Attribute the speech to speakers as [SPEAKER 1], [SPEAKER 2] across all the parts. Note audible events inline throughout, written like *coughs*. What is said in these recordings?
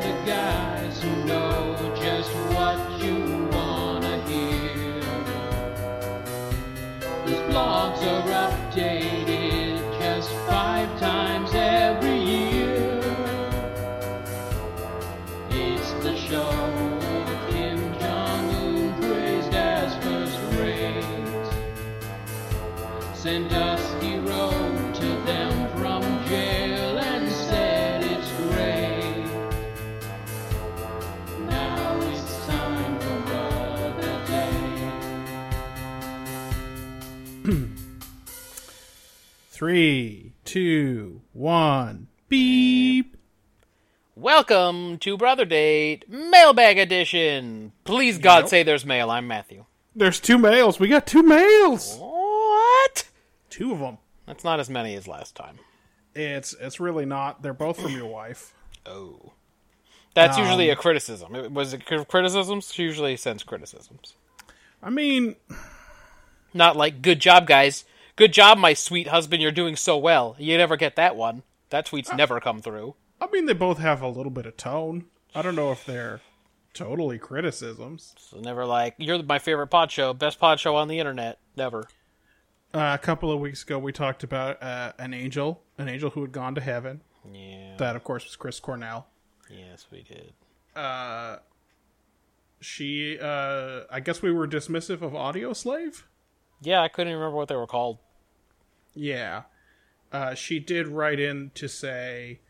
[SPEAKER 1] the guys who know just what you wanna hear. These blogs are updated just five times every year. It's the show of Kim Jong Un praised as first rate. Sandusky wrote to them from jail and said it's great. Now it's time for other day.
[SPEAKER 2] Three, two, one, beep.
[SPEAKER 3] Welcome to Brother Date Mailbag Edition. Please God say there's mail. I'm Matthew.
[SPEAKER 2] There's two males. We got two males.
[SPEAKER 3] What?
[SPEAKER 2] Two of them.
[SPEAKER 3] That's not as many as last time.
[SPEAKER 2] It's it's really not. They're both from your wife.
[SPEAKER 3] Oh. Um, That's usually a criticism. It was it cri- criticisms? She usually sends criticisms.
[SPEAKER 2] I mean,
[SPEAKER 3] Not like good job guys. Good job my sweet husband, you're doing so well. You never get that one. That tweet's never come through.
[SPEAKER 2] I mean they both have a little bit of tone. I don't know if they're totally criticisms.
[SPEAKER 3] So never like you're my favorite pod show, best pod show on the internet. Never.
[SPEAKER 2] Uh, a couple of weeks ago, we talked about uh, an angel, an angel who had gone to heaven.
[SPEAKER 3] Yeah.
[SPEAKER 2] That, of course, was Chris Cornell.
[SPEAKER 3] Yes, we did.
[SPEAKER 2] She, uh, I guess, we were dismissive of Audio Slave.
[SPEAKER 3] Yeah, I couldn't even remember what they were called.
[SPEAKER 2] Yeah. Uh, she did write in to say,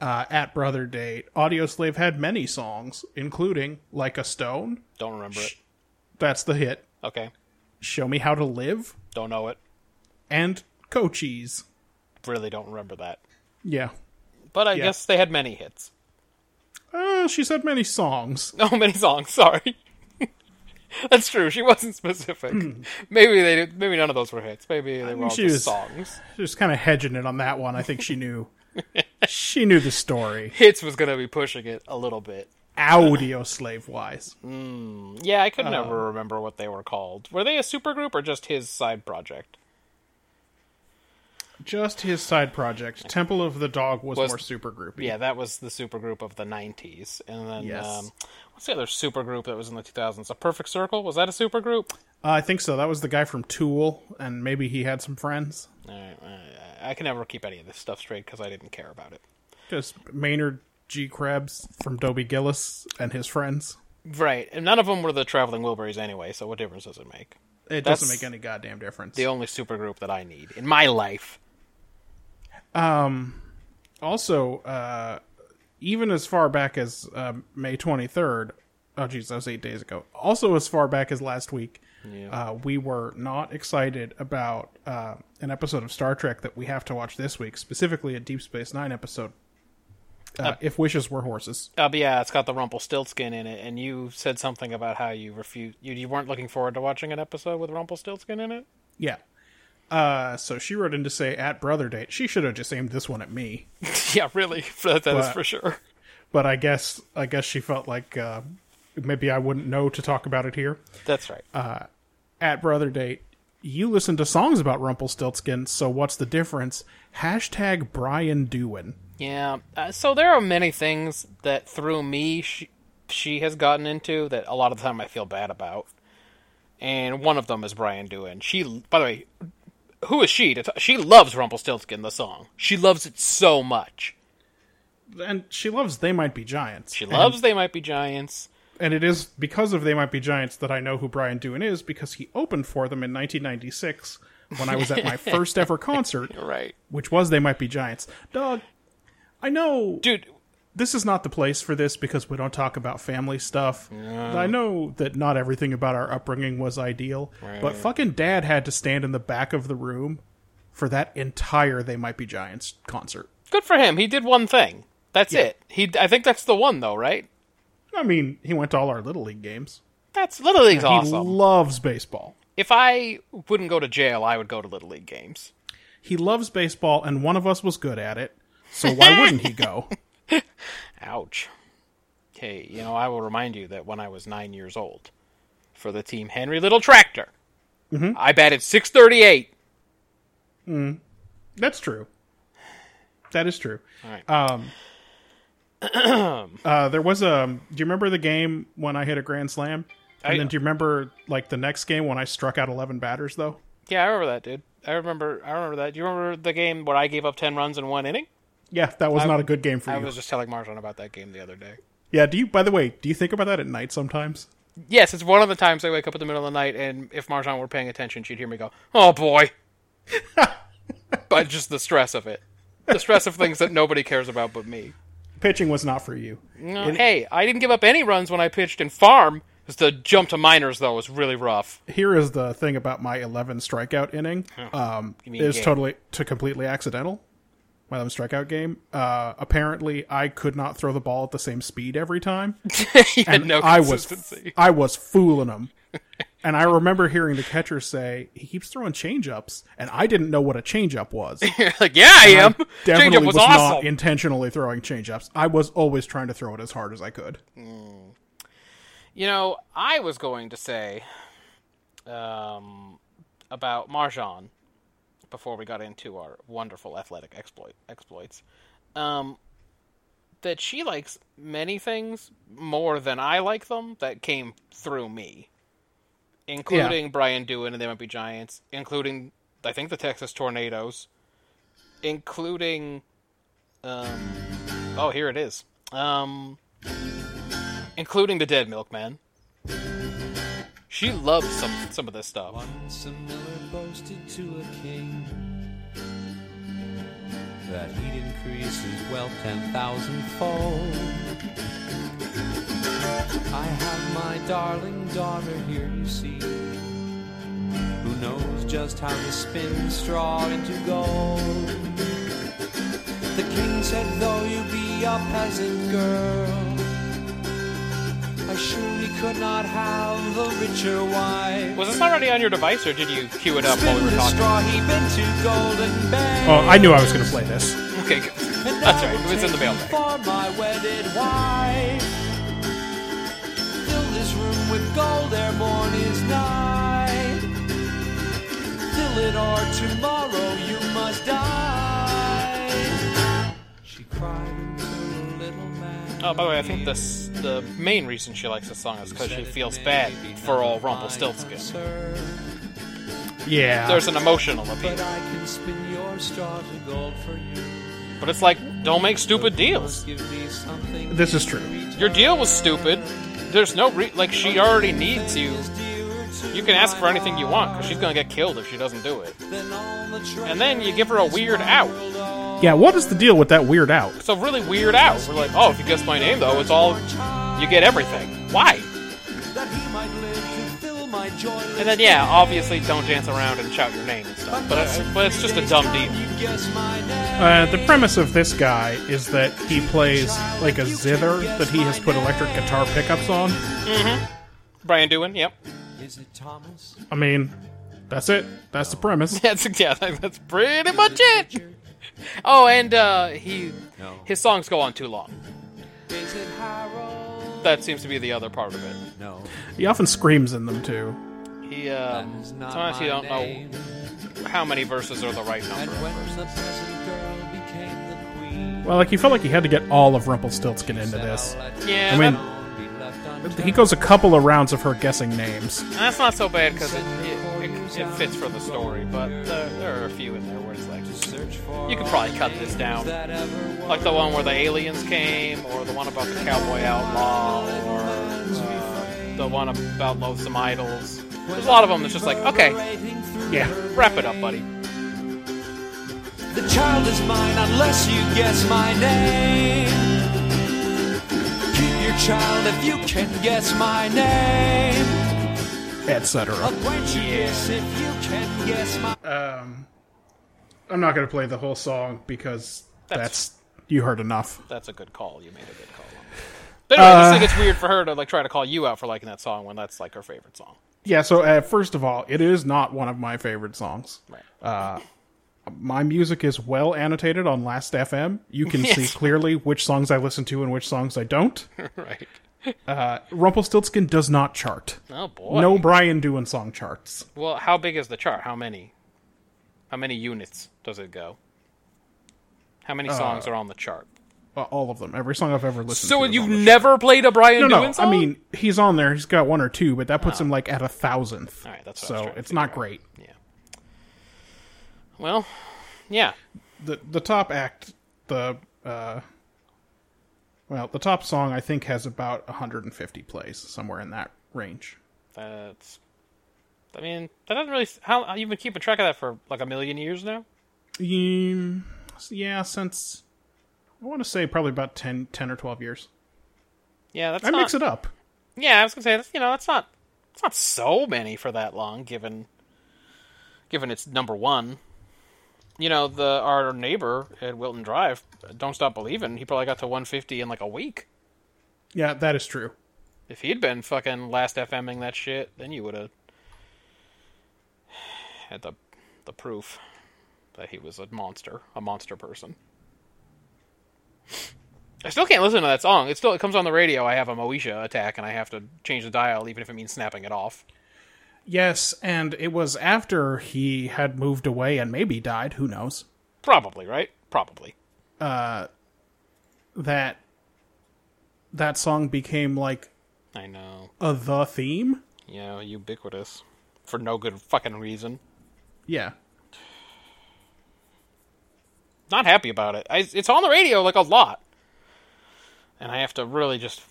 [SPEAKER 2] uh, at Brother Date, Audio Slave had many songs, including Like a Stone.
[SPEAKER 3] Don't remember it.
[SPEAKER 2] That's the hit.
[SPEAKER 3] Okay.
[SPEAKER 2] Show Me How to Live.
[SPEAKER 3] Don't know it.
[SPEAKER 2] And Cochise.
[SPEAKER 3] Really don't remember that.
[SPEAKER 2] Yeah.
[SPEAKER 3] But I
[SPEAKER 2] Yeah.
[SPEAKER 3] guess they had many hits. *laughs*
[SPEAKER 2] Uh, she said many songs.
[SPEAKER 3] Oh, many songs. *laughs* Sorry. That's true. She
[SPEAKER 2] *laughs*
[SPEAKER 3] wasn't specific. maybe they. Did, maybe none of those were hits. Maybe they were all
[SPEAKER 2] she
[SPEAKER 3] just
[SPEAKER 2] was-
[SPEAKER 3] songs.
[SPEAKER 2] She was kind of hedging it on that one. I think she knew. she knew the story.
[SPEAKER 3] Hits was gonna be pushing it a little bit.
[SPEAKER 2] audio slave wise.
[SPEAKER 3] Yeah, I
[SPEAKER 2] Uh-huh.
[SPEAKER 3] could never remember what they were called. Were they a supergroup or just his side project?
[SPEAKER 2] Just his side project. Temple of the Dog was,
[SPEAKER 3] Was-
[SPEAKER 2] more super groupy.
[SPEAKER 3] Yeah, that was the supergroup of the '90s. And then,
[SPEAKER 2] Yes.
[SPEAKER 3] um, what's the other supergroup that was in the 2000s? A Perfect Circle was that a supergroup?
[SPEAKER 2] Uh, I think so. That was the guy from Tool, and maybe he had some friends.
[SPEAKER 3] All right, I- I can never keep any of this stuff straight because I didn't care about it.
[SPEAKER 2] Just Maynard G. Krebs from Dobie Gillis and his friends.
[SPEAKER 3] Right, and none of them were the Traveling Wilburys anyway. So what difference does it make?
[SPEAKER 2] It
[SPEAKER 3] That's
[SPEAKER 2] doesn't make any goddamn difference.
[SPEAKER 3] the only supergroup that I need in my life.
[SPEAKER 2] also, uh, even as far back as uh, May 23rd, oh, geez, that was eight days ago. Also, as far back as last week, uh, we were not excited about uh, an episode of Star Trek that we have to watch this week, specifically a Deep Space Nine episode. Uh, if wishes were horses,
[SPEAKER 3] Uh, but yeah, it's got the Rumpelstiltskin in it, and you said something about how you refuse you, you weren't looking forward to watching an episode with Rumpelstiltskin in it.
[SPEAKER 2] yeah. Uh, so she wrote in to say at brother date. She should have just aimed this one at me,
[SPEAKER 3] *laughs* yeah, really, *laughs* that, that is
[SPEAKER 2] But-
[SPEAKER 3] for sure.
[SPEAKER 2] but I guess I guess she felt like uh, maybe I wouldn't know to talk about it here.
[SPEAKER 3] That's right.
[SPEAKER 2] at brother date you listen to songs about rumpelstiltskin so what's the difference hashtag brian Dewin.
[SPEAKER 3] yeah. Uh, so there are many things that through me she, she has gotten into that a lot of the time I feel bad about, and one of them is Brian Doohan. She, by the way, who is she? To t- she loves Rumpelstiltskin the song. She loves it so much.
[SPEAKER 2] and she loves they might be giants
[SPEAKER 3] She loves They Might Be Giants.
[SPEAKER 2] and, and it is because of they might be giants that i know who brian Dewin is because he opened for them in 1996 when i was at
[SPEAKER 3] *laughs*
[SPEAKER 2] my first ever concert
[SPEAKER 3] Right.
[SPEAKER 2] which was they might be giants dog i know
[SPEAKER 3] Dude,
[SPEAKER 2] this is not the place for this because we don't talk about family stuff. I know that not everything about our upbringing was ideal, but fucking dad had to stand in the back of the room for that entire They Might Be Giants concert.
[SPEAKER 3] good for him. He did one thing. That's it. He I think that's the one though, right?
[SPEAKER 2] I mean, he went to all our Little League games.
[SPEAKER 3] That's Little League's
[SPEAKER 2] He
[SPEAKER 3] awesome.
[SPEAKER 2] loves baseball.
[SPEAKER 3] if I wouldn't go to jail, I would go to Little League games.
[SPEAKER 2] He loves baseball, and one of us was good at it, so why wouldn't he
[SPEAKER 3] *laughs*
[SPEAKER 2] go?
[SPEAKER 3] Ouch. Hey, you know, I will remind you that when I was nine years old, for the team Henry Little Tractor. I batted 638.
[SPEAKER 2] That's true. That is true.
[SPEAKER 3] All right.
[SPEAKER 2] Um, *clears throat* uh, there was a. Do you remember the game when I hit a grand slam? And
[SPEAKER 3] I-
[SPEAKER 2] then do you remember like the next game when I struck out eleven batters though?
[SPEAKER 3] yeah, I remember that, dude. I remember. I remember that. Do you remember the game where I gave up 10 runs in one inning?
[SPEAKER 2] Yeah, that was not a good game for
[SPEAKER 3] I
[SPEAKER 2] you.
[SPEAKER 3] was just telling Marjan about that game the other day.
[SPEAKER 2] Yeah. Do you? By the way, do you think about that at night sometimes?
[SPEAKER 3] Yes, it's one of the times I wake up in the middle of the night, and if Marjan were paying attention, she'd hear me go, "Oh boy," but just the stress of it, the stress of things that nobody cares about but me.
[SPEAKER 2] Pitching was not for you.
[SPEAKER 3] No, Uh, hey, I didn't give up any runs when I pitched in farm. It's the jump to minors though was really rough. *laughs*
[SPEAKER 2] Here is the thing about my eleven strikeout inning. Um,
[SPEAKER 3] mean
[SPEAKER 2] is
[SPEAKER 3] game.
[SPEAKER 2] totally to completely accidental. My eleven strikeout game. Uh, apparently, I could not throw the ball at the same speed every time.
[SPEAKER 3] you had no
[SPEAKER 2] I was
[SPEAKER 3] consistency. *laughs*
[SPEAKER 2] I was fooling him. and I remember hearing the catcher say he keeps throwing change ups, and I didn't know what a change up
[SPEAKER 3] *laughs*
[SPEAKER 2] was.
[SPEAKER 3] like, yeah, I am.
[SPEAKER 2] Definitely
[SPEAKER 3] Changeup was, awesome.
[SPEAKER 2] not intentionally throwing change ups. I was always trying to throw it as hard as I could.
[SPEAKER 3] You know, I was going to say um, about Marjan before we got into our wonderful athletic exploit exploits. Um, that she likes many things more than I like them that came through me, including Brian Dewan and the MLB Giants, including I think the Texas Tornadoes, including um, oh here it is, um, including the Dead Milkman. She loves some some of this stuff.
[SPEAKER 1] Once a miller boasted to a king that he'd increase his wealth ten thousand fold. I have my darling daughter here, you see, who knows just how to spin straw into gold. The king said, though you be a peasant girl, I surely could not have a richer wife.
[SPEAKER 3] Was this already on your device, or did you queue it up
[SPEAKER 1] Spin
[SPEAKER 3] while we were
[SPEAKER 1] the
[SPEAKER 3] talking?
[SPEAKER 1] straw heap into golden
[SPEAKER 3] Mm.
[SPEAKER 1] bands.
[SPEAKER 2] Oh, I knew I was going to play this.
[SPEAKER 3] Okay, good.
[SPEAKER 1] And
[SPEAKER 3] That's
[SPEAKER 1] I
[SPEAKER 3] right,
[SPEAKER 1] will
[SPEAKER 3] it was in the
[SPEAKER 1] take
[SPEAKER 3] mailbag.
[SPEAKER 1] you For my wedded wife. Fill this room with gold ere morn is night. Fill it or tomorrow you must die. She cried until a little man.
[SPEAKER 3] Oh, by the way, I think this, the main reason she likes this song is because she
[SPEAKER 1] said it
[SPEAKER 3] feels
[SPEAKER 1] may
[SPEAKER 3] bad
[SPEAKER 1] be
[SPEAKER 3] for
[SPEAKER 1] none
[SPEAKER 3] all
[SPEAKER 1] of my
[SPEAKER 3] Rumpelstiltskin.
[SPEAKER 1] concern.
[SPEAKER 2] Yeah.
[SPEAKER 3] There's an emotional appeal,
[SPEAKER 1] But I can spin your straw to gold for you.
[SPEAKER 3] but it's like, don't make stupid deals.
[SPEAKER 1] Give me something
[SPEAKER 2] This is true.
[SPEAKER 3] Your deal was stupid. There's no re- like she already needs you. You can ask for anything you want because she's gonna get killed if she doesn't do it. And then you give her a weird out.
[SPEAKER 2] yeah, what is the deal with that weird out?
[SPEAKER 3] So really weird out. We're like, oh, if you guess my name though, it's all you get everything. Why?
[SPEAKER 1] That he might live to fill my joyless
[SPEAKER 3] And then yeah, obviously don't dance around and shout your name and stuff. But it's, but it's just a dumb deal.
[SPEAKER 1] You guess my name.
[SPEAKER 2] Uh, the premise of this guy is that he plays like a zither that he has put electric guitar pickups on.
[SPEAKER 3] Brian Dewan, yep. *laughs*
[SPEAKER 1] Is it Thomas?
[SPEAKER 2] I mean, that's it. That's the
[SPEAKER 3] *laughs*
[SPEAKER 2] premise.
[SPEAKER 3] That's yeah, that- that's pretty much it. Oh, and uh, he
[SPEAKER 1] No.
[SPEAKER 3] his songs go on too long.
[SPEAKER 1] Is it Harold?
[SPEAKER 3] That seems to be the other part of it.
[SPEAKER 1] No.
[SPEAKER 2] He often screams in them too.
[SPEAKER 3] He um,
[SPEAKER 1] That is not
[SPEAKER 3] sometimes you
[SPEAKER 1] my
[SPEAKER 3] don't
[SPEAKER 1] name.
[SPEAKER 3] know how many verses are the right
[SPEAKER 1] And
[SPEAKER 3] number.
[SPEAKER 1] when the peasant girl became the queen.
[SPEAKER 2] Well, like he felt like he had to get all of Rumpelstiltskin into this.
[SPEAKER 3] Yeah,
[SPEAKER 2] I mean-
[SPEAKER 1] that- be left untouched.
[SPEAKER 2] He goes a couple of rounds of her guessing names.
[SPEAKER 3] that's not so bad because it, it, it, it fits for the story. But there, there are a few in there where it's like
[SPEAKER 1] Search for
[SPEAKER 3] you could probably cut this down,
[SPEAKER 1] that ever was.
[SPEAKER 3] like the one where the aliens came, or the one about the cowboy outlaw, or uh, the one about loathsome idols. There's a lot of them that's just like, okay,
[SPEAKER 1] Parading through
[SPEAKER 2] Yeah.
[SPEAKER 3] wrap it up, buddy.
[SPEAKER 1] The child is mine unless you guess my name. Keep your child if you can guess my name.
[SPEAKER 2] etc.
[SPEAKER 1] Acquaint you guess if you can guess my
[SPEAKER 2] I'm not going to play the whole song because
[SPEAKER 3] That's-
[SPEAKER 2] that's, you heard enough.
[SPEAKER 3] That's a good call. You made a good call. on that. But anyway, I just think it's weird for her to like try to call you out for liking that song when that's like her favorite song.
[SPEAKER 2] Yeah. So uh, first of all, it is not one of my favorite songs.
[SPEAKER 3] *laughs* Right.
[SPEAKER 2] My music is well annotated on Last FM. You can see
[SPEAKER 3] *laughs* Yes. *laughs*
[SPEAKER 2] clearly which songs I listen to and which songs I don't.
[SPEAKER 3] right.
[SPEAKER 2] Uh, Rumpelstiltskin does not chart.
[SPEAKER 3] Oh boy.
[SPEAKER 2] No Brian Doohan song charts.
[SPEAKER 3] Well, how big is the chart? How many? How many units does it go? How many songs are on the chart?
[SPEAKER 2] Uh, all of them. Every song I've ever listened
[SPEAKER 3] So
[SPEAKER 2] to. is
[SPEAKER 3] you've
[SPEAKER 2] on the-
[SPEAKER 3] never played a Brian
[SPEAKER 2] No,
[SPEAKER 3] Newman
[SPEAKER 2] no. I
[SPEAKER 3] song?
[SPEAKER 2] mean, he's on there. He's got one or two, but that puts him like at a thousandth.
[SPEAKER 3] Oh. All right, that's what I was
[SPEAKER 2] so
[SPEAKER 3] trying to
[SPEAKER 2] it's
[SPEAKER 3] figure
[SPEAKER 2] not
[SPEAKER 3] out.
[SPEAKER 2] great.
[SPEAKER 3] Yeah. Well, yeah.
[SPEAKER 2] the the top act the uh well the top song i think has about 150 plays somewhere in that range
[SPEAKER 3] That's. I mean, that doesn't really. How you've been keeping track of that for like a million years now?
[SPEAKER 2] um, yeah since i want to say probably about 10 10 or 12 years
[SPEAKER 3] Yeah, that's.
[SPEAKER 2] i
[SPEAKER 3] not,
[SPEAKER 2] mix it up
[SPEAKER 3] Yeah, I was gonna say that's you know that's not it's not so many for that long given given it's number one. You know the our neighbor at Wilton Drive, uh, don't stop believing. He probably got to 150 in like a week.
[SPEAKER 2] yeah that is true
[SPEAKER 3] If he'd been fucking last FMing that shit, then you would have had the the proof that he was a monster, a monster person. I still can't listen to that song. It still it comes on the radio. I have a Moesha attack, and I have to change the dial, even if it means snapping it off.
[SPEAKER 2] yes and it was after he had moved away and maybe died who knows
[SPEAKER 3] Probably right. Probably.
[SPEAKER 2] that that song became like
[SPEAKER 3] I know.
[SPEAKER 2] a the theme
[SPEAKER 3] You know, ubiquitous for no good fucking reason.
[SPEAKER 2] yeah
[SPEAKER 3] not happy about it. I, it's on the radio like a lot, and I have to really just,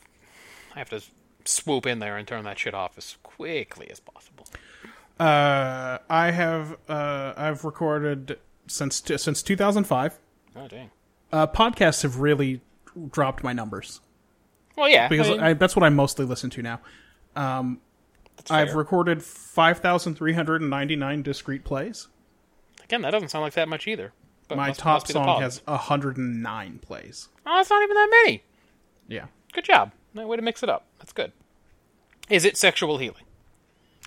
[SPEAKER 3] I have to swoop in there and turn that shit off as quickly as possible.
[SPEAKER 2] Uh, I have uh, I've recorded since t- since 2005.
[SPEAKER 3] Oh dang.
[SPEAKER 2] Uh, podcasts have really dropped my numbers
[SPEAKER 3] Well, yeah,
[SPEAKER 2] because
[SPEAKER 3] I mean,
[SPEAKER 2] I, that's what I mostly listen to now.
[SPEAKER 3] that's
[SPEAKER 2] I've
[SPEAKER 3] fair.
[SPEAKER 2] recorded 5,399 discrete plays.
[SPEAKER 3] again that doesn't sound like that much either. But
[SPEAKER 2] My
[SPEAKER 3] must-
[SPEAKER 2] top
[SPEAKER 3] must be the
[SPEAKER 2] song
[SPEAKER 3] pod.
[SPEAKER 2] has 109 plays.
[SPEAKER 3] Oh, it's not even that many.
[SPEAKER 2] Yeah,
[SPEAKER 3] Good job. Nice way to mix it up. That's good. Is it sexual healing?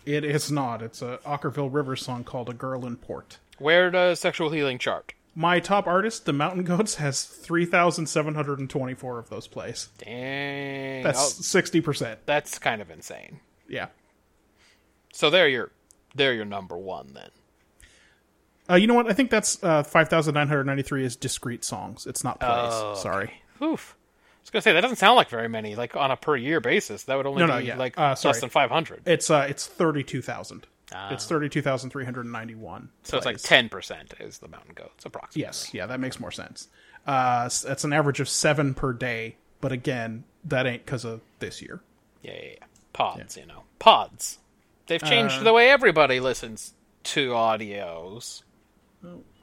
[SPEAKER 2] it is not. It's a Ockerville River song called "A Girl in Port."
[SPEAKER 3] Where does sexual healing chart?
[SPEAKER 2] My top artist, The Mountain Goats, has 3,724 of those plays.
[SPEAKER 3] Dang,
[SPEAKER 2] That's
[SPEAKER 3] Oh,
[SPEAKER 2] 60%.
[SPEAKER 3] that's kind of insane.
[SPEAKER 2] Yeah.
[SPEAKER 3] So they're your, they're your number one then.
[SPEAKER 2] Uh, you know what? I think that's uh, 5,993 is discrete songs. It's not plays.
[SPEAKER 3] Oh, okay.
[SPEAKER 2] Sorry.
[SPEAKER 3] Oof. I was gonna say that doesn't sound like very many. Like on a per year basis, that would only
[SPEAKER 2] No, no,
[SPEAKER 3] be
[SPEAKER 2] yeah.
[SPEAKER 3] like
[SPEAKER 2] Uh, sorry.
[SPEAKER 3] less than five hundred.
[SPEAKER 2] It's uh, it's 32,000. It's 32,391.
[SPEAKER 3] Ah. So it's like ten percent is the mountain goats, approximately.
[SPEAKER 2] Yes. Yeah, that makes more sense. Uh, s- that's an average of seven per day. But again, that ain't because of this year.
[SPEAKER 3] Yeah, yeah, yeah. Pods, you know, pods. They've
[SPEAKER 2] Uh,
[SPEAKER 3] changed the way everybody listens to audios.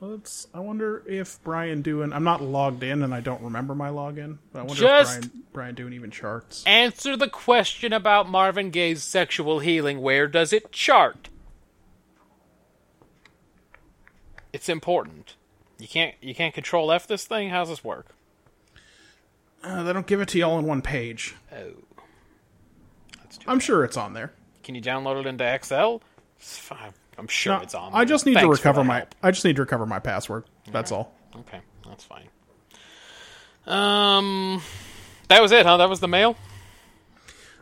[SPEAKER 2] Let's. I wonder if Brian Dewan. I'm not logged in, and I don't remember my login. But I wonder
[SPEAKER 3] Just-
[SPEAKER 2] if Brian, Brian Dewan even charts.
[SPEAKER 3] Answer the question about Marvin Gaye's sexual healing. Where does it chart? It's important. You can't you can't control F this thing. How's this work?
[SPEAKER 2] Uh, they don't give it to you all in one page.
[SPEAKER 3] Oh. That's too
[SPEAKER 2] I'm sure it's on there.
[SPEAKER 3] Can you download it into Excel? It's fine. I'm sure
[SPEAKER 2] No,
[SPEAKER 3] it's on.
[SPEAKER 2] I
[SPEAKER 3] there.
[SPEAKER 2] just need to
[SPEAKER 3] Thanks for
[SPEAKER 2] recover
[SPEAKER 3] the
[SPEAKER 2] my.
[SPEAKER 3] help.
[SPEAKER 2] I just need to recover my password. That's all.
[SPEAKER 3] Okay, that's fine. Um, that was it, huh? That was the mail.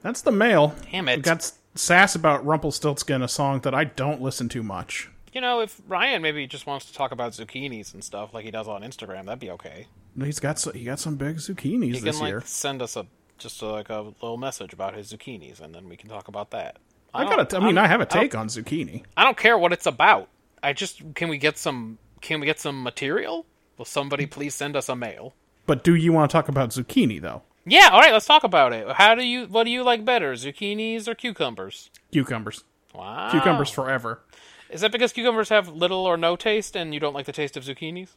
[SPEAKER 2] That's the mail.
[SPEAKER 3] Damn it.
[SPEAKER 2] We've got s- sass about Rumpelstiltskin, a song that I don't listen to much.
[SPEAKER 3] You know, if Ryan maybe just wants to talk about zucchinis and stuff like he does on Instagram, that'd be okay.
[SPEAKER 2] He's got so, he got some big zucchinis
[SPEAKER 3] He
[SPEAKER 2] this
[SPEAKER 3] can like
[SPEAKER 2] year.
[SPEAKER 3] send us a just like a little message about his zucchinis, and then we can talk about that.
[SPEAKER 2] I
[SPEAKER 3] don't-
[SPEAKER 2] got a. I mean,
[SPEAKER 3] don't-
[SPEAKER 2] I have a
[SPEAKER 3] don't-
[SPEAKER 2] take on zucchini.
[SPEAKER 3] I don't care what it's about. I just can we get some can we get some material? Will somebody please send us a mail?
[SPEAKER 2] But do you want to talk about zucchini though?
[SPEAKER 3] Yeah, all right, let's talk about it. How do you what do you like better, zucchinis or cucumbers?
[SPEAKER 2] Cucumbers.
[SPEAKER 3] Wow.
[SPEAKER 2] Cucumbers forever.
[SPEAKER 3] Is that because cucumbers have little or no taste and you don't like the taste of zucchinis?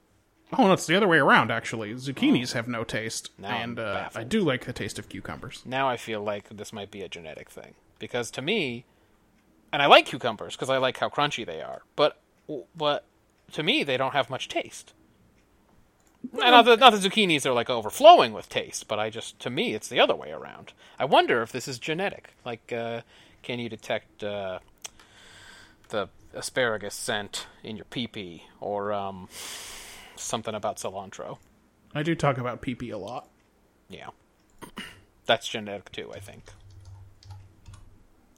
[SPEAKER 2] Oh, no, it's the other way around. Actually, zucchinis have no taste,
[SPEAKER 3] Oh. Now I'm
[SPEAKER 2] and uh, I
[SPEAKER 3] baffled.
[SPEAKER 2] do like the taste of cucumbers.
[SPEAKER 3] Now I feel like this might be a genetic thing because to me and I like cucumbers because I like how crunchy they are, but but to me they don't have much taste. And not that, not that zucchinis are like overflowing with taste, but I just to me it's the other way around. I wonder if this is genetic. Like, uh, can you detect uh, the asparagus scent in your pee pee or um, something about cilantro?
[SPEAKER 2] I do talk about PP a lot.
[SPEAKER 3] Yeah. That's genetic too, I think.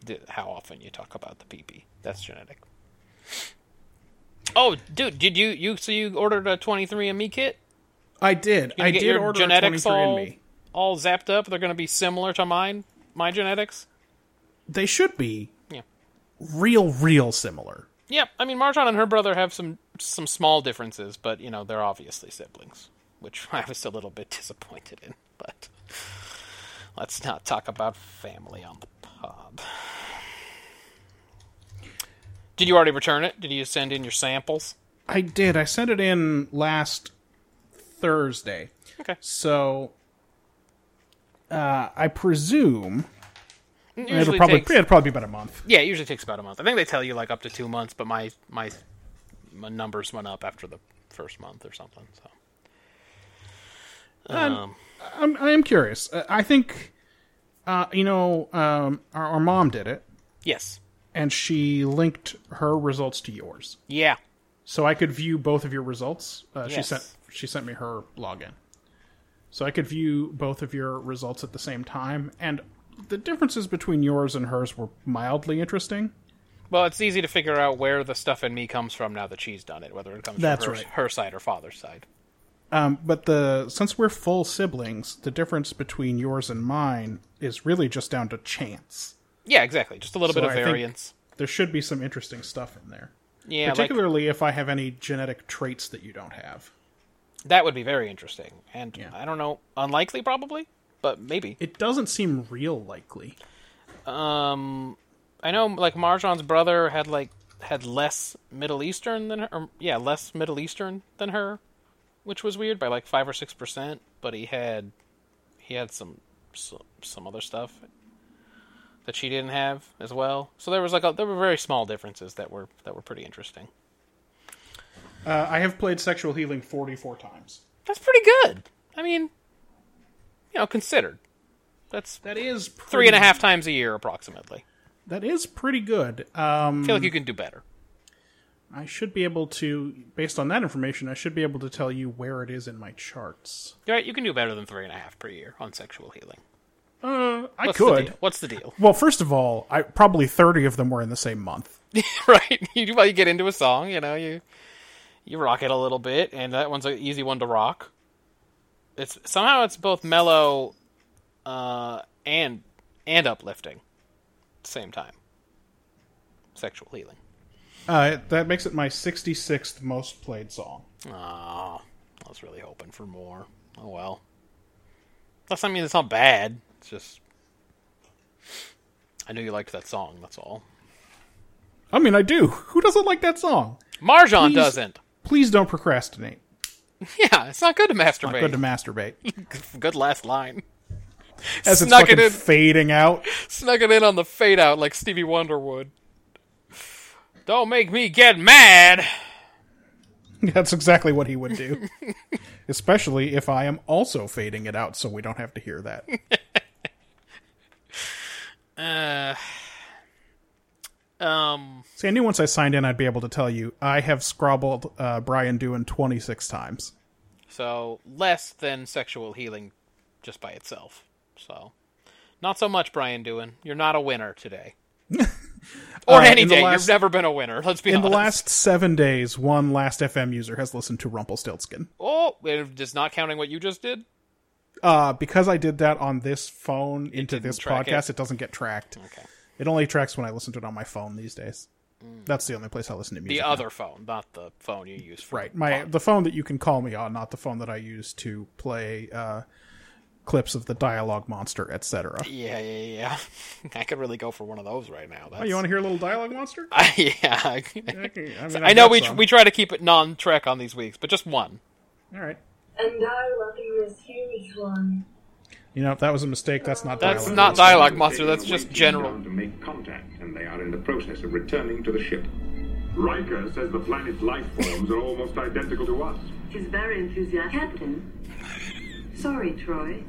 [SPEAKER 3] The- How often you talk about the PP? That's genetic. Oh, dude, did you you so you ordered a 23andMe kit?
[SPEAKER 2] I did.
[SPEAKER 3] Gonna
[SPEAKER 2] I
[SPEAKER 3] get
[SPEAKER 2] did
[SPEAKER 3] your
[SPEAKER 2] order a
[SPEAKER 3] genetics
[SPEAKER 2] 23andMe.
[SPEAKER 3] all, all zapped up. They're going to be similar to mine, my genetics.
[SPEAKER 2] They should be
[SPEAKER 3] Yeah.
[SPEAKER 2] real, real similar.
[SPEAKER 3] Yeah, I mean Marjan and her brother have some some small differences, but you know they're obviously siblings, which *laughs* I was a little bit disappointed in. But let's not talk about family on the pod. Did you already return it? Did you send in your samples?
[SPEAKER 2] I did. I sent it in last Thursday.
[SPEAKER 3] Okay,
[SPEAKER 2] So uh, I presume it'll
[SPEAKER 3] Usually
[SPEAKER 2] probably
[SPEAKER 3] takes-
[SPEAKER 2] it'll probably be about a month.
[SPEAKER 3] yeah, it usually takes about a month. I think they tell you like up to two months, but my my, my numbers went up after the first month or something. So. Um,
[SPEAKER 2] I'm I am curious. Uh, I think uh, you know um, our, our mom did it,
[SPEAKER 3] yes.
[SPEAKER 2] and she linked her results to yours,
[SPEAKER 3] Yeah.
[SPEAKER 2] so I could view both of your results. Uh, She
[SPEAKER 3] Yes.
[SPEAKER 2] sent she sent me her login, so I could view both of your results at the same time, and the differences between yours and hers were mildly interesting.
[SPEAKER 3] Well, it's easy to figure out where the stuff in me comes from now that she's done it, whether it comes
[SPEAKER 2] That's
[SPEAKER 3] from her,
[SPEAKER 2] right.
[SPEAKER 3] her side or father's side.
[SPEAKER 2] Um, but the since we're full siblings, the difference between yours and mine is really just down to chance.
[SPEAKER 3] Yeah, exactly. Just a little
[SPEAKER 2] So
[SPEAKER 3] bit of
[SPEAKER 2] I think-
[SPEAKER 3] variance.
[SPEAKER 2] There should be some interesting stuff in there.
[SPEAKER 3] Yeah, like,
[SPEAKER 2] particularly if I have any genetic traits that you don't have.
[SPEAKER 3] that would be very interesting. And
[SPEAKER 2] Yeah.
[SPEAKER 3] I don't know, unlikely probably, but maybe.
[SPEAKER 2] It doesn't seem real likely.
[SPEAKER 3] Um, I know like Marjan's brother had like had less Middle Eastern than her. Or, yeah, less Middle Eastern than her, which was weird by like five or six percent. But he had he had some some, some other stuff that she didn't have as well. So there was like a, there were very small differences that were that were pretty interesting.
[SPEAKER 2] Uh, I have played Sexual Healing 44 times.
[SPEAKER 3] That's pretty good. I mean, you know, considered. That's
[SPEAKER 2] That is pretty,
[SPEAKER 3] three and a half times a year approximately.
[SPEAKER 2] That is pretty good. Uh,
[SPEAKER 3] I feel like you can do better.
[SPEAKER 2] I should be able to, based on that information, I should be able to tell you where it is in my charts.
[SPEAKER 3] Right, you can do better than three and a half per year on sexual healing.
[SPEAKER 2] Uh, I
[SPEAKER 3] What's The
[SPEAKER 2] could.
[SPEAKER 3] deal? What's the deal? *laughs*
[SPEAKER 2] Well, first of all, I probably 30 of them were in the same month.
[SPEAKER 3] right, you well, you get into a song, you know, you you rock it a little bit, and that one's an easy one to rock. It's somehow it's both mellow, uh, and and uplifting, at the same time. Sexual healing.
[SPEAKER 2] Uh, that makes it my 66th most played song.
[SPEAKER 3] Oh, I was really hoping for more. Oh well. That's I mean it's not bad. It's just I knew you liked that song. That's all.
[SPEAKER 2] I mean, I do. Who doesn't like that song?
[SPEAKER 3] Marjan
[SPEAKER 2] Please-
[SPEAKER 3] doesn't. *laughs*
[SPEAKER 2] Please don't procrastinate.
[SPEAKER 3] Yeah, it's not good to masturbate.
[SPEAKER 2] Not good to masturbate. *laughs*
[SPEAKER 3] *laughs* Good last line.
[SPEAKER 2] As it's
[SPEAKER 3] Snuck it
[SPEAKER 2] fucking
[SPEAKER 3] in.
[SPEAKER 2] fading out. *laughs*
[SPEAKER 3] Snuck it in on the fade out like Stevie Wonder would. Don't make me get mad.
[SPEAKER 2] That's exactly what he would *laughs* do. Especially if I am also fading it out so we don't have to hear *laughs* that. Uh,
[SPEAKER 3] Um,
[SPEAKER 2] See, I knew once I signed in I'd be able to tell you I have scrabbled uh, Brian Dewan 26 times.
[SPEAKER 3] so less than sexual healing just by itself. So not so much, Brian Dewan. You're not a winner today. or
[SPEAKER 2] Uh,
[SPEAKER 3] any
[SPEAKER 2] in the
[SPEAKER 3] day.
[SPEAKER 2] last-
[SPEAKER 3] You've never been a winner. Let's be
[SPEAKER 2] In the
[SPEAKER 3] honest.
[SPEAKER 2] last seven days, one last FM user has listened to Rumpelstiltskin.
[SPEAKER 3] Oh, it- just not counting what you just did?
[SPEAKER 2] Uh, because I did that on this phone into
[SPEAKER 3] didn't
[SPEAKER 2] this
[SPEAKER 3] track
[SPEAKER 2] podcast, it.
[SPEAKER 3] it?
[SPEAKER 2] doesn't get tracked.
[SPEAKER 3] Okay. Mm.
[SPEAKER 2] It only tracks when I listen to it on my phone these days. That's the only place I listen to
[SPEAKER 3] The
[SPEAKER 2] music.
[SPEAKER 3] other phone, not the phone you use for
[SPEAKER 2] Right. My the phone that you can call me on, not the phone that I use to play uh, clips of the dialogue monster, etc.
[SPEAKER 3] Yeah, yeah, yeah. *laughs* I could really go for one of those right now. That's...
[SPEAKER 2] Oh, you want to hear a little dialogue monster?
[SPEAKER 3] *laughs* yeah. I-
[SPEAKER 2] Okay, I, mean,
[SPEAKER 3] I know
[SPEAKER 2] got
[SPEAKER 3] we
[SPEAKER 2] some.
[SPEAKER 3] we try to keep it non-trek on these weeks, but just one.
[SPEAKER 2] All right.
[SPEAKER 4] And I will rescue each one.
[SPEAKER 2] You know that was a mistake. That's not.
[SPEAKER 3] That's
[SPEAKER 2] dialogue.
[SPEAKER 3] not dialogue monster.
[SPEAKER 5] They are
[SPEAKER 3] That's just
[SPEAKER 5] waiting
[SPEAKER 3] general. *laughs*
[SPEAKER 5] down To make contact, and they are in the process of returning to the ship. Riker says the planet's life forms are almost identical to us.
[SPEAKER 6] He's very enthusiastic. Captain. Sorry, Troy.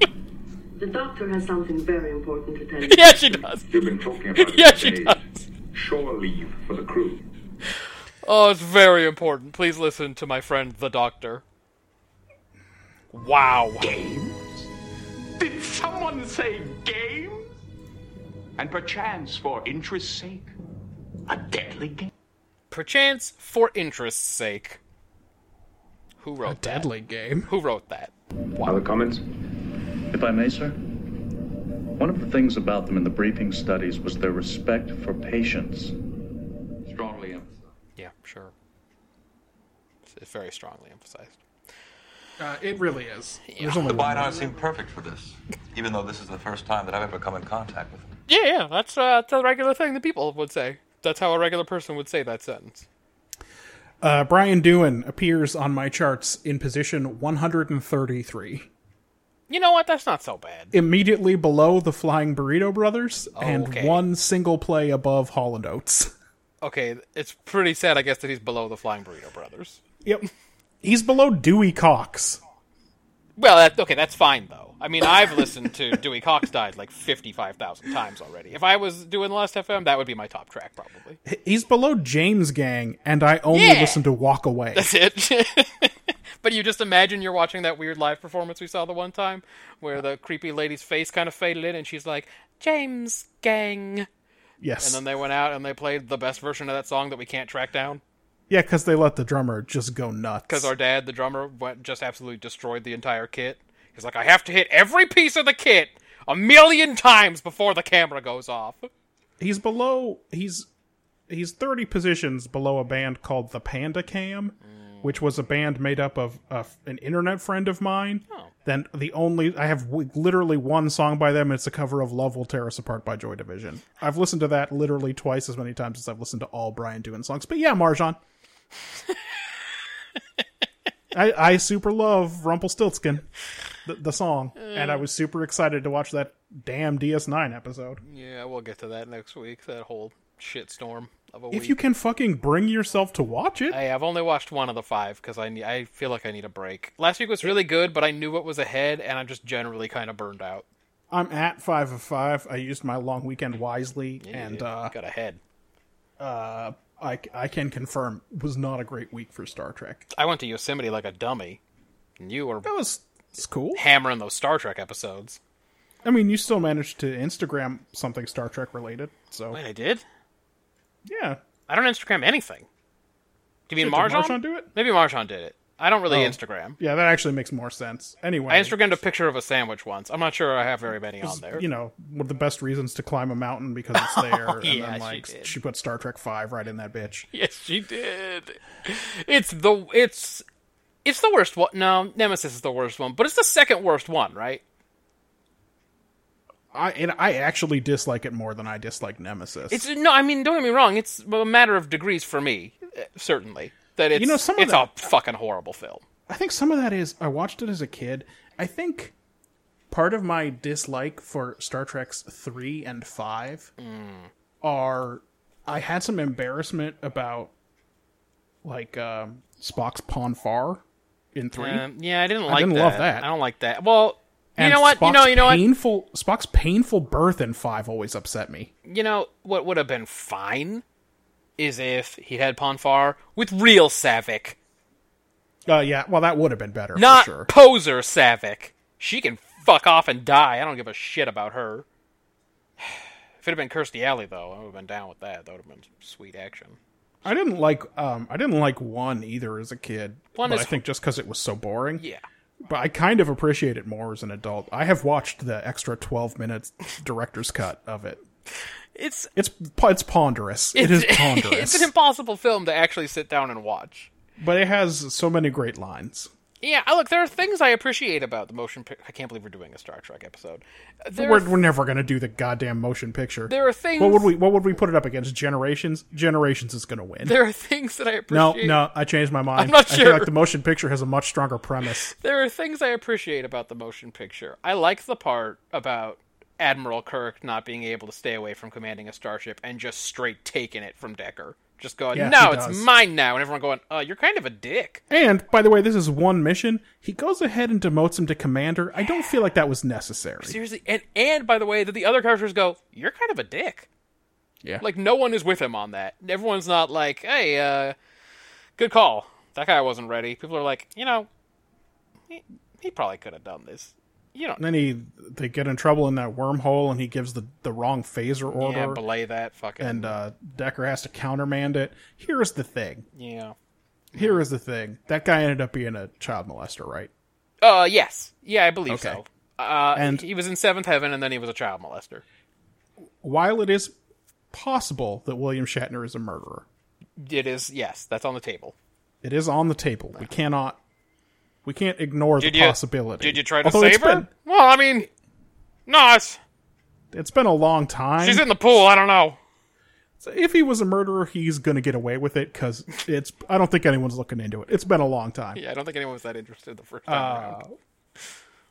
[SPEAKER 6] the doctor has something very important to tell you.
[SPEAKER 3] Yeah, she does.
[SPEAKER 5] You've
[SPEAKER 3] *laughs*
[SPEAKER 5] been talking about it
[SPEAKER 3] Yeah,
[SPEAKER 5] for
[SPEAKER 3] she
[SPEAKER 5] days.
[SPEAKER 3] does.
[SPEAKER 5] Shore leave for the crew.
[SPEAKER 3] Oh, it's very important. Please listen to my friend the doctor. Wow.
[SPEAKER 5] Games? Did
[SPEAKER 7] someone say games? And perchance, for interest's sake, a deadly game.
[SPEAKER 3] Perchance for interest's sake. Who wrote that?
[SPEAKER 2] Deadly game.
[SPEAKER 3] Who wrote that?
[SPEAKER 5] Other comments?
[SPEAKER 8] If I may, sir, one of the things about them in the briefing studies was their respect for patients.
[SPEAKER 7] Strongly emphasized.
[SPEAKER 3] Yeah, sure. It's- It's very strongly emphasized.
[SPEAKER 2] Uh, it really is. There's only
[SPEAKER 9] The
[SPEAKER 2] one.
[SPEAKER 9] Bynars seem perfect for this, even though this is the first time that I've ever come in contact with them.
[SPEAKER 3] Yeah, yeah, that's uh, that's a regular thing that people would say. That's how a regular person would say that sentence.
[SPEAKER 2] Uh, Brian Dewan appears on my charts in position 133,
[SPEAKER 3] You know what? That's not so bad.
[SPEAKER 2] immediately below the Flying Burrito Brothers, and
[SPEAKER 3] okay.
[SPEAKER 2] one single play above Holland Oates.
[SPEAKER 3] *laughs* Okay, it's pretty sad, I guess, that he's below the Flying Burrito Brothers.
[SPEAKER 2] Yep. He's below Dewey Cox.
[SPEAKER 3] Well, that, okay, that's fine though. I mean, I've listened to *laughs* Dewey Cox died like fifty-five thousand times already. If I was doing Last FM, that would be my top track *laughs* probably.
[SPEAKER 2] He's below James Gang, and I only
[SPEAKER 3] Yeah.
[SPEAKER 2] listen to Walk Away.
[SPEAKER 3] That's it. *laughs* but you just imagine you're watching that weird live performance we saw the one time where the creepy lady's face kind of faded in, and she's like, "James Gang,"
[SPEAKER 2] yes.
[SPEAKER 3] and then they went out and they played the best version of that song that we can't track down
[SPEAKER 2] yeah, because they let the drummer just go nuts.
[SPEAKER 3] because our dad, the drummer, went just absolutely destroyed the entire kit. He's like, "I have to hit every piece of the kit a million times before the camera goes off."
[SPEAKER 2] he's below he's he's 30 positions below a band called the panda cam which was a band made up of uh, an internet friend of mine then the only i have w- literally one song by them it's a cover of love will tear us apart by joy division i've listened to that literally twice as many times as i've listened to all brian Dewan songs but yeah marjan I, I super love Rumpelstiltskin, the, the song, and I was super excited to watch that damn DS9 episode.
[SPEAKER 3] Yeah, we'll get to that next week. That whole shitstorm of a
[SPEAKER 2] If
[SPEAKER 3] week.
[SPEAKER 2] you can fucking bring yourself to watch it,
[SPEAKER 3] Hey, I've only watched one of the five because I ne- I feel like I need a break. Last week was really good, but I knew what was ahead, and I'm just generally kind of burned out.
[SPEAKER 2] I'm at five of five. I used my long weekend wisely, and uh,
[SPEAKER 3] got ahead.
[SPEAKER 2] I I can confirm it was not a great week for Star Trek.
[SPEAKER 3] I went to Yosemite like a dummy, and you were
[SPEAKER 2] That was it's cool.
[SPEAKER 3] hammering those Star Trek episodes.
[SPEAKER 2] I mean, you still managed to Instagram something Star Trek related, so
[SPEAKER 3] Wait, I did?
[SPEAKER 2] yeah.
[SPEAKER 3] I don't Instagram anything. Do you mean
[SPEAKER 2] Did
[SPEAKER 3] Marjan?
[SPEAKER 2] Marjan do it?
[SPEAKER 3] Maybe Marjan did it. I don't
[SPEAKER 2] Oh.
[SPEAKER 3] really Instagram.
[SPEAKER 2] Yeah, that actually makes more sense. Anyway,
[SPEAKER 3] I Instagrammed a picture of a sandwich once. I'm not sure I have very many on there. Oh,
[SPEAKER 2] you know, one of the best reasons to climb a mountain because
[SPEAKER 3] *laughs*
[SPEAKER 2] it's there, and
[SPEAKER 3] yeah,
[SPEAKER 2] then
[SPEAKER 3] she
[SPEAKER 2] like she,
[SPEAKER 3] did.
[SPEAKER 2] put Star Trek Five right in that bitch.
[SPEAKER 3] Yes, she did. It's the it's it's the worst one. No, Nemesis is the worst one, but it's the second worst one, right?
[SPEAKER 2] I and I actually dislike it more than I dislike Nemesis.
[SPEAKER 3] It's no, I mean, don't get me wrong. It's a matter of degrees for me, eh, certainly. That it's
[SPEAKER 2] know, some of
[SPEAKER 3] it's
[SPEAKER 2] that-
[SPEAKER 3] a fucking horrible film.
[SPEAKER 2] I think some of that is I watched it as a kid. I think part of my dislike for Star Trek's 3 and 5
[SPEAKER 3] Mm.
[SPEAKER 2] are I had some embarrassment about like um, Spock's Ponfar in 3.
[SPEAKER 3] Um, yeah, I didn't like
[SPEAKER 2] didn't
[SPEAKER 3] that.
[SPEAKER 2] love that.
[SPEAKER 3] I don't like that. Well, you
[SPEAKER 2] And
[SPEAKER 3] know what? you know,
[SPEAKER 2] Spock's
[SPEAKER 3] you know what?
[SPEAKER 2] painful, Spock's painful birth in 5 always upset me.
[SPEAKER 3] You know what would have been fine is if he had Ponfar with real Savick,
[SPEAKER 2] Uh, yeah, well that would have been better
[SPEAKER 3] not
[SPEAKER 2] for sure.
[SPEAKER 3] poser Savick. She can fuck off and die. I don't give a shit about her. *sighs* If it had been Kirstie Alley, though, I would have been down with that. That would have been sweet action.
[SPEAKER 2] I didn't like um I didn't like 1 either as a kid.
[SPEAKER 3] One
[SPEAKER 2] but I
[SPEAKER 3] is-
[SPEAKER 2] think just cuz it was so boring.
[SPEAKER 3] Yeah.
[SPEAKER 2] but I kind of appreciate it more as an adult. I have watched the extra twelve minutes director's cut of it.
[SPEAKER 3] It's
[SPEAKER 2] It's it's ponderous. It is ponderous,
[SPEAKER 3] *laughs* it's an impossible film to actually sit down and watch.
[SPEAKER 2] but it has so many great lines.
[SPEAKER 3] Yeah, I- look, there are things I appreciate about the motion picture. I can't believe we're doing a Star Trek episode. There,
[SPEAKER 2] We're,
[SPEAKER 3] are,
[SPEAKER 2] we're never gonna do the goddamn motion picture.
[SPEAKER 3] there are things.
[SPEAKER 2] what would we What would we put it up against? Generations. Generations is gonna win.
[SPEAKER 3] There are things that I
[SPEAKER 2] no,
[SPEAKER 3] appreciate.
[SPEAKER 2] no, I changed my mind.
[SPEAKER 3] I'm not
[SPEAKER 2] I feel
[SPEAKER 3] sure.
[SPEAKER 2] like the motion picture has a much stronger premise.
[SPEAKER 3] There are things I appreciate about the motion picture. I like the part about Admiral Kirk not being able to stay away from commanding a starship and just straight taking it from Decker. Just going,
[SPEAKER 2] Yeah,
[SPEAKER 3] no,
[SPEAKER 2] he
[SPEAKER 3] it's
[SPEAKER 2] does.
[SPEAKER 3] mine now, and everyone going, uh, you're kind of a dick.
[SPEAKER 2] And by the way, this is one mission. He goes ahead and demotes him to commander. I don't feel like that was necessary.
[SPEAKER 3] Seriously, and and by the way, that the other characters go, you're kind of a dick.
[SPEAKER 2] Yeah.
[SPEAKER 3] Like no one is with him on that. Everyone's not like, hey, uh, good call. That guy wasn't ready. People are like, you know, he, he probably could have done this. you don't.
[SPEAKER 2] And then he they get in trouble in that wormhole, and he gives the the wrong phaser order.
[SPEAKER 3] Yeah, belay that fucking.
[SPEAKER 2] and uh, Decker has to countermand it. Here's the thing.
[SPEAKER 3] yeah.
[SPEAKER 2] Here is the thing. That guy ended up being a child molester, right?
[SPEAKER 3] Uh, yes. Yeah, I believe
[SPEAKER 2] Okay.
[SPEAKER 3] so. Uh,
[SPEAKER 2] And-
[SPEAKER 3] he was in Seventh Heaven, and then he was a child molester.
[SPEAKER 2] While it is possible that William Shatner is a murderer,
[SPEAKER 3] It is yes, that's on the table.
[SPEAKER 2] it is on the table. We cannot, we can't ignore
[SPEAKER 3] Did
[SPEAKER 2] the
[SPEAKER 3] you-
[SPEAKER 2] possibility.
[SPEAKER 3] Did you try to
[SPEAKER 2] Although
[SPEAKER 3] save
[SPEAKER 2] it's
[SPEAKER 3] her?
[SPEAKER 2] been-
[SPEAKER 3] Well, I mean, no, it's,
[SPEAKER 2] it's been a long time.
[SPEAKER 3] she's in the pool. I don't know.
[SPEAKER 2] So if he was a murderer, he's gonna get away with it because it's. I don't think anyone's looking into it. It's been a long time.
[SPEAKER 3] Yeah, I don't think anyone was that interested the first
[SPEAKER 2] Uh,
[SPEAKER 3] time. around.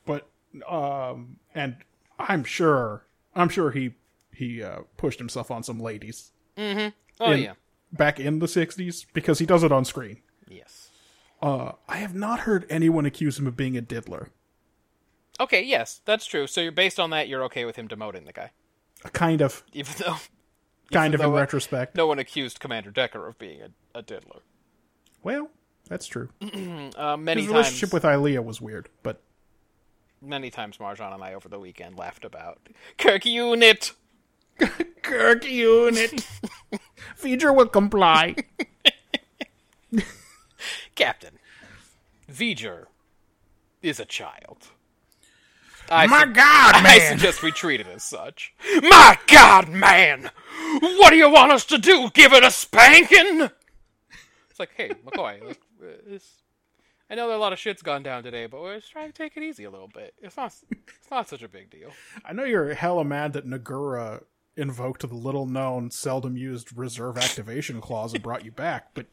[SPEAKER 2] but um and i'm sure i'm sure he he uh pushed himself on some ladies
[SPEAKER 3] Oh
[SPEAKER 2] in-
[SPEAKER 3] yeah.
[SPEAKER 2] back in the 60s because he does it on screen
[SPEAKER 3] Yes.
[SPEAKER 2] uh i have not heard anyone accuse him of being a diddler
[SPEAKER 3] Okay. Yes, that's true. So you're based on that, you're okay with him demoting the guy, *laughs*
[SPEAKER 2] a kind of
[SPEAKER 3] even though
[SPEAKER 2] kind of in
[SPEAKER 3] though it-
[SPEAKER 2] retrospect
[SPEAKER 3] no one accused Commander Decker of being a, a diddler.
[SPEAKER 2] well that's true
[SPEAKER 3] Uh, many
[SPEAKER 2] his
[SPEAKER 3] times,
[SPEAKER 2] relationship with ilea was weird but
[SPEAKER 3] many times, Marjan and I over the weekend laughed about Kirk Unit.
[SPEAKER 2] kirk
[SPEAKER 3] *laughs*
[SPEAKER 2] unit feature will comply
[SPEAKER 3] Captain, V'ger is a child. I,
[SPEAKER 2] my
[SPEAKER 3] su-
[SPEAKER 2] god
[SPEAKER 3] I
[SPEAKER 2] man
[SPEAKER 3] suggest we treat it as such. My God, man! What do you want us to do? Give it a spanking? It's like, hey, McCoy, *laughs* look, uh, this- I know that a lot of shit's gone down today, but we're just trying to take it easy a little bit. It's not, it's not such a big deal.
[SPEAKER 2] i know you're hella mad that nagura invoked the little known seldom used reserve activation clause and brought you back but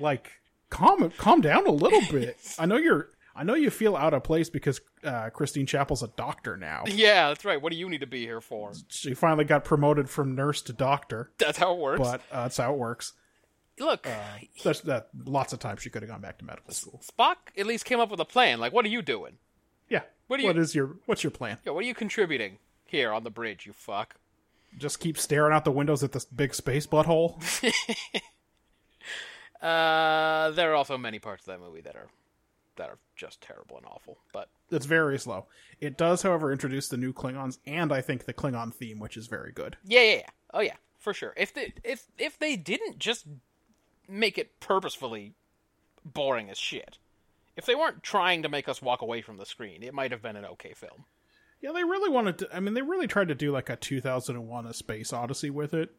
[SPEAKER 2] like calm calm down a little
[SPEAKER 3] *laughs*
[SPEAKER 2] bit. I know you're I know you feel out of place because uh, Christine Chappell's a doctor
[SPEAKER 3] *laughs*
[SPEAKER 2] now.
[SPEAKER 3] Yeah, that's right. What do you need to be here for?
[SPEAKER 2] She finally got promoted from nurse to doctor,
[SPEAKER 3] That's how it works.
[SPEAKER 2] but uh, that's how it works.
[SPEAKER 3] look,
[SPEAKER 2] That's that lots of times she could have gone back to medical school.
[SPEAKER 3] Spock at least came up with a plan. Like, what are you doing?
[SPEAKER 2] Yeah.
[SPEAKER 3] What do you-
[SPEAKER 2] what is your what's your plan?
[SPEAKER 3] Yo, what are you contributing here on the bridge, you fuck?
[SPEAKER 2] Just keep staring out the windows at this big space butthole.
[SPEAKER 3] Uh, there are also many parts of that movie that are that are just terrible and awful. But
[SPEAKER 2] It's very slow. It does, however, introduce the new Klingons and I think the Klingon theme, which is very good.
[SPEAKER 3] yeah, yeah, yeah. Oh yeah, for sure. If they if if they didn't just make it purposefully boring as shit. If they weren't trying to make us walk away from the screen, it might have been an okay film.
[SPEAKER 2] Yeah, they really wanted to. I mean, they really tried to do like a 2001 A Space Odyssey with it,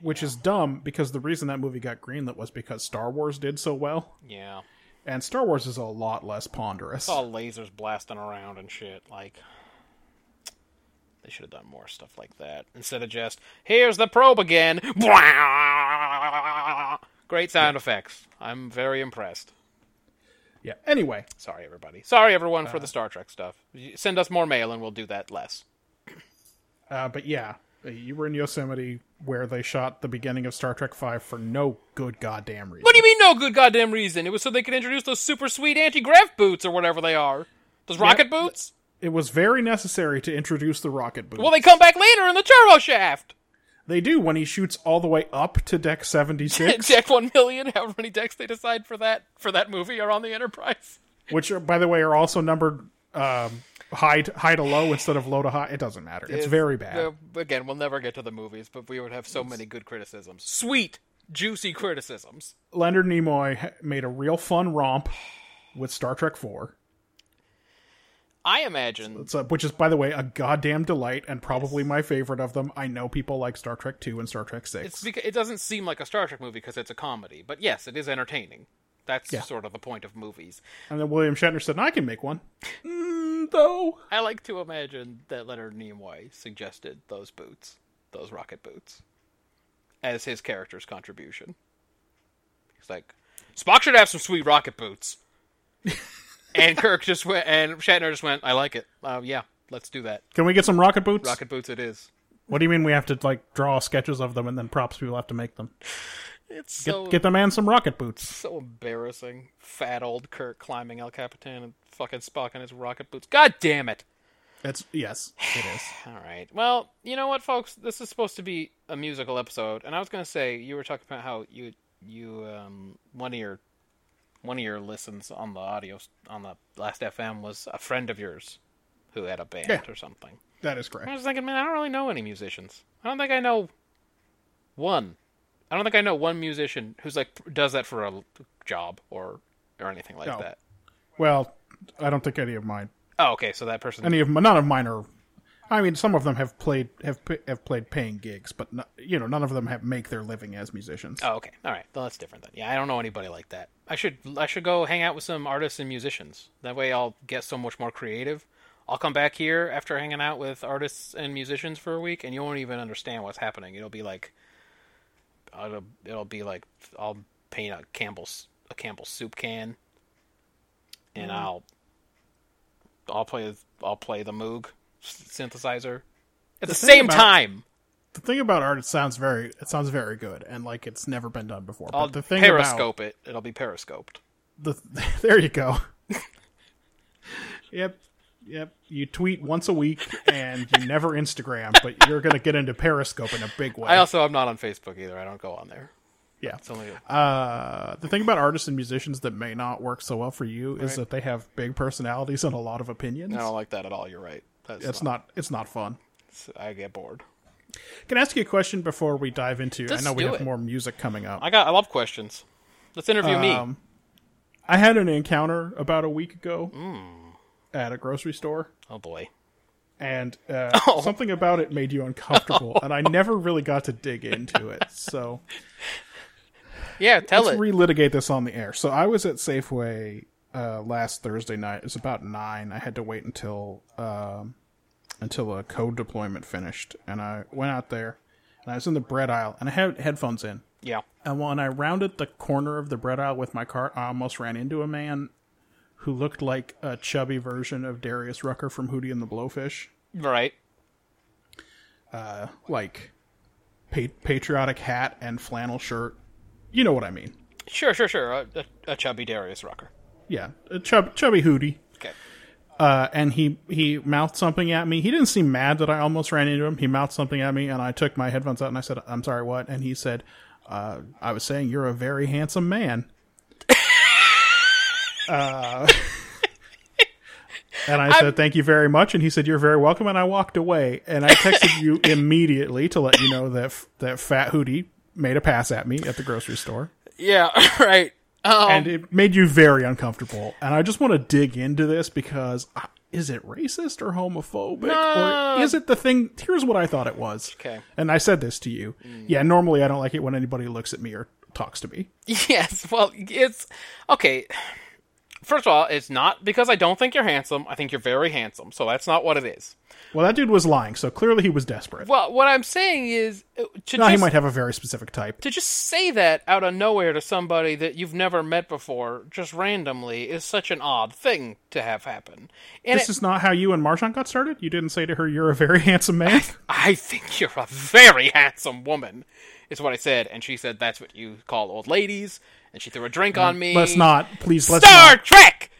[SPEAKER 2] which is dumb because the reason that movie got greenlit was because Star Wars did so well.
[SPEAKER 3] Yeah.
[SPEAKER 2] And Star Wars is a lot less ponderous.
[SPEAKER 3] It's all lasers blasting around and shit. Like, they should have done more stuff like that instead of just "Here's the probe again." *laughs* Great sound effects. I'm very impressed.
[SPEAKER 2] Yeah. Anyway,
[SPEAKER 3] Sorry, everybody. Sorry, everyone, for the Star Trek stuff. Y- Send us more mail, and we'll do that less.
[SPEAKER 2] uh, but yeah, you were in Yosemite where they shot the beginning of Star Trek V for no good goddamn reason.
[SPEAKER 3] What do you mean, no good goddamn reason? It was so they could introduce those super sweet anti-grav boots or whatever they are. Those rocket boots.
[SPEAKER 2] It was very necessary to introduce the rocket boot.
[SPEAKER 3] Well, they come back later in the turbo shaft.
[SPEAKER 2] They do when he shoots all the way up to deck 76,
[SPEAKER 3] *laughs* Deck one million. However many decks they decide for that for that movie are on the Enterprise.
[SPEAKER 2] which, are, by the way, are also numbered um, high, to, high to low instead of low to high. It doesn't matter. It's,
[SPEAKER 3] is-
[SPEAKER 2] very bad.
[SPEAKER 3] uh, again, we'll never get to the movies, but we would have so many good criticisms. Sweet, juicy criticisms.
[SPEAKER 2] Leonard Nimoy ha- made a real fun romp with Star Trek Four,
[SPEAKER 3] I imagine.
[SPEAKER 2] so, which is, by the way, a goddamn delight and probably my favorite of them. I know people like Star Trek Two and Star Trek
[SPEAKER 3] It's
[SPEAKER 2] Six.
[SPEAKER 3] because it doesn't seem like a Star Trek movie because it's a comedy, but yes, it is entertaining. That's
[SPEAKER 2] Yeah.
[SPEAKER 3] sort of the point of movies.
[SPEAKER 2] and then William Shatner said, "I can make one." Mm, though
[SPEAKER 3] I like to imagine that Leonard Nimoy suggested those boots, those rocket boots, as his character's contribution. He's like, Spock should have some sweet
[SPEAKER 2] *laughs*
[SPEAKER 3] rocket boots. and Kirk just went, and Shatner just went, I like it. Uh, yeah, let's do that.
[SPEAKER 2] can we get some rocket boots?
[SPEAKER 3] Rocket boots it is.
[SPEAKER 2] What do you mean we have to like draw sketches of them and then props people have to make them?
[SPEAKER 3] It's
[SPEAKER 2] Get,
[SPEAKER 3] so
[SPEAKER 2] get the man some rocket boots.
[SPEAKER 3] so embarrassing. Fat old Kirk climbing El Capitan and fucking Spock in his rocket boots. God damn it!
[SPEAKER 2] That's yes, it is.
[SPEAKER 3] All right. Well, you know what, folks? This is supposed to be a musical episode, and I was gonna say you were talking about how you you um one of your one of your listens on the audio s- on the last FM was a friend of yours who had a band
[SPEAKER 2] Yeah.
[SPEAKER 3] or something.
[SPEAKER 2] That is correct.
[SPEAKER 3] I was thinking, man, I don't really know any musicians. I don't think I know one. I don't think I know one musician who's like does that for a job or or anything like
[SPEAKER 2] No.
[SPEAKER 3] that.
[SPEAKER 2] Well, I don't think any of mine.
[SPEAKER 3] Oh, okay, so that person.
[SPEAKER 2] Any of my, none of mine are. I mean, some of them have played have p- have played paying gigs, but no, you know, none of them have make their living as musicians.
[SPEAKER 3] Oh, okay, all right, well, that's different then. Yeah, I don't know anybody like that. I should I should go hang out with some artists and musicians. That way, I'll get so much more creative. I'll come back here after hanging out with artists and musicians for a week, and you won't even understand what's happening. It'll be like, it'll, it'll be like I'll paint a Campbell's a Campbell's soup can, and
[SPEAKER 2] Mm.
[SPEAKER 3] I'll I'll play I'll play the Moog synthesizer at
[SPEAKER 2] thing
[SPEAKER 3] the, same
[SPEAKER 2] about-
[SPEAKER 3] time.
[SPEAKER 2] The thing about art, it sounds very it sounds very good, and like it's never been done before.
[SPEAKER 3] I'll
[SPEAKER 2] but the thing about
[SPEAKER 3] periscope it. It'll be periscoped.
[SPEAKER 2] the *laughs* there you go. *laughs* yep, yep. You tweet once a week, and you never Instagram, but you're gonna get into Periscope in a big way.
[SPEAKER 3] I also am not on Facebook either. I don't go on there.
[SPEAKER 2] yeah.
[SPEAKER 3] It's only
[SPEAKER 2] Uh, the thing about artists and musicians that may not work so well for you is that they have big personalities and a lot of opinions.
[SPEAKER 3] I don't like that at all. You're right. That's,
[SPEAKER 2] it's not it's not fun.
[SPEAKER 3] not- I get bored.
[SPEAKER 2] Can I ask you a question before we dive into?
[SPEAKER 3] Let's
[SPEAKER 2] I know we
[SPEAKER 3] do
[SPEAKER 2] have
[SPEAKER 3] it.
[SPEAKER 2] more music coming up.
[SPEAKER 3] I got. I love questions. Let's interview me.
[SPEAKER 2] Um, I had an encounter about a week ago
[SPEAKER 3] Hmm.
[SPEAKER 2] at a grocery store,
[SPEAKER 3] Oh boy. *laughs*
[SPEAKER 2] and uh, something about it made you
[SPEAKER 3] Oh.
[SPEAKER 2] uncomfortable, and I never really got to dig into it. So
[SPEAKER 3] Yeah, *laughs* tell
[SPEAKER 2] let's
[SPEAKER 3] it.
[SPEAKER 2] relitigate this on the air. So I was at Safeway uh, last Thursday night. It was about nine. I had to wait until um, until a code deployment finished, and I went out there, and I was in the bread aisle, and I had headphones in.
[SPEAKER 3] yeah.
[SPEAKER 2] And when I rounded the corner of the bread aisle with my cart, I almost ran into a man who looked like a chubby version of Darius Rucker from Hootie and the Blowfish.
[SPEAKER 3] Right.
[SPEAKER 2] Like, pa- patriotic hat and flannel shirt. You know what I mean.
[SPEAKER 3] Sure. Sure. Sure. A, a, a chubby Darius Rucker.
[SPEAKER 2] Yeah, a chub- chubby Hootie.
[SPEAKER 3] Okay.
[SPEAKER 2] Uh, and he, he mouthed something at me. He didn't seem mad that I almost ran into him. He mouthed something at me, and I took my headphones out and I said, I'm sorry, what? And he said, uh, I was saying you're a very handsome man. *laughs* uh, *laughs* and I said, Thank you very much. And he said, You're very welcome. And I walked away. And I texted you immediately to let you know that, f- that Fat Hootie made a pass at me at the grocery store
[SPEAKER 3] Yeah. *laughs* Right. Oh.
[SPEAKER 2] and it made you very uncomfortable. And I just want to dig into this because uh, is it racist or homophobic or is it the thing? Here's what I thought it was.
[SPEAKER 3] Okay.
[SPEAKER 2] and I said this to you. Yeah, normally I don't like it when anybody looks at me or talks to me.
[SPEAKER 3] Yes. Well, it's okay. First of all, it's not because I don't think you're handsome. I think you're very handsome. So that's not what it is.
[SPEAKER 2] Well, that dude was lying, so clearly he was desperate.
[SPEAKER 3] Well, what I'm saying is uh, to
[SPEAKER 2] now he
[SPEAKER 3] just
[SPEAKER 2] might have a very specific type.
[SPEAKER 3] to just say that out of nowhere to somebody that you've never met before, just randomly, is such an odd thing to have happen. And
[SPEAKER 2] This
[SPEAKER 3] it-
[SPEAKER 2] is not how you and Marshawn got started. You didn't say to her, "You're a very *laughs* handsome man."
[SPEAKER 3] I think you're a very handsome woman, is what I said. And she said, that's what you call old ladies. And she threw a drink on me.
[SPEAKER 2] Uh, let's not, please. Let's
[SPEAKER 3] Star
[SPEAKER 2] not.
[SPEAKER 3] Trek!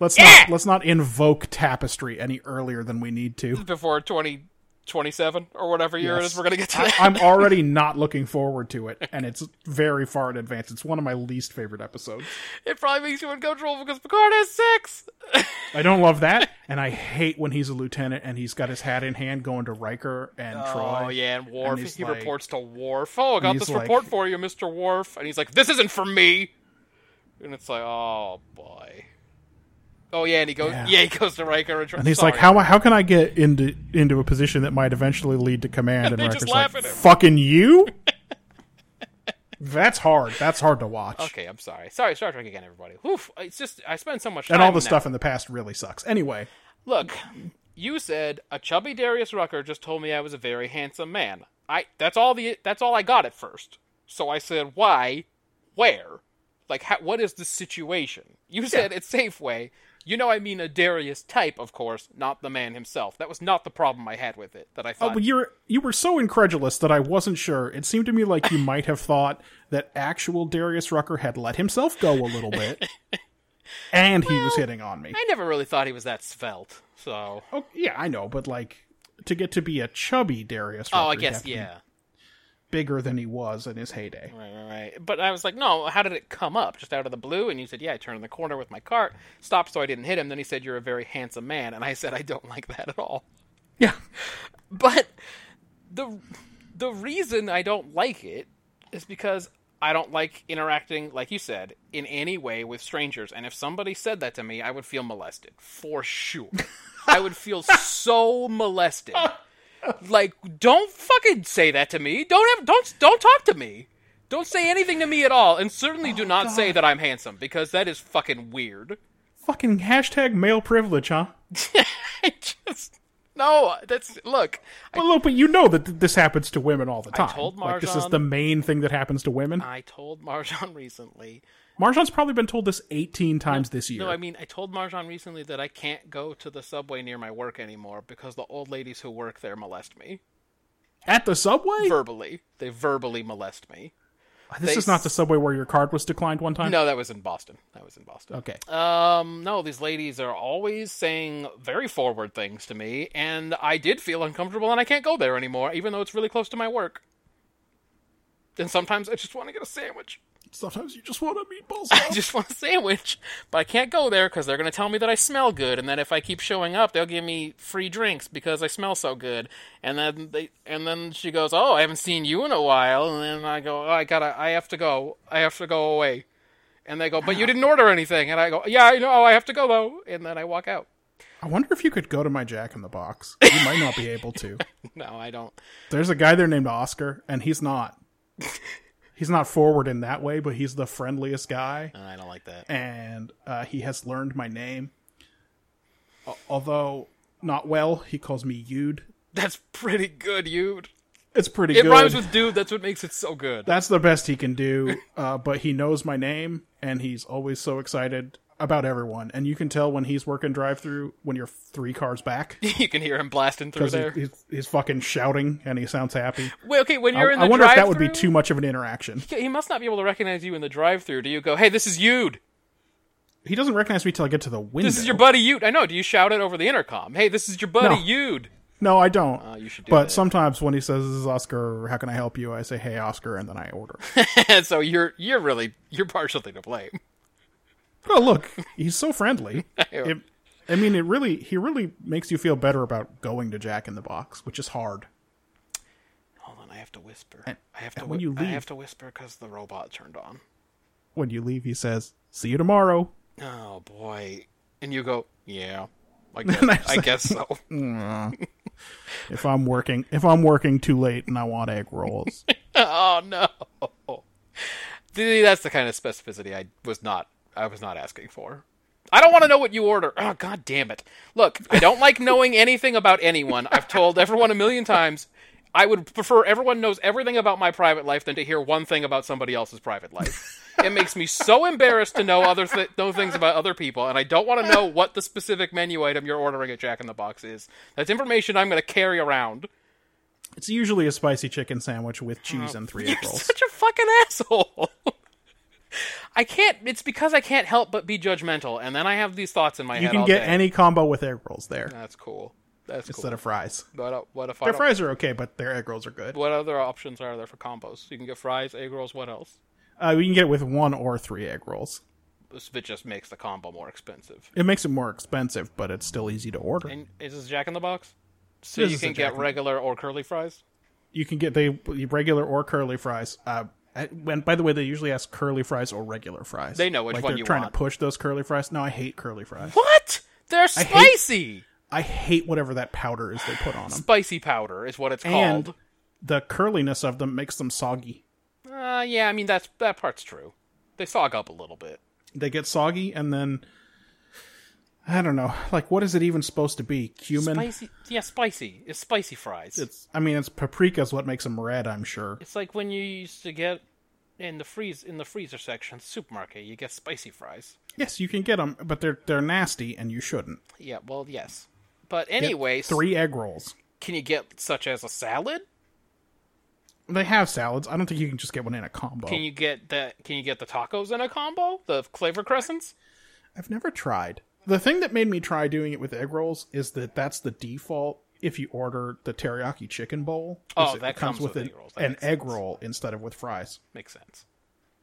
[SPEAKER 2] Let's
[SPEAKER 3] Yeah!
[SPEAKER 2] not. Let's not invoke tapestry any earlier than we need to.
[SPEAKER 3] Before 2027 or whatever year it
[SPEAKER 2] Yes.
[SPEAKER 3] is, we're going to get to
[SPEAKER 2] I-
[SPEAKER 3] that. *laughs*
[SPEAKER 2] I'm already not looking forward to it, and it's very far in advance. It's one of my least favorite episodes.
[SPEAKER 3] It probably makes you uncomfortable because Picard has sex! *laughs*
[SPEAKER 2] I don't love that, and I hate when he's a lieutenant and he's got his hat in hand going to Riker and Troy.
[SPEAKER 3] Oh yeah, and Worf.
[SPEAKER 2] he's
[SPEAKER 3] he
[SPEAKER 2] like-
[SPEAKER 3] reports to Worf. Oh, I got
[SPEAKER 2] he's
[SPEAKER 3] this
[SPEAKER 2] like-
[SPEAKER 3] report for you, Mister Worf. And he's like, "This isn't for me." And it's like, oh boy. Oh yeah, and he goes. Yeah,
[SPEAKER 2] Yeah.
[SPEAKER 3] he goes to Riker and, Tr-
[SPEAKER 2] And he's
[SPEAKER 3] Sorry.
[SPEAKER 2] like, "How how can I get into into a position that might eventually lead to command?"
[SPEAKER 3] *laughs*
[SPEAKER 2] And
[SPEAKER 3] They just
[SPEAKER 2] Riker's
[SPEAKER 3] laugh
[SPEAKER 2] like,
[SPEAKER 3] at him.
[SPEAKER 2] "Fucking
[SPEAKER 3] *laughs*
[SPEAKER 2] you." That's hard. That's hard to watch.
[SPEAKER 3] Okay, I'm sorry. Sorry, Star Trek again, everybody. Oof, it's just I spend so much time
[SPEAKER 2] And all the
[SPEAKER 3] on that.
[SPEAKER 2] stuff in the past really sucks. Anyway,
[SPEAKER 3] Look, you said a chubby Darius Rucker just told me I was a very handsome man. I that's all the that's all I got at first. So I said, why, where, like how, what is the situation? You said it's Safeway. You know, I mean a Darius type, of course, not the man himself. That was not the problem I had with it. That I
[SPEAKER 2] Oh,
[SPEAKER 3] thought.
[SPEAKER 2] but you're you were so incredulous that I wasn't sure. It seemed to me like you might have thought that actual Darius Rucker had let himself go a little
[SPEAKER 3] *laughs*
[SPEAKER 2] bit, and he was hitting on me.
[SPEAKER 3] I never really thought he was that svelte. So,
[SPEAKER 2] oh, yeah, I know, but like to get to be a chubby Darius. Rucker,
[SPEAKER 3] oh, I
[SPEAKER 2] you'd have
[SPEAKER 3] guess
[SPEAKER 2] to be
[SPEAKER 3] yeah.
[SPEAKER 2] bigger than he was in his heyday.
[SPEAKER 3] Right, right, right. But I was like, no, how did it come up? Just out of the blue? And you said, yeah, I turned in the corner with my cart, stopped so I didn't hit him. Then he said, you're a very handsome man. And I said, I don't like that at all.
[SPEAKER 2] Yeah.
[SPEAKER 3] But the the reason I don't like it is because I don't like interacting, like you said, in any way with strangers. And if somebody said that to me, I would feel molested for sure. I would feel so molested. Like, don't fucking say that to me. Don't have, don't, don't talk to me. Don't say anything to me at all, and certainly do not say that I'm handsome because that is fucking weird. *laughs*
[SPEAKER 2] Fucking hashtag male privilege, huh?
[SPEAKER 3] I just no. That's look.
[SPEAKER 2] Well, look, but you know that th- this happens to women all the
[SPEAKER 3] I
[SPEAKER 2] time.
[SPEAKER 3] told
[SPEAKER 2] like this is
[SPEAKER 3] Marjan- Uh,
[SPEAKER 2] the main thing that happens to women.
[SPEAKER 3] I told Marjan *laughs* recently
[SPEAKER 2] Marjan's probably been told this 18 times this year.
[SPEAKER 3] No, I mean I told Marjan recently that I can't go to the subway near my work anymore because the old ladies who work there molest me
[SPEAKER 2] At the subway?
[SPEAKER 3] verbally. They verbally molest me.
[SPEAKER 2] this
[SPEAKER 3] they
[SPEAKER 2] is not the subway where your card was declined one time.
[SPEAKER 3] No, that was in Boston. That was in Boston.
[SPEAKER 2] Okay.
[SPEAKER 3] Um, no, these ladies are always saying very forward things to me, and I did feel uncomfortable, and I can't go there anymore, even though it's really close to my work. And sometimes I just want to get a sandwich.
[SPEAKER 2] Sometimes you just want a meatball.
[SPEAKER 3] *laughs* I just want a sandwich, but I can't go there because they're going to tell me that I smell good, and then if I keep showing up, they'll give me free drinks because I smell so good. And then they, and then she goes, "Oh, I haven't seen you in a while," and then I go, oh, "I gotta, I have to go, I have to go away." And they go, "But you didn't order anything," and I go, "Yeah, I know, oh, I have to go though," and then I walk out. *laughs*
[SPEAKER 2] I wonder if you could go to my Jack in the Box. You might not be able to.
[SPEAKER 3] No, I don't.
[SPEAKER 2] There's a guy there named Oscar, and he's not. He's not forward in that way, but he's the friendliest guy,
[SPEAKER 3] I don't like that.
[SPEAKER 2] and uh, he has learned my name. Al- Although not well, he calls me Yude.
[SPEAKER 3] *laughs* That's pretty good, dude.
[SPEAKER 2] It's pretty
[SPEAKER 3] It
[SPEAKER 2] good.
[SPEAKER 3] rhymes with dude. That's what makes it so good. *laughs*
[SPEAKER 2] That's the best he can do, uh, but he knows my name, and he's always so excited about everyone. And you can tell when he's working drive-through when you're three cars back
[SPEAKER 3] you can hear him blasting through
[SPEAKER 2] because
[SPEAKER 3] there.
[SPEAKER 2] he's, he's fucking shouting and he sounds happy.
[SPEAKER 3] Wait, okay, when you're
[SPEAKER 2] I,
[SPEAKER 3] in the
[SPEAKER 2] I wonder if that would be
[SPEAKER 3] drive-thru-
[SPEAKER 2] too much of an interaction.
[SPEAKER 3] Yeah, he must not be able to recognize you in the drive-through. Do you go, "Hey, this is Yude.
[SPEAKER 2] He doesn't recognize me till I get to the window.
[SPEAKER 3] This is your buddy Yude." I know. Do you shout it over the intercom? "Hey, this is your buddy
[SPEAKER 2] No.
[SPEAKER 3] *laughs* Yude."
[SPEAKER 2] No, I don't.
[SPEAKER 3] Ah, you should do
[SPEAKER 2] but
[SPEAKER 3] that.
[SPEAKER 2] sometimes when he says, "This is Oscar. How can I help you?" I say, "Hey, Oscar," and then I order. *laughs*
[SPEAKER 3] And so you're you're really you're partially to blame.
[SPEAKER 2] oh, look, he's so
[SPEAKER 3] *laughs*
[SPEAKER 2] friendly. It- I mean, it really he really makes you feel better about going to Jack in the Box, which is hard.
[SPEAKER 3] Hold on, I have to whisper.
[SPEAKER 2] And-
[SPEAKER 3] I have to.
[SPEAKER 2] and when
[SPEAKER 3] whi-
[SPEAKER 2] you
[SPEAKER 3] I
[SPEAKER 2] leave-
[SPEAKER 3] have to whisper because the robot turned on.
[SPEAKER 2] When you leave, he says, "See you tomorrow."
[SPEAKER 3] Oh boy! And you go, "Yeah,
[SPEAKER 2] *laughs*
[SPEAKER 3] I guess,
[SPEAKER 2] I
[SPEAKER 3] I guess so."
[SPEAKER 2] If I'm working, if I'm working too late and I want egg
[SPEAKER 3] *laughs*
[SPEAKER 2] rolls,
[SPEAKER 3] oh no! *laughs* See, that's the kind of specificity I was not I was not asking for. I don't want to know what you order. Oh god damn it. Look, I don't like knowing anything about anyone. I've told everyone a million times. I would prefer everyone knows everything about my private life than to hear one thing about somebody else's private life. it makes me so embarrassed to know other th- know things about other people, and I don't want to know what the specific menu item you're ordering at Jack in the Box is. That's information I'm going to carry around.
[SPEAKER 2] it's usually a spicy chicken sandwich with
[SPEAKER 3] Oh,
[SPEAKER 2] cheese and
[SPEAKER 3] *laughs*
[SPEAKER 2] three egg
[SPEAKER 3] You're
[SPEAKER 2] rolls.
[SPEAKER 3] such a fucking asshole. I can't. It's because I can't help but be judgmental, and then I have these thoughts in my
[SPEAKER 2] You
[SPEAKER 3] head.
[SPEAKER 2] can
[SPEAKER 3] all
[SPEAKER 2] get
[SPEAKER 3] day.
[SPEAKER 2] any combo with egg rolls there
[SPEAKER 3] That's cool. That's
[SPEAKER 2] instead
[SPEAKER 3] cool.
[SPEAKER 2] of fries.
[SPEAKER 3] what, el- what if I
[SPEAKER 2] Their
[SPEAKER 3] don't-
[SPEAKER 2] fries are okay, but their egg rolls are good.
[SPEAKER 3] What other options are there for combos? You can get fries, egg rolls. What else?
[SPEAKER 2] Uh, we can get it with one or three egg rolls.
[SPEAKER 3] This it just makes the combo more expensive.
[SPEAKER 2] It makes it more expensive, but it's still easy to order.
[SPEAKER 3] And is this Jack in the Box? So
[SPEAKER 2] This
[SPEAKER 3] you
[SPEAKER 2] is a
[SPEAKER 3] can
[SPEAKER 2] Jack
[SPEAKER 3] get
[SPEAKER 2] in the-
[SPEAKER 3] regular or curly fries.
[SPEAKER 2] you can get they regular or curly fries. Uh, I- when by the way, they usually ask curly fries or regular fries.
[SPEAKER 3] They know which
[SPEAKER 2] like
[SPEAKER 3] one
[SPEAKER 2] they're
[SPEAKER 3] you
[SPEAKER 2] trying
[SPEAKER 3] want.
[SPEAKER 2] to push those curly fries. No, I hate curly fries.
[SPEAKER 3] What? They're
[SPEAKER 2] hate-
[SPEAKER 3] spicy.
[SPEAKER 2] I hate whatever that powder is they put on them.
[SPEAKER 3] Spicy powder is what it's
[SPEAKER 2] And
[SPEAKER 3] called.
[SPEAKER 2] the curliness of them makes them soggy.
[SPEAKER 3] Uh, yeah, I mean that's that part's true. They sog up a little bit.
[SPEAKER 2] They get soggy, and then I don't know. Like, what is it even supposed to be? Cumin.
[SPEAKER 3] Spicy, yeah, spicy. It's spicy fries. It's,
[SPEAKER 2] It's. I mean, it's paprika's what makes them red. I'm sure.
[SPEAKER 3] like when you used to get in the freeze in the freezer section supermarket, you get spicy fries.
[SPEAKER 2] Yes, you can get them, but they're they're nasty, and you shouldn't.
[SPEAKER 3] Yeah, well, yes, but
[SPEAKER 2] Get
[SPEAKER 3] anyway, s-
[SPEAKER 2] three egg rolls.
[SPEAKER 3] Can you get such as a salad?
[SPEAKER 2] They have salads. I don't think you can just get one in a combo.
[SPEAKER 3] Can you get the Can you get the tacos in a combo? The flavor crescents.
[SPEAKER 2] I've never tried. The thing that made me try doing it with egg rolls is that that's the default. if you order the teriyaki chicken bowl.
[SPEAKER 3] Oh,
[SPEAKER 2] is it
[SPEAKER 3] that
[SPEAKER 2] comes, with,
[SPEAKER 3] comes with
[SPEAKER 2] an,
[SPEAKER 3] egg rolls. That
[SPEAKER 2] an
[SPEAKER 3] makes
[SPEAKER 2] egg
[SPEAKER 3] sense.
[SPEAKER 2] roll instead of with fries.
[SPEAKER 3] Makes sense.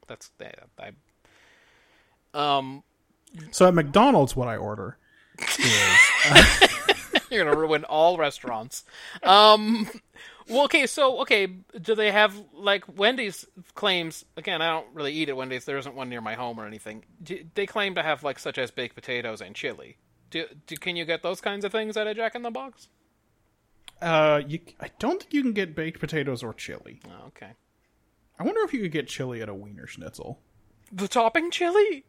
[SPEAKER 3] That's that. I. Um,
[SPEAKER 2] So at McDonald's, what I order
[SPEAKER 3] you're gonna ruin all restaurants. Um, well, okay, so okay, do they have like Wendy's claims? Again, I don't really eat at Wendy's. There isn't one near my home or anything. Do, they claim to have like such as baked potatoes and chili. Do, do can you get those kinds of things at a Jack in the Box?
[SPEAKER 2] Uh, you, I don't think you can get baked potatoes or chili.
[SPEAKER 3] Oh, okay.
[SPEAKER 2] I wonder if you could get chili at a Wiener Schnitzel.
[SPEAKER 3] The topping chili,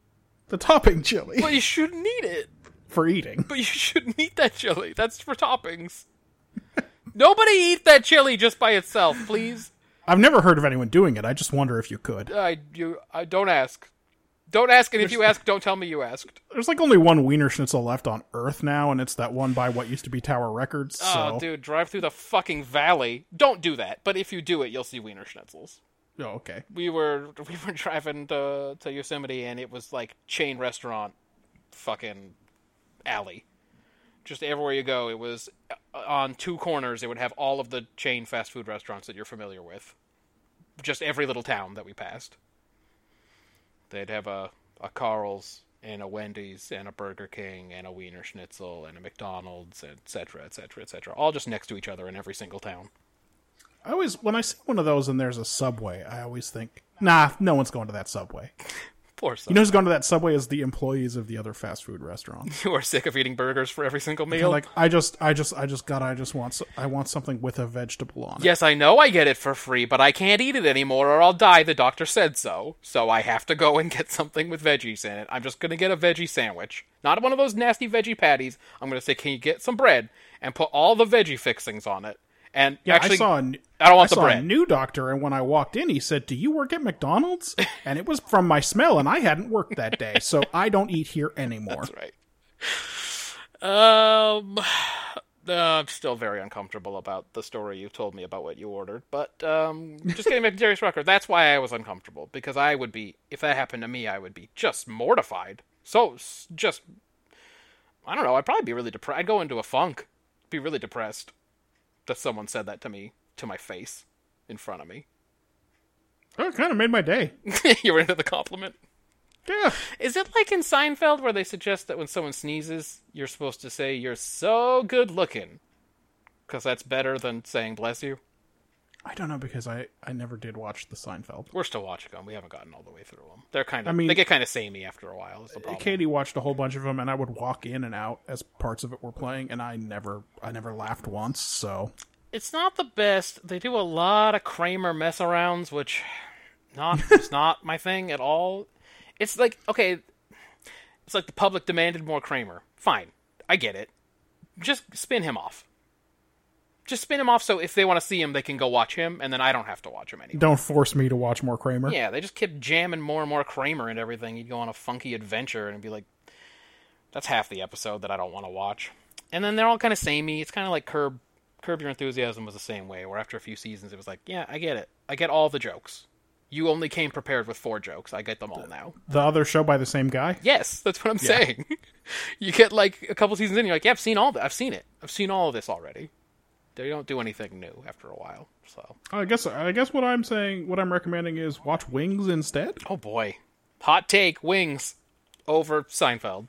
[SPEAKER 2] The topping chili
[SPEAKER 3] but you shouldn't eat it.
[SPEAKER 2] *laughs* for eating.
[SPEAKER 3] But you shouldn't eat that chili. That's for toppings. Nobody eat that chili just by itself, please.
[SPEAKER 2] I've never heard of anyone doing it. I just wonder if you could.
[SPEAKER 3] I you I don't ask. Don't ask, and if you ask, don't tell me you asked.
[SPEAKER 2] There's like only one Wiener Schnitzel left on Earth now, and it's that one by what used to be Tower Records.
[SPEAKER 3] Oh,
[SPEAKER 2] so,
[SPEAKER 3] dude, drive through the fucking valley. Don't do that. But if you do it, you'll see Wiener Schnitzels.
[SPEAKER 2] oh, okay.
[SPEAKER 3] We were *laughs* we were driving to, to Yosemite, and it was like chain restaurant, fucking alley. Just everywhere you go, it was uh, on two corners. It would have all of the chain fast food restaurants that you're familiar with. Just every little town that we passed. They'd have a a Carl's and a Wendy's and a Burger King and a Wiener Schnitzel and a McDonald's, et cetera, et cetera, et cetera. All just next to each other in every single town. *laughs*
[SPEAKER 2] I always when I see one of those and there's a Subway, I always think, nah, no one's going to that Subway.
[SPEAKER 3] *laughs* Poor
[SPEAKER 2] You know who's going to that Subway is the employees of the other fast food restaurants.
[SPEAKER 3] who are sick of eating burgers for every single
[SPEAKER 2] They're *laughs*
[SPEAKER 3] meal.
[SPEAKER 2] like I just, I just, I just, God, I just want, so- I want something with a vegetable on it.
[SPEAKER 3] yes, I know I get it for free, but I can't eat it anymore or I'll die. The doctor said so. So I have to go and get something with veggies in it. I'm just going to get a veggie sandwich. Not one of those nasty veggie patties. I'm going to say, can you get some bread and put all the veggie fixings on it? And
[SPEAKER 2] Yeah,
[SPEAKER 3] actually,
[SPEAKER 2] I saw. A, n-
[SPEAKER 3] I don't want
[SPEAKER 2] I
[SPEAKER 3] the
[SPEAKER 2] saw a
[SPEAKER 3] bread.
[SPEAKER 2] new doctor, and when I walked in, he said, "Do you work at McDonald's?" *laughs* and it was from my smell, and I hadn't worked that day,
[SPEAKER 3] *laughs*
[SPEAKER 2] so I don't eat here anymore.
[SPEAKER 3] right. *sighs* Um, *sighs* uh, I'm still very uncomfortable about the story you told me about what you ordered, but um, just getting back to Darius Rucker, that's why I was uncomfortable because I would be, if that happened to me, I would be just mortified. So s- just, I don't know, I'd probably be really depressed. I'd go into a funk, be really depressed that someone said that to me to my face in front of me. *laughs*
[SPEAKER 2] Oh, it kind of made my day.
[SPEAKER 3] you were into the compliment.
[SPEAKER 2] Yeah,
[SPEAKER 3] Is it like in Seinfeld where they suggest that when someone sneezes, you're supposed to say you're so good looking? Because that's better than saying bless you.
[SPEAKER 2] I don't know because I I never did watch the Seinfeld.
[SPEAKER 3] We're still watching them. We haven't gotten all the way through them. They're kind of.
[SPEAKER 2] I mean-
[SPEAKER 3] they get kind of samey after a while. Is the problem.
[SPEAKER 2] Katie watched a whole bunch of them, and I would walk in and out as parts of it were playing, and I never I never laughed once. So
[SPEAKER 3] It's not the best. They do a lot of Kramer mess arounds, which not it's not my thing at all. It's like okay, it's like the public demanded more Kramer. Fine, I get it. Just spin him off. Just spin him off so if they want to see him, they can go watch him, and then I don't have to watch him anymore.
[SPEAKER 2] don't force me to watch more Kramer.
[SPEAKER 3] Yeah, they just kept jamming more and more Kramer into everything. You'd go on a funky adventure and it'd be like, that's half the episode that I don't want to watch. And then they're all kind of samey. It's kind of like Curb. Curb Your Enthusiasm was the same way, where after a few seasons, it was like, yeah, I get it. I get all the jokes. You only came prepared with four jokes. I get them all now.
[SPEAKER 2] The other show by the same guy.
[SPEAKER 3] Yes, that's what I'm saying. *laughs* you get like a couple seasons in, you're like, yeah, I've seen all that. I've seen it. I've seen all of this already. They don't do anything new after a while. So,
[SPEAKER 2] I guess I guess what I'm saying, what I'm recommending is watch Wings instead.
[SPEAKER 3] oh boy, hot take: Wings over Seinfeld.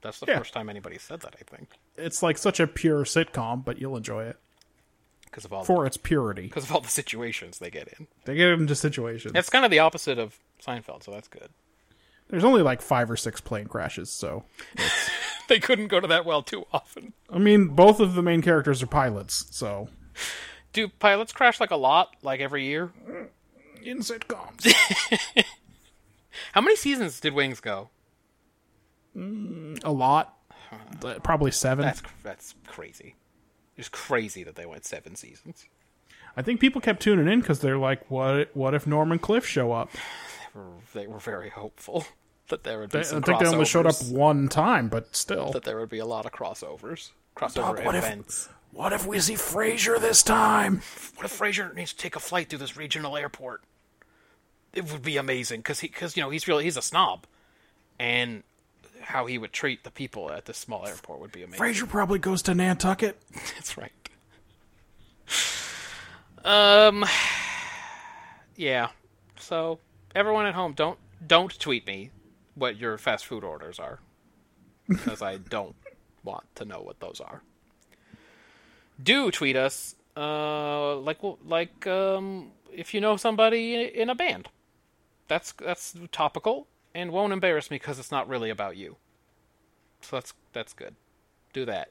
[SPEAKER 3] That's the
[SPEAKER 2] Yeah.
[SPEAKER 3] first time anybody said that, I think,
[SPEAKER 2] It's like such a pure sitcom, but you'll enjoy it
[SPEAKER 3] because of all
[SPEAKER 2] for its purity.
[SPEAKER 3] because of all the situations they get in.
[SPEAKER 2] They get into situations.
[SPEAKER 3] That's kind of the opposite of Seinfeld, so
[SPEAKER 2] *laughs*
[SPEAKER 3] that's good.
[SPEAKER 2] There's only like five or six plane crashes, so
[SPEAKER 3] They couldn't go to that well too often.
[SPEAKER 2] I mean, both of the main characters are pilots, so
[SPEAKER 3] Do pilots crash like a lot, like every year?
[SPEAKER 2] in sitcoms,
[SPEAKER 3] *laughs* How many seasons did Wings go?
[SPEAKER 2] a lot, Th- probably seven.
[SPEAKER 3] That's that's crazy. It's crazy that they went seven seasons.
[SPEAKER 2] I think people kept tuning in because they're like, "What? What if Norman Cliff show up?"
[SPEAKER 3] They were, they were very hopeful *laughs* that there would be
[SPEAKER 2] They, I
[SPEAKER 3] some
[SPEAKER 2] think they only showed up
[SPEAKER 3] crossovers,
[SPEAKER 2] one time, but still.
[SPEAKER 3] That there would be a lot of crossovers, crossover
[SPEAKER 2] what if-
[SPEAKER 3] events.
[SPEAKER 2] What if we see Frasier this time?
[SPEAKER 3] What if Fraser needs to take a flight through this regional airport? It would be amazing because he, because you know, he's really he's a snob, and how he would treat the people at this small airport would be amazing.
[SPEAKER 2] Fraser probably goes to Nantucket.
[SPEAKER 3] That's right. Um, yeah. So everyone at home, don't don't tweet me what your fast food orders are, because I don't want to know what those are. Do tweet us, uh, like like um, if you know somebody in a band. That's that's topical and won't embarrass me because it's not really about you. So that's that's good. Do that.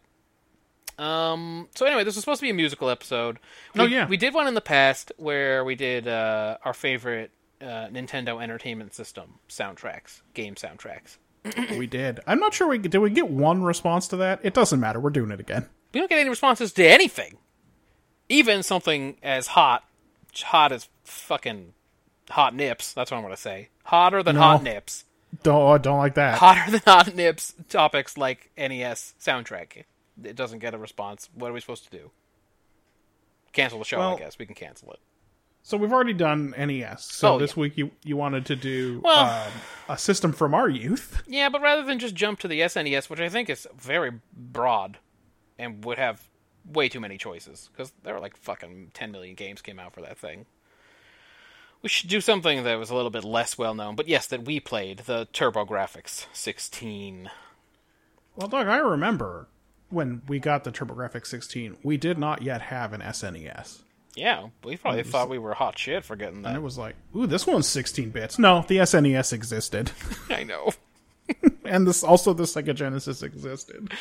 [SPEAKER 3] Um, so anyway, this was supposed to be a musical episode. We,
[SPEAKER 2] Oh, yeah.
[SPEAKER 3] we did one in the past where we did uh, our favorite uh, Nintendo Entertainment System soundtracks, game soundtracks.
[SPEAKER 2] *laughs* we did. I'm not sure we did. We get one response to that. It doesn't matter. We're doing it again.
[SPEAKER 3] We don't get any responses to anything, even something as hot, hot as fucking hot nips. That's what I'm gonna say. Hotter than
[SPEAKER 2] No.
[SPEAKER 3] hot nips.
[SPEAKER 2] Don't I don't like that.
[SPEAKER 3] Hotter than hot nips topics like NES soundtrack. It doesn't get a response. What are we supposed to do? Cancel the show, I
[SPEAKER 2] Well-
[SPEAKER 3] guess. We can cancel it.
[SPEAKER 2] So we've already done NES. So
[SPEAKER 3] Oh,
[SPEAKER 2] this
[SPEAKER 3] yeah.
[SPEAKER 2] week you you wanted to do
[SPEAKER 3] Well-
[SPEAKER 2] um, a system from our youth.
[SPEAKER 3] Yeah, but rather than just jump to the SNES, which I think is very broad and would have way too many choices, because there were like fucking 10 million games came out for that thing. We should do something that was a little bit less well known, but yes, that we played the TurboGrafx 16.
[SPEAKER 2] Well, Doug, I remember when we got the TurboGrafx 16, we did not yet have an E SNES.
[SPEAKER 3] Yeah, we probably
[SPEAKER 2] Mm,
[SPEAKER 3] thought we were hot shit for getting
[SPEAKER 2] And
[SPEAKER 3] that.
[SPEAKER 2] it was like, ooh, this one's 16 bits. No, the SNES existed, *laughs*
[SPEAKER 3] I know.
[SPEAKER 2] and this also the Sega Genesis existed.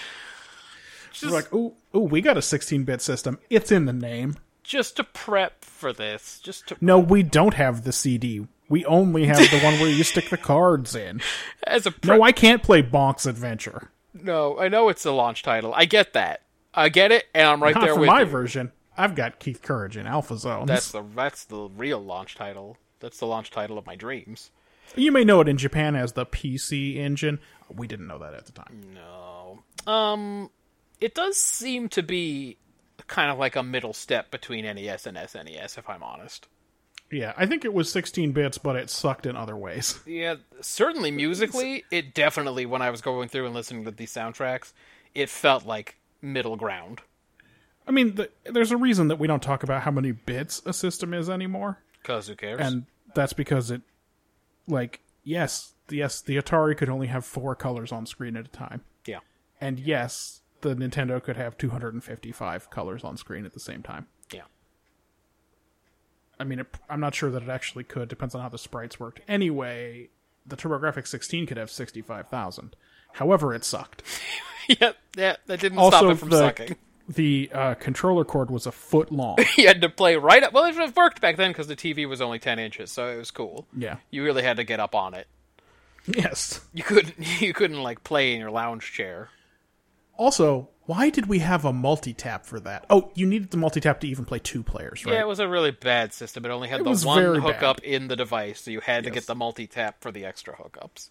[SPEAKER 2] We're like, ooh, ooh, we got a 16 bit system. It's in the name.
[SPEAKER 3] Just to prep for this, just to
[SPEAKER 2] No, we don't have the CD. We only have the one where you stick the cards
[SPEAKER 3] *laughs*
[SPEAKER 2] in.
[SPEAKER 3] as a prep.
[SPEAKER 2] No, I can't play Bonk's Adventure.
[SPEAKER 3] No, I know it's the launch title. I get that. I get it, and I'm right
[SPEAKER 2] Not
[SPEAKER 3] there
[SPEAKER 2] for
[SPEAKER 3] with
[SPEAKER 2] my
[SPEAKER 3] you.
[SPEAKER 2] version. I've got Keith Courage in Alpha Zones.
[SPEAKER 3] That's the that's the real launch title. That's the launch title of my dreams.
[SPEAKER 2] You may know it in Japan as the PC Engine. We didn't know that at the time.
[SPEAKER 3] No. Um it does seem to be kind of like a middle step between NES and SNES if I'm honest.
[SPEAKER 2] Yeah, I think it was 16 bits, but it sucked in other ways.
[SPEAKER 3] Yeah, certainly musically, it definitely when I was going through and listening to these soundtracks, it felt like middle ground.
[SPEAKER 2] I mean, the, there's a reason that we don't talk about how many bits a system is anymore,
[SPEAKER 3] Cuz who cares?
[SPEAKER 2] and that's because it, like, yes, yes, the Atari could only have four colors on screen at a time,
[SPEAKER 3] yeah.
[SPEAKER 2] and yes, the Nintendo could have 255 colors on screen at the same time.
[SPEAKER 3] Yeah.
[SPEAKER 2] I mean, it, I'm not sure that it actually could. Depends on how the sprites worked. Anyway, the TurboGrafx 16 could have 65,000. However, it sucked.
[SPEAKER 3] *laughs* yeah, yeah, that didn't *laughs* stop
[SPEAKER 2] also,
[SPEAKER 3] it from
[SPEAKER 2] the
[SPEAKER 3] sucking. *laughs*
[SPEAKER 2] the uh, controller cord was a foot long.
[SPEAKER 3] He had to play right up. Well, it worked back then because the TV was only 10 inches, so it was cool.
[SPEAKER 2] yeah.
[SPEAKER 3] You really had to get up on it.
[SPEAKER 2] Yes.
[SPEAKER 3] You couldn't *laughs* you couldn't like play in your lounge chair.
[SPEAKER 2] Also, why did we have a multi tap for that? Oh, you needed the multi tap to even play two players, right?
[SPEAKER 3] Yeah, it was a really bad system. It only had
[SPEAKER 2] It
[SPEAKER 3] the
[SPEAKER 2] was
[SPEAKER 3] one
[SPEAKER 2] very
[SPEAKER 3] hookup
[SPEAKER 2] bad.
[SPEAKER 3] in the device, so you had to get
[SPEAKER 2] Yes.
[SPEAKER 3] the multi tap for the extra hookups.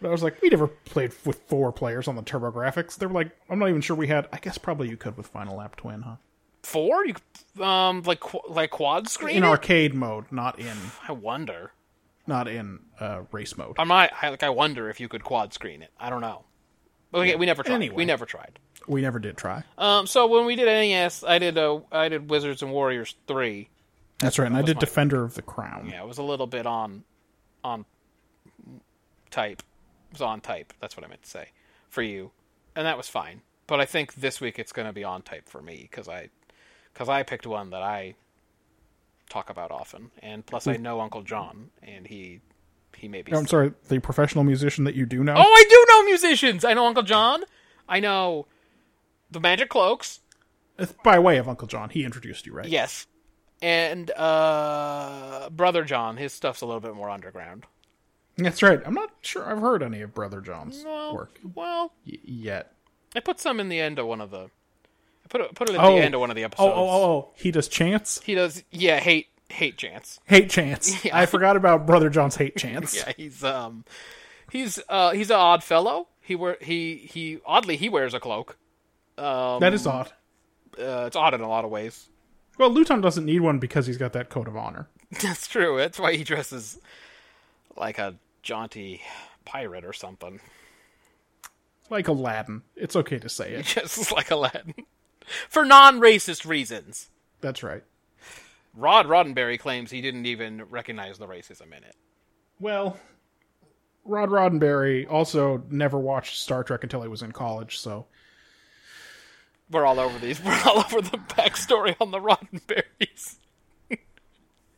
[SPEAKER 2] But I was like, we never played with four players on the TurboGrafx. They were like, I'm not even sure we had. I guess probably you could with Final Lap Twin, huh?
[SPEAKER 3] Four? You um like qu- like quad screen?
[SPEAKER 2] In
[SPEAKER 3] it?
[SPEAKER 2] arcade mode, not in
[SPEAKER 3] I wonder.
[SPEAKER 2] not in uh, race mode.
[SPEAKER 3] I'm not I, like I wonder if you could quad screen it. I don't know. But we, we never tried.
[SPEAKER 2] Anyway.
[SPEAKER 3] We never tried.
[SPEAKER 2] We never did try.
[SPEAKER 3] Um, so when we did NES, I did uh, I did Wizards and Warriors three.
[SPEAKER 2] That's right, and I did
[SPEAKER 3] my-
[SPEAKER 2] Defender of the Crown.
[SPEAKER 3] Yeah, it was a little bit on, on type. It was on type. That's what I meant to say for you, and that was fine. But I think this week it's going to be on type for me because I, because I picked one that I talk about often, and plus I know Uncle John, and he, he may be.
[SPEAKER 2] Oh, I'm sorry, the professional musician that you do know.
[SPEAKER 3] Oh, I do know musicians. I know Uncle John. I know the Magic Cloaks.
[SPEAKER 2] It's By way of Uncle John, he introduced you, right?
[SPEAKER 3] Yes. And uh Brother John, his stuff's a little bit more underground.
[SPEAKER 2] That's right. I'm not sure I've heard any of Brother John's
[SPEAKER 3] Well,
[SPEAKER 2] work
[SPEAKER 3] well,
[SPEAKER 2] y- yet.
[SPEAKER 3] I put some in the end of one of the. I put it, put it at
[SPEAKER 2] Oh.
[SPEAKER 3] the end of one of the
[SPEAKER 2] Oh,
[SPEAKER 3] episodes.
[SPEAKER 2] oh, oh, oh, he does Chance?
[SPEAKER 3] He does. Yeah, hate hate Chance.
[SPEAKER 2] Hate Chance. I forgot about Brother John's Hate Chance.
[SPEAKER 3] *laughs* Yeah, he's um, he's uh, he's an odd fellow. He wear he he oddly he wears a cloak. Um,
[SPEAKER 2] That is odd.
[SPEAKER 3] uh, it's odd in a lot of ways. *laughs*
[SPEAKER 2] Well, Luton doesn't need one because he's got that code of honor.
[SPEAKER 3] That's true. That's why he dresses like a jaunty pirate or something. *laughs*
[SPEAKER 2] Like Aladdin. It's okay to say
[SPEAKER 3] *laughs*
[SPEAKER 2] it.
[SPEAKER 3] Just like Aladdin. For non racist reasons.
[SPEAKER 2] That's right.
[SPEAKER 3] Rod Roddenberry claims he didn't even recognize the racism in it.
[SPEAKER 2] Well, Rod Roddenberry also never watched Star Trek until he was in college, so
[SPEAKER 3] We're all over these. *laughs* We're all over the backstory on the Roddenberries.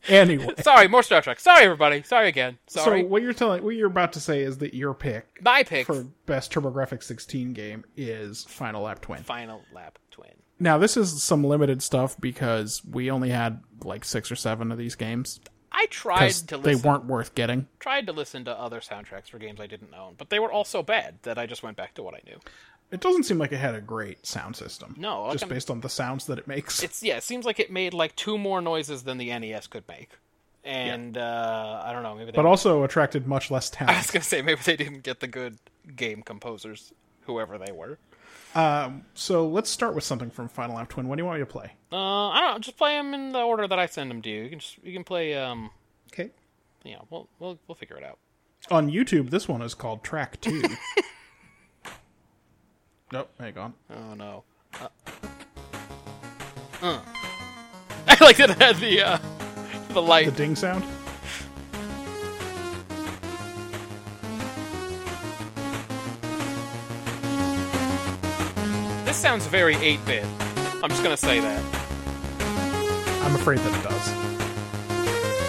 [SPEAKER 2] anyway.
[SPEAKER 3] Sorry, more Star Trek. Sorry, everybody. Sorry again. Sorry.
[SPEAKER 2] So what you're telling what you're about to say is that your pick
[SPEAKER 3] My pick.
[SPEAKER 2] for best TurboGrafx 16 game is Final Lap Twin.
[SPEAKER 3] Final Lap Twin.
[SPEAKER 2] Now this is some limited stuff because we only had like 6 or 7 of these games
[SPEAKER 3] I tried
[SPEAKER 2] cuz
[SPEAKER 3] to
[SPEAKER 2] they
[SPEAKER 3] listen.
[SPEAKER 2] weren't worth getting.
[SPEAKER 3] tried to listen to other soundtracks for games I didn't own, but they were all so bad that I just went back to what I knew.
[SPEAKER 2] It doesn't seem like it had a great sound system.
[SPEAKER 3] No, like
[SPEAKER 2] just
[SPEAKER 3] I'm-
[SPEAKER 2] based on the sounds that it makes.
[SPEAKER 3] It's yeah, it seems like it made like two more noises than the NES could make, and uh, I don't know. Maybe they
[SPEAKER 2] but also attracted much less
[SPEAKER 3] *laughs* I was
[SPEAKER 2] talent.
[SPEAKER 3] gonna say maybe they didn't get the good game composers, whoever they were.
[SPEAKER 2] So let's start with something from Final Lap Twin. What do you want me to play?
[SPEAKER 3] Uh, I don't know. Just play them in the order that I send them to you. You can just you can play. Um,
[SPEAKER 2] Okay.
[SPEAKER 3] you know, we'll we'll we'll figure it out.
[SPEAKER 2] On YouTube, this one is called Track
[SPEAKER 3] *laughs*
[SPEAKER 2] 2. nope, hang on.
[SPEAKER 3] Oh no. Uh. *laughs* Uh. I like that it had the uh, the light.
[SPEAKER 2] The ding sound?
[SPEAKER 3] This sounds very 8 bit. I'm just gonna say that.
[SPEAKER 2] I'm afraid that it does.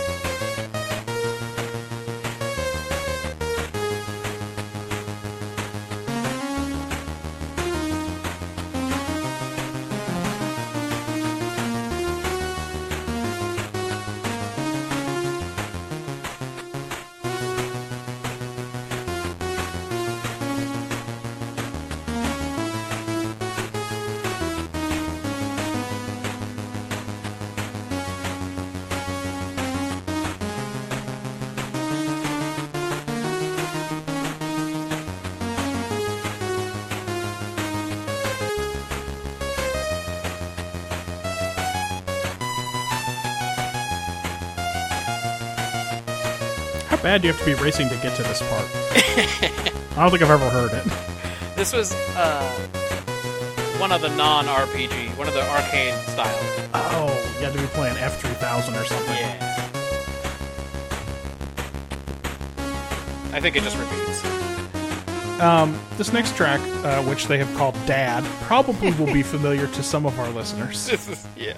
[SPEAKER 2] How bad do you have to be racing to get to this part? *laughs* I don't think I've ever heard it.
[SPEAKER 3] This was uh, one of the non RPG, one of the arcade style.
[SPEAKER 2] Oh, you had to be playing F3000 or something.
[SPEAKER 3] Yeah. I think it just repeats. *laughs*
[SPEAKER 2] Um, this next track, uh, which they have called Dad, probably will
[SPEAKER 3] *laughs*
[SPEAKER 2] be familiar to some of our listeners.
[SPEAKER 3] This is yeah.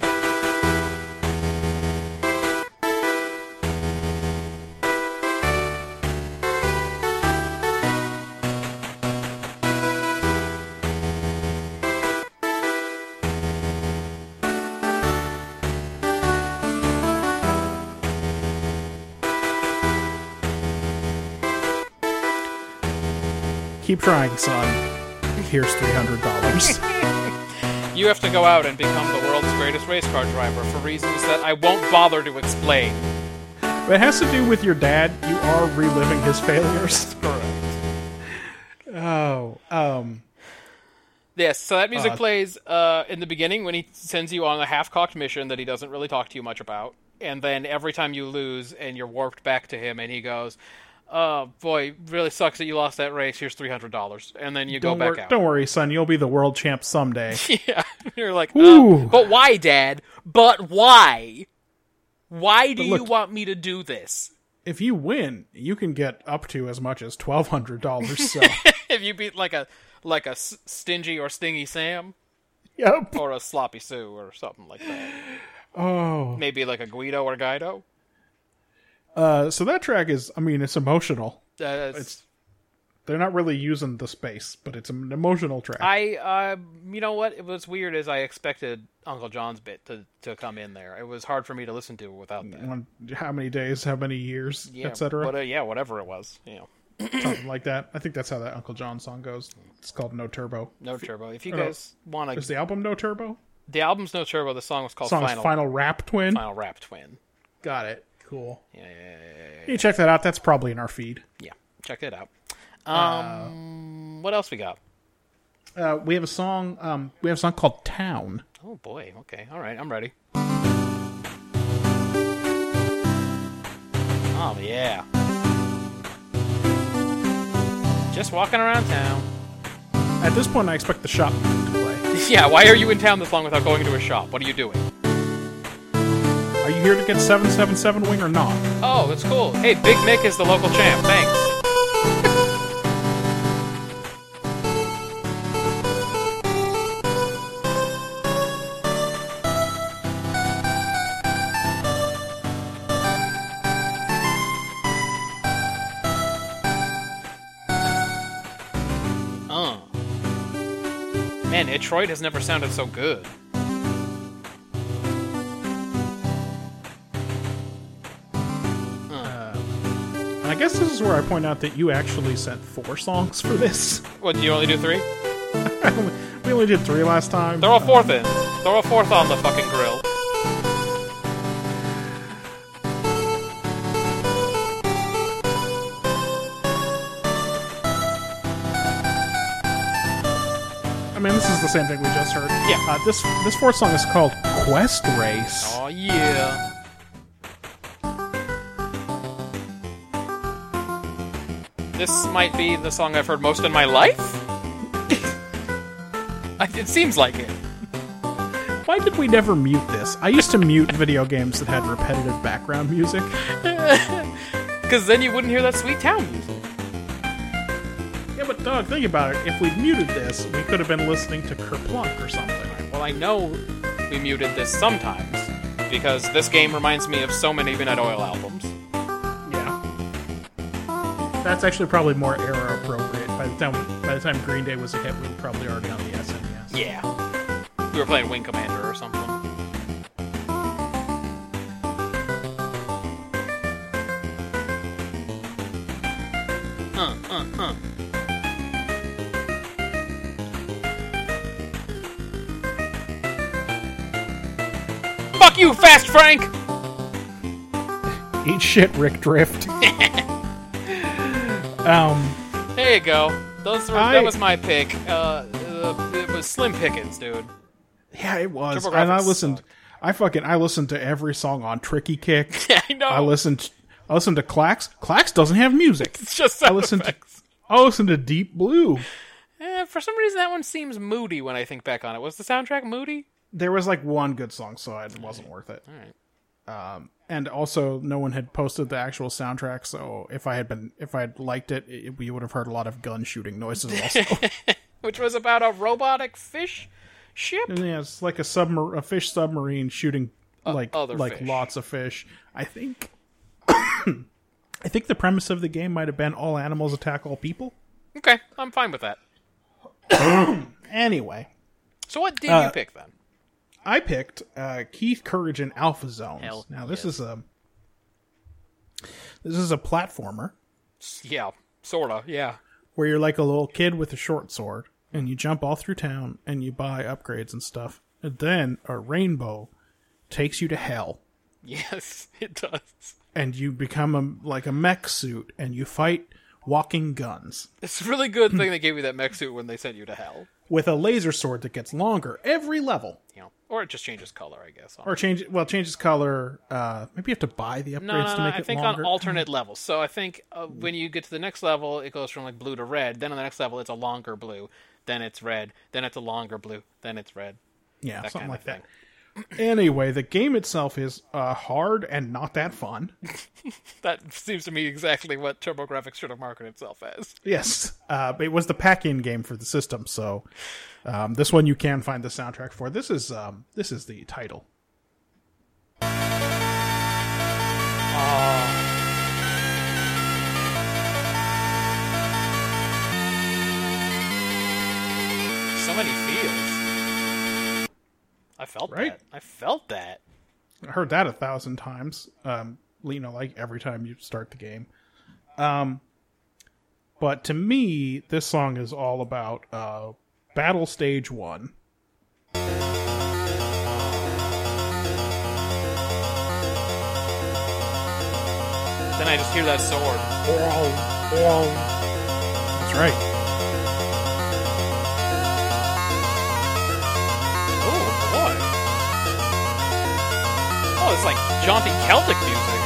[SPEAKER 2] Keep trying, son. Here's
[SPEAKER 3] *laughs*
[SPEAKER 2] $300.
[SPEAKER 3] You have to go out and become the world's greatest race car driver for reasons that I won't bother to explain.
[SPEAKER 2] but it has to do with your dad. You are reliving his failures. Oh, um,
[SPEAKER 3] Yes, so that music
[SPEAKER 2] Uh,
[SPEAKER 3] plays uh, in the beginning when he sends you on a half cocked mission that he doesn't really talk to you much about. And then every time you lose and you're warped back to him, and he goes, Oh, boy, really sucks that you lost that race. Here's $300. And then you
[SPEAKER 2] don't,
[SPEAKER 3] go back
[SPEAKER 2] wor-
[SPEAKER 3] out.
[SPEAKER 2] don't worry, son. You'll be the world champ
[SPEAKER 3] *laughs*
[SPEAKER 2] someday.
[SPEAKER 3] yeah. *laughs* You're like,
[SPEAKER 2] Ooh.
[SPEAKER 3] uh, But why, Dad? But why? Why do you
[SPEAKER 2] look-
[SPEAKER 3] want me to do this? *laughs*
[SPEAKER 2] if you win, you can get up to as much as twelve hundred dollars. So,
[SPEAKER 3] *laughs* If you beat like a like a s- stingy or stingy Sam
[SPEAKER 2] yep.
[SPEAKER 3] or a sloppy Sue or something like that,
[SPEAKER 2] Oh,
[SPEAKER 3] maybe like a Guido or Guido.
[SPEAKER 2] uh, so that track is. I mean, it's emotional.
[SPEAKER 3] Uh,
[SPEAKER 2] It's they're not really using the space, but it's an emotional track.
[SPEAKER 3] I, uh, you know what? It was weird as I expected Uncle John's bit to, to come in there. It was hard for me to listen to without that.
[SPEAKER 2] On how many days, how many years,
[SPEAKER 3] Yeah,
[SPEAKER 2] etc.
[SPEAKER 3] But, uh, yeah, whatever it was. You know,
[SPEAKER 2] Something like that. I think that's how that Uncle John song goes. It's called No Turbo.
[SPEAKER 3] no turbo. If you
[SPEAKER 2] no.
[SPEAKER 3] guys want
[SPEAKER 2] Is
[SPEAKER 3] to,
[SPEAKER 2] the album No Turbo?
[SPEAKER 3] the album's no turbo. The song was called
[SPEAKER 2] Song's
[SPEAKER 3] Oh, Final
[SPEAKER 2] Final, Rap Twin.
[SPEAKER 3] Final Rap Twin.
[SPEAKER 2] Got it. Cool.
[SPEAKER 3] Yeah, yeah, yeah, yeah, yeah.
[SPEAKER 2] You check that out. That's probably in our feed.
[SPEAKER 3] yeah. Check it out. Um, what else we got?
[SPEAKER 2] Uh, we have a song. Um, we have a song called Town.
[SPEAKER 3] Oh boy. Okay. All right. I'm ready. Oh yeah. Just walking around town. *laughs*
[SPEAKER 2] At this point, I expect the shop to play.
[SPEAKER 3] Yeah, why are you in town this long without going to a shop? What are you doing?
[SPEAKER 2] Are you here to get 777 wing or not?
[SPEAKER 3] Oh, that's cool. Hey, Big Mick is the local champ. Thanks. Oh. Man, Detroit has never sounded so good.
[SPEAKER 2] And I guess this is where I point out that you actually sent four songs for this.
[SPEAKER 3] What, do you only do three?
[SPEAKER 2] We only did three last time.
[SPEAKER 3] Throw a fourth in. Throw a fourth on the fucking grill.
[SPEAKER 2] I mean, this is the same thing we just heard.
[SPEAKER 3] Yeah.
[SPEAKER 2] Uh, this this fourth song is called Quest Race.
[SPEAKER 3] Oh yeah. This might be the song I've heard most in my life. *laughs* I- it seems like it.
[SPEAKER 2] Why did we never mute this? I used to mute video games that had repetitive background music.
[SPEAKER 3] Because then you wouldn't hear that sweet town music.
[SPEAKER 2] Yeah, but Doug, think about it. If we'd muted this, we could have been listening to Kerplunk or something.
[SPEAKER 3] Well, I know we muted this sometimes because this game reminds me of so many Midnight Oil albums.
[SPEAKER 2] Yeah. That's actually probably more era appropriate. By the time by the time Green Day was a hit, we were probably already on the E SNES.
[SPEAKER 3] Yeah. We were playing Wing Commander or something. Uh, uh, uh. Fuck you, Fast Frank!
[SPEAKER 2] Eat shit, Rick Drift. um,
[SPEAKER 3] There you go. Those were,
[SPEAKER 2] I-
[SPEAKER 3] That was my pick. Uh, uh, it was Slim Pickens, dude.
[SPEAKER 2] yeah, it was. And
[SPEAKER 3] TurboGrafx
[SPEAKER 2] I listened.
[SPEAKER 3] sucked.
[SPEAKER 2] I fucking I listened to every song on Tricky
[SPEAKER 3] *laughs*
[SPEAKER 2] Kick.
[SPEAKER 3] I know.
[SPEAKER 2] I listened. I listened to Clax. Clax doesn't have music.
[SPEAKER 3] It's *laughs* just
[SPEAKER 2] I
[SPEAKER 3] sound
[SPEAKER 2] listened. To,
[SPEAKER 3] effects.
[SPEAKER 2] I listened to Deep Blue.
[SPEAKER 3] Eh, for some reason, that one seems moody when I think back on it. Was the soundtrack moody?
[SPEAKER 2] There was like one good song, so it wasn't worth it. Um, and also, no one had posted the actual soundtrack, so if I had been, if I had liked it, it we would have heard a lot of gun shooting noises. Also,
[SPEAKER 3] *laughs* Which was about a robotic fish ship?
[SPEAKER 2] And yeah, it's like a submar- a fish submarine shooting like
[SPEAKER 3] other
[SPEAKER 2] like
[SPEAKER 3] fish.
[SPEAKER 2] lots of fish. I think. *coughs* I think the premise of the game might have been all animals attack all people.
[SPEAKER 3] Okay, I'm fine with that.
[SPEAKER 2] Anyway,
[SPEAKER 3] So what did
[SPEAKER 2] Uh,
[SPEAKER 3] you pick then?
[SPEAKER 2] I picked uh, Keith Courage and Alpha Zones.
[SPEAKER 3] Hell
[SPEAKER 2] now this is a this is a platformer
[SPEAKER 3] Yeah, sorta. Yeah. *laughs*
[SPEAKER 2] where you're like a little kid with a short sword, and you jump all through town and you buy upgrades and stuff. And then a rainbow takes you to hell,
[SPEAKER 3] Yes, it does.
[SPEAKER 2] and you become a like a mech suit, and you fight walking guns
[SPEAKER 3] It's a really good thing they gave you that mech suit when they sent you to hell.
[SPEAKER 2] with a laser sword that gets longer every level.
[SPEAKER 3] You know, or it just changes color, I guess.
[SPEAKER 2] Or change well changes color. Uh, maybe you have to buy the upgrades
[SPEAKER 3] no, no,
[SPEAKER 2] to
[SPEAKER 3] no.
[SPEAKER 2] make
[SPEAKER 3] I
[SPEAKER 2] it
[SPEAKER 3] think
[SPEAKER 2] longer. Hmm.
[SPEAKER 3] on alternate levels. So I think uh, when you get to the next level, it goes from like blue to red. Then on the next level, it's a longer blue. Then it's red. Then it's a longer blue. Then it's red.
[SPEAKER 2] yeah, something
[SPEAKER 3] kinda
[SPEAKER 2] like that. anyway, the game itself is uh, hard and not that fun. *laughs*
[SPEAKER 3] That *laughs* seems to me exactly what TurboGrafx should have marketed itself as.
[SPEAKER 2] Yes, uh, but it was the pack-in game for the system, so um, this one you can find the soundtrack for. This is um, this is the title.
[SPEAKER 3] So many feels. I felt
[SPEAKER 2] Right?
[SPEAKER 3] that. I felt that.
[SPEAKER 2] I heard that a thousand times. Um, you know, like every time you start the game. Um, but to me, this song is all about uh, Battle Stage One.
[SPEAKER 3] Then I just hear that sword.
[SPEAKER 2] That's right.
[SPEAKER 3] Oh boy! Oh, it's like jaunty Celtic music.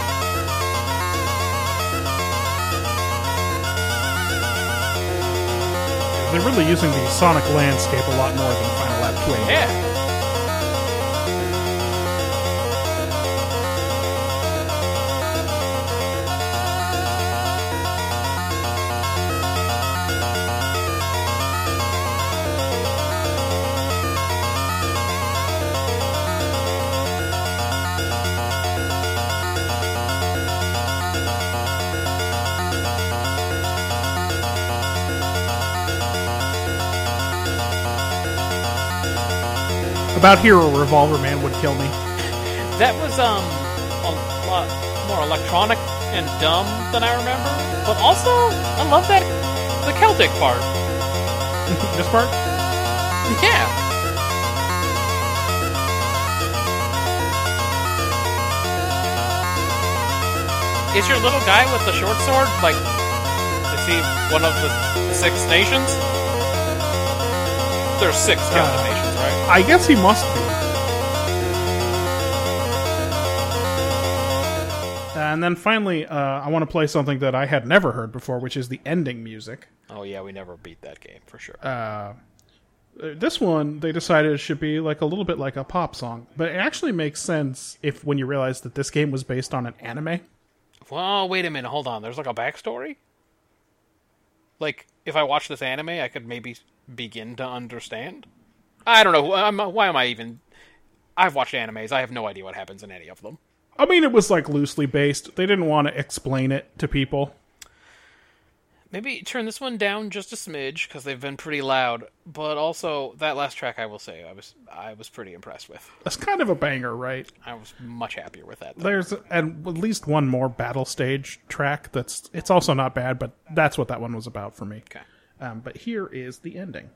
[SPEAKER 2] There's they're really using the sonic landscape a lot more than Final Lap 2.
[SPEAKER 3] Yeah.
[SPEAKER 2] About here, a Revolver Man would kill me. *laughs*
[SPEAKER 3] That was um a lot more electronic and dumb than I remember, but also I love that the Celtic part.
[SPEAKER 2] this part?
[SPEAKER 3] Yeah. Is your little guy with the short sword like is he one of the six nations? There's six Celtic
[SPEAKER 2] Uh,
[SPEAKER 3] nations, right?
[SPEAKER 2] I guess he must be. And then finally, uh, I want to play something that I had never heard before, which is the ending music.
[SPEAKER 3] Oh yeah, we never beat that game for sure.
[SPEAKER 2] Uh, this one they decided should be like a little bit like a pop song, but it actually makes sense if when you realize that this game was based on an anime.
[SPEAKER 3] Well, wait a minute. Hold on. There's like a backstory. Like, if I watch this anime, I could maybe begin to understand. I don't know. I'm, why am I even? I've watched animes. I have no idea what happens in any of them.
[SPEAKER 2] I mean, it was like loosely based. They didn't want to explain it to people.
[SPEAKER 3] Maybe turn this one down just a smidge because they've been pretty loud. But also that last track, I will say, I was I was pretty impressed with.
[SPEAKER 2] That's kind of a banger, right?
[SPEAKER 3] I was much happier with that. Though.
[SPEAKER 2] There's and at least one more battle stage track. That's it's also not bad, but that's what that one was about for me.
[SPEAKER 3] Okay.
[SPEAKER 2] Um, but here is the ending.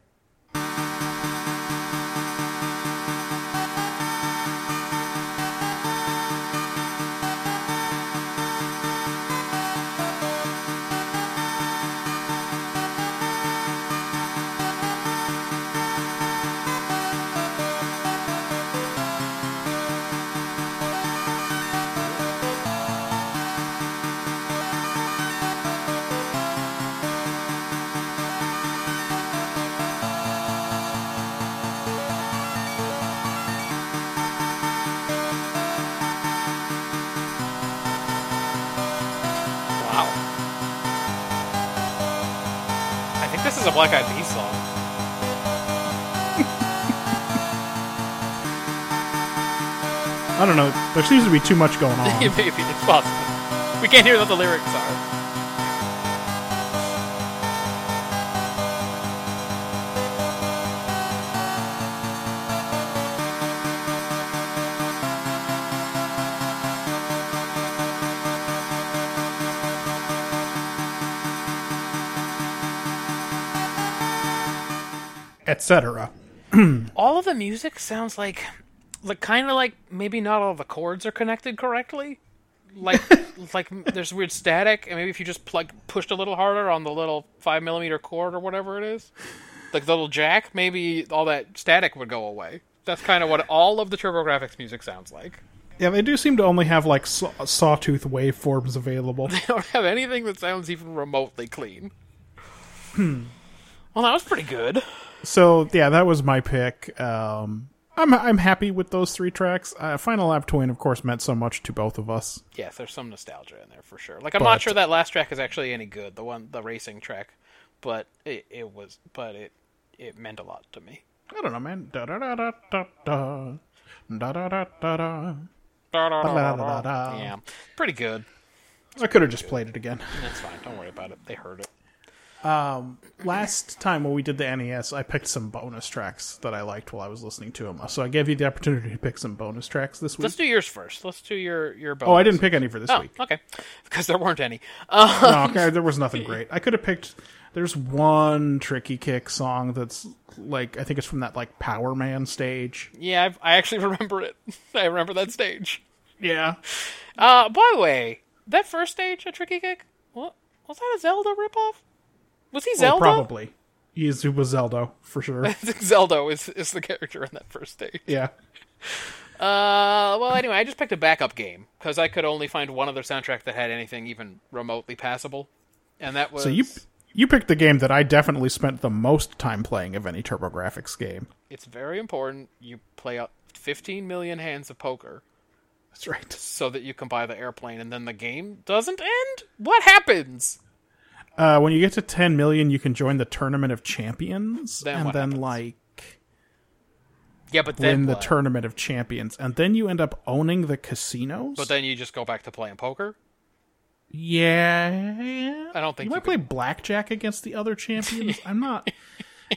[SPEAKER 3] Wow. I think this is a Black Eyed Peas song. *laughs*
[SPEAKER 2] I don't know. There seems to be too much going
[SPEAKER 3] *laughs*
[SPEAKER 2] on.
[SPEAKER 3] Maybe it's possible. We can't hear what the lyrics are.
[SPEAKER 2] etc.
[SPEAKER 3] all of the music sounds like like kind of like maybe not all the chords are connected correctly like like there's weird static and maybe if you just plug pushed a little harder on the little five millimeter chord or whatever it is like the little jack maybe all that static would go away that's kind of what all of the turbografx music sounds like *laughs*
[SPEAKER 2] Yeah, they do seem to only have like saw- sawtooth waveforms available.
[SPEAKER 3] they don't have anything that sounds even remotely clean well that was pretty good
[SPEAKER 2] so yeah, that was my pick. Um, I'm I'm happy with those three tracks. Uh, Final Lap Twain, of course, meant so much to both of us.
[SPEAKER 3] Yes, there's some nostalgia in there for sure. Like I'm
[SPEAKER 2] But-
[SPEAKER 3] not sure that last track is actually any good, the one the racing track, but it, it was but it it meant a lot to me.
[SPEAKER 2] I don't know, man. Da da da da da da da da da da. da. Da-da-da-da-da.
[SPEAKER 3] Yeah. Pretty good.
[SPEAKER 2] I could have just played it again.
[SPEAKER 3] That's fine. Don't worry about it. They heard it.
[SPEAKER 2] Um, last time when we did the NES, I picked some bonus tracks that I liked while I was listening to them. So I gave you the opportunity to pick some bonus tracks this week.
[SPEAKER 3] Let's do yours first. Let's do your your bonus.
[SPEAKER 2] oh, I didn't pick any for this
[SPEAKER 3] Oh,
[SPEAKER 2] week.
[SPEAKER 3] okay. Because there weren't any. Uh,
[SPEAKER 2] no, okay, there was nothing great. I could have picked. There's one tricky kick song that's like I think it's from that like Power Man stage.
[SPEAKER 3] yeah, I've, I actually *laughs* remember it. I remember that stage.
[SPEAKER 2] Yeah,
[SPEAKER 3] Uh, by the way, that first stage, a tricky kick. What was that? A Zelda ripoff? Was he Zelda?
[SPEAKER 2] probably. He is Zuba Zelda for
[SPEAKER 3] *laughs*
[SPEAKER 2] sure.
[SPEAKER 3] I think *laughs* Zelda is is the character in that first stage.
[SPEAKER 2] yeah,
[SPEAKER 3] Uh, well, anyway, I just picked a backup game because I could only find one other soundtrack that had anything even remotely passable, and that was
[SPEAKER 2] So you- you picked the game that I definitely spent the most time playing of any TurboGrafx game.
[SPEAKER 3] It's very important you play out 15 million hands of poker.
[SPEAKER 2] That's right.
[SPEAKER 3] So that you can buy the airplane, and then the game doesn't end? What happens?
[SPEAKER 2] Uh, when you get to 10 million, you can join the Tournament of Champions,
[SPEAKER 3] Then
[SPEAKER 2] and
[SPEAKER 3] what
[SPEAKER 2] then
[SPEAKER 3] happens?
[SPEAKER 2] like
[SPEAKER 3] Yeah, but then
[SPEAKER 2] win the
[SPEAKER 3] what?
[SPEAKER 2] Tournament of Champions, and then you end up owning the casinos.
[SPEAKER 3] But then you just go back to playing poker?
[SPEAKER 2] yeah,
[SPEAKER 3] I don't think
[SPEAKER 2] you might
[SPEAKER 3] you
[SPEAKER 2] play blackjack against the other
[SPEAKER 3] *laughs*
[SPEAKER 2] champions. I'm not.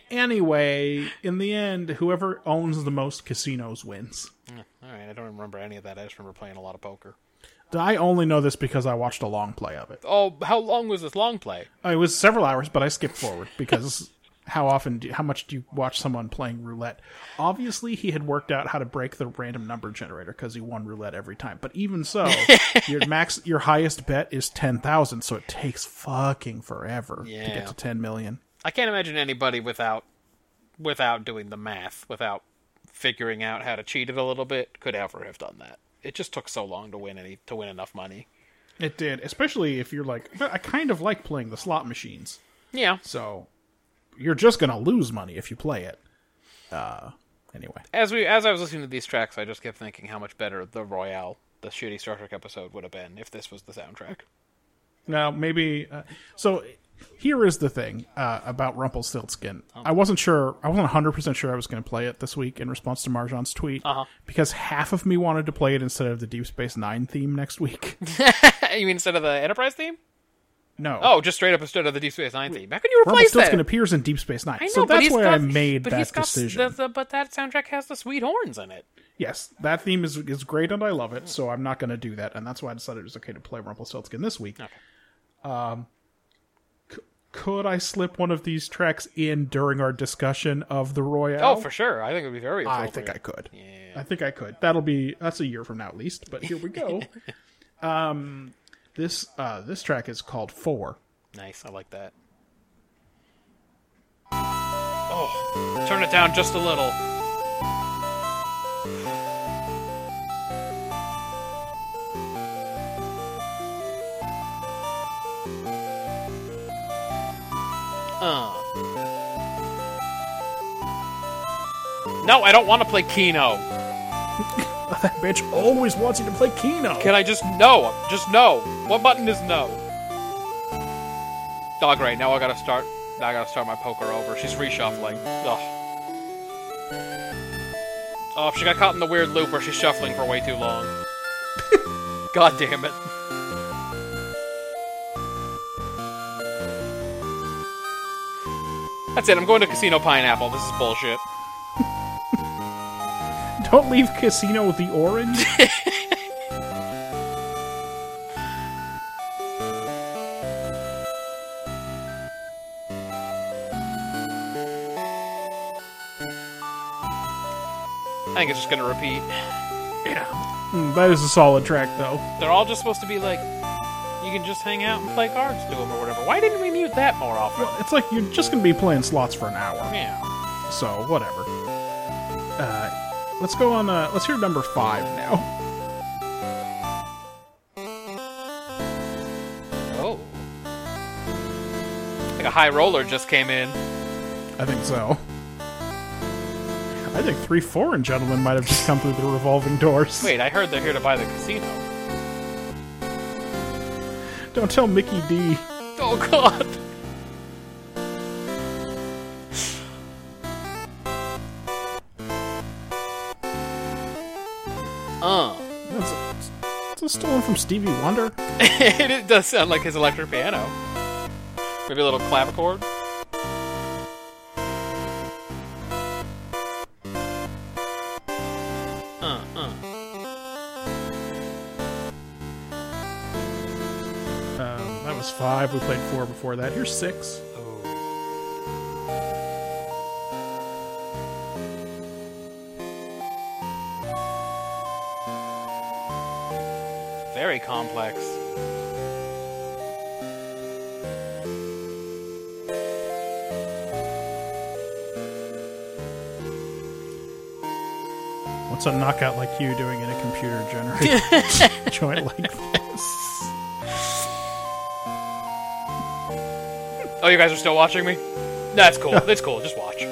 [SPEAKER 2] Anyway, in the end, whoever owns the most casinos wins.
[SPEAKER 3] All right, I don't remember any of that. I just remember playing a lot of poker.
[SPEAKER 2] I only know this because I watched a long play of it. Uh,
[SPEAKER 3] Oh, how long was this long play?
[SPEAKER 2] It was several hours, but I skipped forward because *laughs* how often, do, how much do you watch someone playing roulette? Obviously, he had worked out how to break the random number generator because he won roulette every time. But even so, your max, your highest bet is ten thousand, so it takes fucking forever to
[SPEAKER 3] Yeah.
[SPEAKER 2] get to ten million.
[SPEAKER 3] I can't imagine anybody without without doing the math, without figuring out how to cheat it a little bit, could ever have done that. It just took so long to win any to win enough money.
[SPEAKER 2] It did, especially if you're like, but I kind of like playing the slot machines.
[SPEAKER 3] Yeah.
[SPEAKER 2] So you're just gonna lose money if you play it. Uh, anyway,
[SPEAKER 3] As we as I was listening to these tracks, I just kept thinking how much better the Royale, the shitty Star Trek episode, would have been if this was the soundtrack.
[SPEAKER 2] Now, maybe. Uh, so here is the thing uh, about Rumpelstiltskin. I wasn't sure. I wasn't 100% sure I was going to play it this week in response to Marjan's tweet
[SPEAKER 3] Uh-huh.
[SPEAKER 2] because half of me wanted to play it instead of the Deep Space Nine theme next week.
[SPEAKER 3] *laughs*
[SPEAKER 2] *laughs*
[SPEAKER 3] you mean instead of the Enterprise theme?
[SPEAKER 2] No.
[SPEAKER 3] Oh, just straight up instead of the Deep Space Nine theme. How can you replace that?
[SPEAKER 2] Rumpelstiltskin appears in Deep Space Nine.
[SPEAKER 3] I know,
[SPEAKER 2] so
[SPEAKER 3] but
[SPEAKER 2] that's
[SPEAKER 3] he's
[SPEAKER 2] why
[SPEAKER 3] got,
[SPEAKER 2] I made
[SPEAKER 3] but
[SPEAKER 2] that
[SPEAKER 3] he's got s-
[SPEAKER 2] decision.
[SPEAKER 3] The, the, but that soundtrack has the sweet horns in it.
[SPEAKER 2] Yes, that theme is is great and I love it, so I'm not going to do that, and that's why I decided it was okay to play Rumpelstiltskin this week. Um, c- could I slip one of these tracks in during our discussion of the Royale?
[SPEAKER 3] Oh, for sure. I think it would be very.
[SPEAKER 2] I think I could. I think I could. That'll be that's a year from now at least, but here we
[SPEAKER 3] *laughs*
[SPEAKER 2] go. um, this uh this track is called Four.
[SPEAKER 3] Nice. I like that. Oh, turn it down just a little. Uh. No, I don't want to play Keno.
[SPEAKER 2] that bitch always wants you to play Keno.
[SPEAKER 3] Can I just no? Just no. What button is no? Oh great, now I gotta start. Now I gotta start my poker over. She's reshuffling. Ugh. Oh, she got caught in the weird loop where she's shuffling for way too long. God damn it. That's it. I'm going to Casino Pineapple. This is bullshit.
[SPEAKER 2] Don't leave Casino with the orange.
[SPEAKER 3] *laughs* I think it's just gonna repeat.
[SPEAKER 2] Mm, that is a solid track though.
[SPEAKER 3] They're all just supposed to be like, you can just hang out and play cards to them or whatever. Why didn't we mute that more often?
[SPEAKER 2] It's like you're just gonna be playing slots for an hour.
[SPEAKER 3] Yeah.
[SPEAKER 2] So whatever. Uh, let's go on. Uh, let's hear number five now.
[SPEAKER 3] Oh. Like a high roller just came in.
[SPEAKER 2] I think so. I think three foreign gentlemen might have just come through the revolving doors.
[SPEAKER 3] Wait, I heard they're here to buy the casino.
[SPEAKER 2] Don't tell Mickey D.
[SPEAKER 3] Oh god. *laughs* Uh. *laughs*
[SPEAKER 2] That's it's a stolen from Stevie Wonder.
[SPEAKER 3] it does sound like his electric piano. Maybe a little clavichord. Uh, uh.
[SPEAKER 2] Um, that was five. We played four before that. Here's six.
[SPEAKER 3] Very complex.
[SPEAKER 2] What's a knockout like you doing in a computer
[SPEAKER 3] *laughs*
[SPEAKER 2] generated joint like this?
[SPEAKER 3] Oh, you guys are still watching me? That's cool. That's cool. Just watch.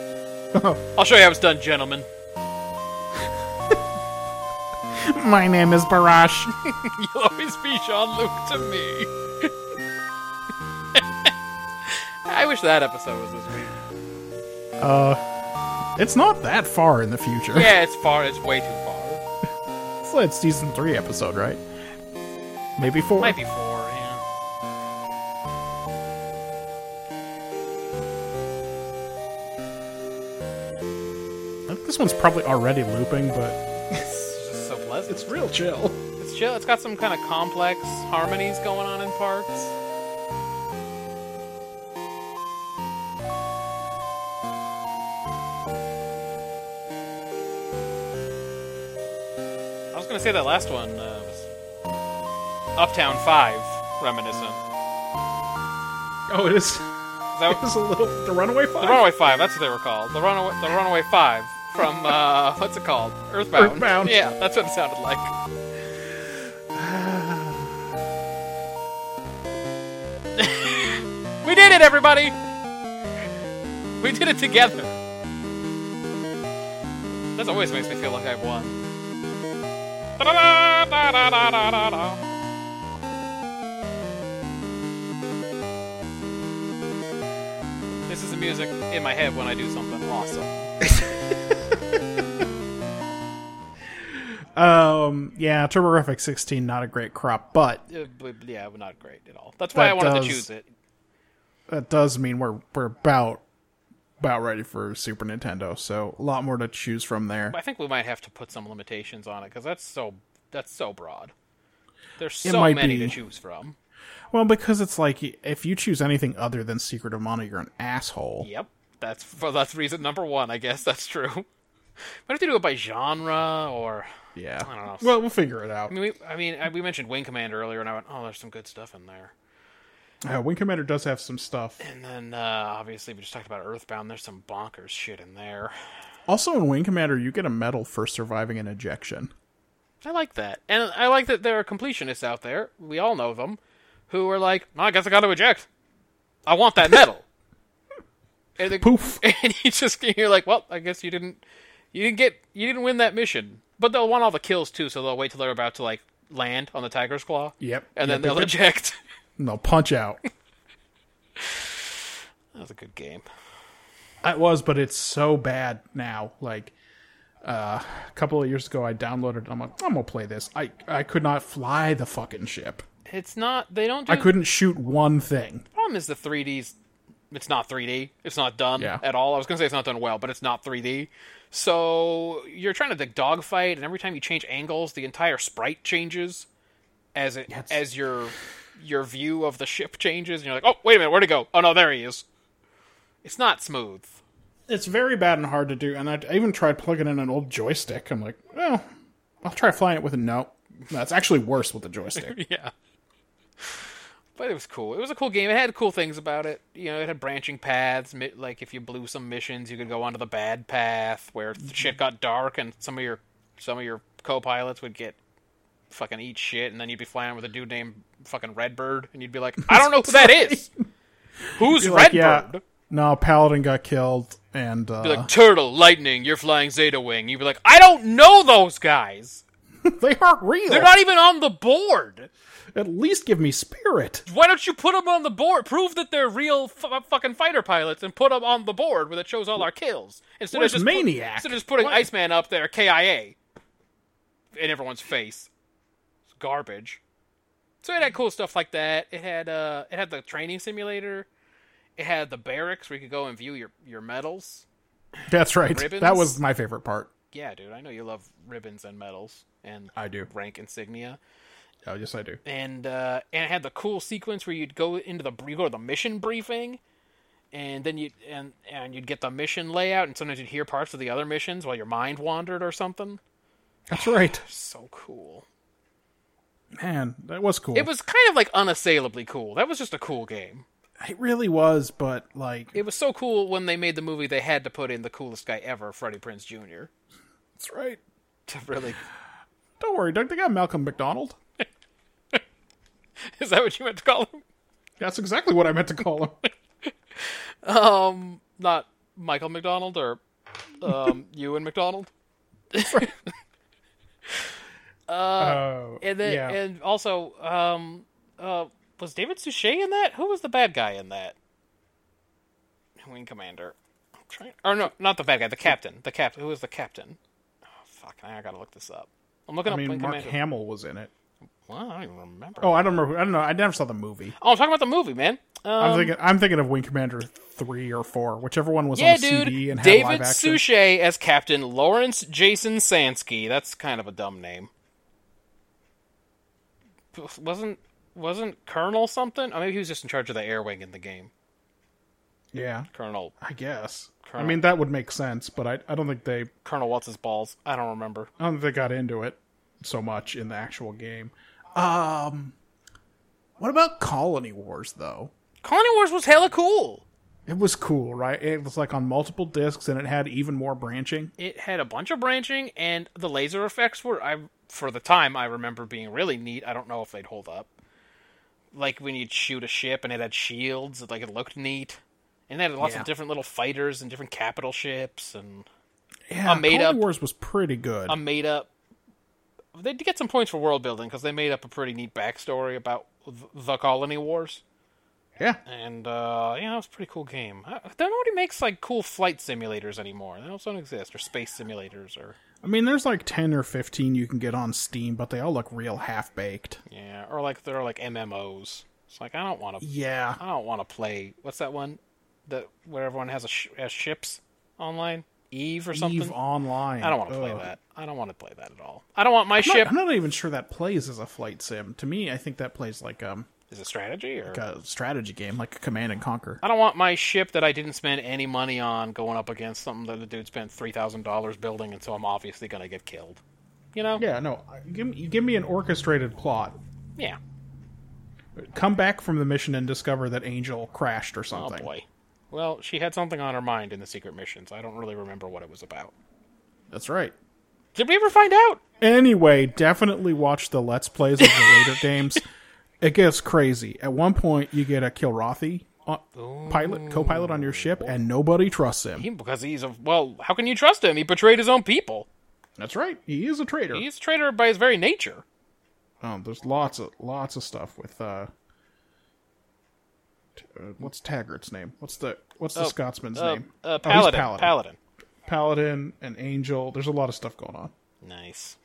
[SPEAKER 3] I'll show you how it's done, gentlemen. *laughs*
[SPEAKER 2] My name is Barash.
[SPEAKER 3] You'll always be Jean Luc to me. *laughs* I wish that episode was this week.
[SPEAKER 2] Uh, it's not that far in the future.
[SPEAKER 3] Yeah, it's far. It's way too far.
[SPEAKER 2] it's like season three episode, right? Maybe four.
[SPEAKER 3] Might be four. Yeah.
[SPEAKER 2] I think this one's probably already looping, but
[SPEAKER 3] It's just so pleasant.
[SPEAKER 2] it's real chill.
[SPEAKER 3] It's chill. It's got some kind of complex harmonies going on in parts. I was gonna say that last one uh, was Uptown Five reminiscent. Is
[SPEAKER 2] Oh, it is.
[SPEAKER 3] that
[SPEAKER 2] It is a little the runaway five.
[SPEAKER 3] the Runaway Five? That's what they were called. The Runaway, the Runaway Five from uh, *laughs* what's it called? Earthbound.
[SPEAKER 2] Earthbound.
[SPEAKER 3] Yeah, that's what it sounded like. we did it, everybody. We did it together. That always makes me feel like I've won. Da-da-da-da-da-da-da-da. This is the music in my head when I do something awesome.
[SPEAKER 2] Um, yeah, Terrific 16, not a great crop, but
[SPEAKER 3] Uh, b- b- yeah, not great at all. That's why
[SPEAKER 2] That
[SPEAKER 3] I wanted
[SPEAKER 2] does-
[SPEAKER 3] to choose it.
[SPEAKER 2] that does mean we're we're about about ready for Super Nintendo, so a lot more to choose from there.
[SPEAKER 3] I think we might have to put some limitations on it because that's so that's so broad. There's
[SPEAKER 2] It
[SPEAKER 3] so
[SPEAKER 2] might
[SPEAKER 3] many
[SPEAKER 2] be.
[SPEAKER 3] to choose from.
[SPEAKER 2] Well, because it's like if you choose anything other than Secret of Mana, you're an asshole.
[SPEAKER 3] Yep, that's for that's reason number one. I guess *laughs* that's true. But if they do it by genre or
[SPEAKER 2] Yeah.
[SPEAKER 3] I don't know.
[SPEAKER 2] Well, we'll figure it out.
[SPEAKER 3] I mean, we, I mean, I- we mentioned Wing Commander earlier, and I went, "Oh, there's some good stuff in there."
[SPEAKER 2] Uh, Wing Commander does have some stuff.
[SPEAKER 3] And then uh, obviously we just talked about Earthbound. There's some bonkers shit in there.
[SPEAKER 2] Also, in Wing Commander, you get a medal for surviving an ejection.
[SPEAKER 3] I like that. And I like that there are completionists out there, we all know them, who are like, "No, I guess I gotta eject. I want
[SPEAKER 2] *laughs*
[SPEAKER 3] that medal. and, they-
[SPEAKER 2] Poof.
[SPEAKER 3] *laughs* and you just you're like, Well, I guess you didn't you didn't get you didn't win that mission. But they'll want all the kills too, so they'll wait till they're about to like land on the tiger's claw.
[SPEAKER 2] Yep.
[SPEAKER 3] And then
[SPEAKER 2] Yep, *laughs*
[SPEAKER 3] they'll
[SPEAKER 2] yep.
[SPEAKER 3] eject.
[SPEAKER 2] And they'll punch out.
[SPEAKER 3] that was a good game.
[SPEAKER 2] It was, but it's so bad now. Like uh, a couple of years ago, I downloaded. I'm like, I'm gonna play this. I I could not fly the fucking ship.
[SPEAKER 3] It's not they don't do
[SPEAKER 2] I couldn't shoot one thing.
[SPEAKER 3] the problem is the 3D's it's not 3D. It's not done
[SPEAKER 2] Yeah.
[SPEAKER 3] at all. I was going to say it's not done well, but it's not 3D. So you're trying to like, dogfight, and every time you change angles, the entire sprite changes as it
[SPEAKER 2] Yes.
[SPEAKER 3] as your your view of the ship changes. And you're like, oh wait a minute, where'd he go? Oh no, there he is. It's not smooth.
[SPEAKER 2] It's very bad and hard to do. And I, I even tried plugging in an old joystick. I'm like, well, I'll try flying it with a no. That's actually worse with the joystick.
[SPEAKER 3] *laughs* Yeah. But it was cool. It was a cool game. It had cool things about it. You know, it had branching paths. mi- Like if you blew some missions, you could go onto the bad path where
[SPEAKER 2] Mm-hmm.
[SPEAKER 3] th- shit got dark, and some of your some of your co-pilots would get fucking eat shit, and then you'd be flying with a dude named fucking Redbird, and you'd be like, I don't know who
[SPEAKER 2] *laughs*
[SPEAKER 3] that is. Who's
[SPEAKER 2] Like,
[SPEAKER 3] Redbird?
[SPEAKER 2] yeah, no, Paladin got killed, and uh,
[SPEAKER 3] Be *laughs* like Turtle, Lightning, you're flying Zeta Wing. You'd be like, I don't know those guys.
[SPEAKER 2] they aren't real.
[SPEAKER 3] They're not even on the board.
[SPEAKER 2] At least give me spirit.
[SPEAKER 3] Why don't you put them on the board? Prove that they're real f- uh, fucking fighter pilots and put them on the board where it shows all our kills. Instead
[SPEAKER 2] Where's
[SPEAKER 3] of just
[SPEAKER 2] Maniac?
[SPEAKER 3] Put, instead of just putting
[SPEAKER 2] Why-
[SPEAKER 3] Iceman up there, KIA, in everyone's face. It's garbage. So it had cool stuff like that. It had uh, it had the training simulator. It had the barracks where you could go and view your your medals.
[SPEAKER 2] That's right.
[SPEAKER 3] Ribbons?
[SPEAKER 2] That was my favorite part.
[SPEAKER 3] Yeah, dude, I know you love ribbons and medals and
[SPEAKER 2] I do.
[SPEAKER 3] rank insignia.
[SPEAKER 2] Oh, yes, I do.
[SPEAKER 3] and uh, and it had the cool sequence where you'd go into the you go to the mission briefing, and then you and and you'd get the mission layout, and sometimes you'd hear parts of the other missions while your mind wandered or something.
[SPEAKER 2] That's right.
[SPEAKER 3] So cool!
[SPEAKER 2] Man, that was cool.
[SPEAKER 3] It was kind of like unassailably cool. That was just a cool game.
[SPEAKER 2] It really was, but like
[SPEAKER 3] It was so cool when they made the movie. They had to put in the coolest guy ever, Freddie Prince Jr.
[SPEAKER 2] that's right.
[SPEAKER 3] To really *laughs*
[SPEAKER 2] Don't worry, Doug. They got Malcolm McDonald.
[SPEAKER 3] is that what you meant to call him? *laughs*
[SPEAKER 2] That's exactly what I meant to call him.
[SPEAKER 3] Um, not Michael McDonald or um, *laughs* Ewan McDonald. uh,
[SPEAKER 2] Oh,
[SPEAKER 3] and then
[SPEAKER 2] yeah.
[SPEAKER 3] and also um uh was David Suchet in that? Who was the bad guy in that? Wing commander. I'm trying. Or no, not the bad guy. The captain. The captain. Who was the captain? Oh fuck! Now I gotta look this up. I'm looking
[SPEAKER 2] I
[SPEAKER 3] up
[SPEAKER 2] mean,
[SPEAKER 3] Wing
[SPEAKER 2] Mark
[SPEAKER 3] Commander.
[SPEAKER 2] Hamill was in it.
[SPEAKER 3] Well, I don't even remember.
[SPEAKER 2] Oh, I don't remember. I don't know. I never saw the movie.
[SPEAKER 3] Oh, I'm talking about the movie, man. Um,
[SPEAKER 2] I'm thinking. I'm thinking of Wing Commander three or four, whichever one was
[SPEAKER 3] yeah,
[SPEAKER 2] on
[SPEAKER 3] dude.
[SPEAKER 2] CD and had live
[SPEAKER 3] David
[SPEAKER 2] action.
[SPEAKER 3] Suchet as Captain Lawrence Jason Sansky. That's kind of a dumb name. P- Wasn't wasn't Colonel something? Or maybe he was just in charge of the air wing in the game.
[SPEAKER 2] Yeah,
[SPEAKER 3] Colonel
[SPEAKER 2] I guess.
[SPEAKER 3] Colonel.
[SPEAKER 2] I mean, that would make sense, but I, I don't think they
[SPEAKER 3] Colonel what's his balls? I don't remember.
[SPEAKER 2] I don't think they got into it so much in the actual game. Um, what about Colony Wars though?
[SPEAKER 3] Colony Wars was hella cool.
[SPEAKER 2] It was cool, right? It was like on multiple discs, and it had even more branching.
[SPEAKER 3] It had a bunch of branching, and the laser effects were I for the time I remember being really neat. I don't know if they'd hold up. Like when you'd shoot a ship and it had shields, it, like it looked neat. And they had lots
[SPEAKER 2] Yeah.
[SPEAKER 3] of different little fighters and different capital ships and
[SPEAKER 2] Yeah,
[SPEAKER 3] A made
[SPEAKER 2] Colony
[SPEAKER 3] up-
[SPEAKER 2] Wars was pretty good.
[SPEAKER 3] a made up. They did get some points for world building because they made up a pretty neat backstory about th- the Colony Wars.
[SPEAKER 2] yeah,
[SPEAKER 3] And uh, yeah, it was a pretty cool game. Uh, Nobody makes like cool flight simulators anymore. They also don't exist, or space simulators, or
[SPEAKER 2] I mean, there's like ten or fifteen you can get on Steam, but they all look real half baked.
[SPEAKER 3] yeah, or like they're like MMOs. It's like I don't want to.
[SPEAKER 2] Yeah,
[SPEAKER 3] I don't want to play. What's that one? That where everyone has a sh- has ships online, Eve or something.
[SPEAKER 2] Eve Online.
[SPEAKER 3] I don't want to play
[SPEAKER 2] Ugh.
[SPEAKER 3] that. I don't want to play that at all. I don't want my
[SPEAKER 2] I'm not,
[SPEAKER 3] ship.
[SPEAKER 2] I'm not even sure that plays as a flight sim. To me, I think that plays like um
[SPEAKER 3] Is it strategy or?
[SPEAKER 2] like a strategy game, like a Command and Conquer.
[SPEAKER 3] I don't want my ship that I didn't spend any money on going up against something that the dude spent three thousand dollars building, and so I'm obviously gonna get killed. You know?
[SPEAKER 2] Yeah, no. I- Give me, give me an orchestrated plot.
[SPEAKER 3] Yeah.
[SPEAKER 2] Come back from the mission and discover that Angel crashed or something.
[SPEAKER 3] Oh boy. Well, she had something on her mind in the secret missions. I don't really remember what it was about.
[SPEAKER 2] That's right.
[SPEAKER 3] Did we ever find out?
[SPEAKER 2] Anyway, definitely watch the Let's Plays of the
[SPEAKER 3] *laughs*
[SPEAKER 2] later games. It gets crazy. At one point, you get a Kilrathi uh, pilot, co-pilot on your ship, and nobody trusts him.
[SPEAKER 3] He, because he's a well. How can you trust him? He betrayed his own people.
[SPEAKER 2] That's right. He is a traitor.
[SPEAKER 3] He's a traitor by his very nature.
[SPEAKER 2] Um, there's lots of lots of stuff with uh, t- uh, what's Taggart's name? What's the what's the
[SPEAKER 3] Oh,
[SPEAKER 2] Scotsman's
[SPEAKER 3] Uh,
[SPEAKER 2] name?
[SPEAKER 3] uh,
[SPEAKER 2] Oh, he's
[SPEAKER 3] paladin, paladin.
[SPEAKER 2] Paladin and Angel. There's a lot of stuff going on.
[SPEAKER 3] Nice.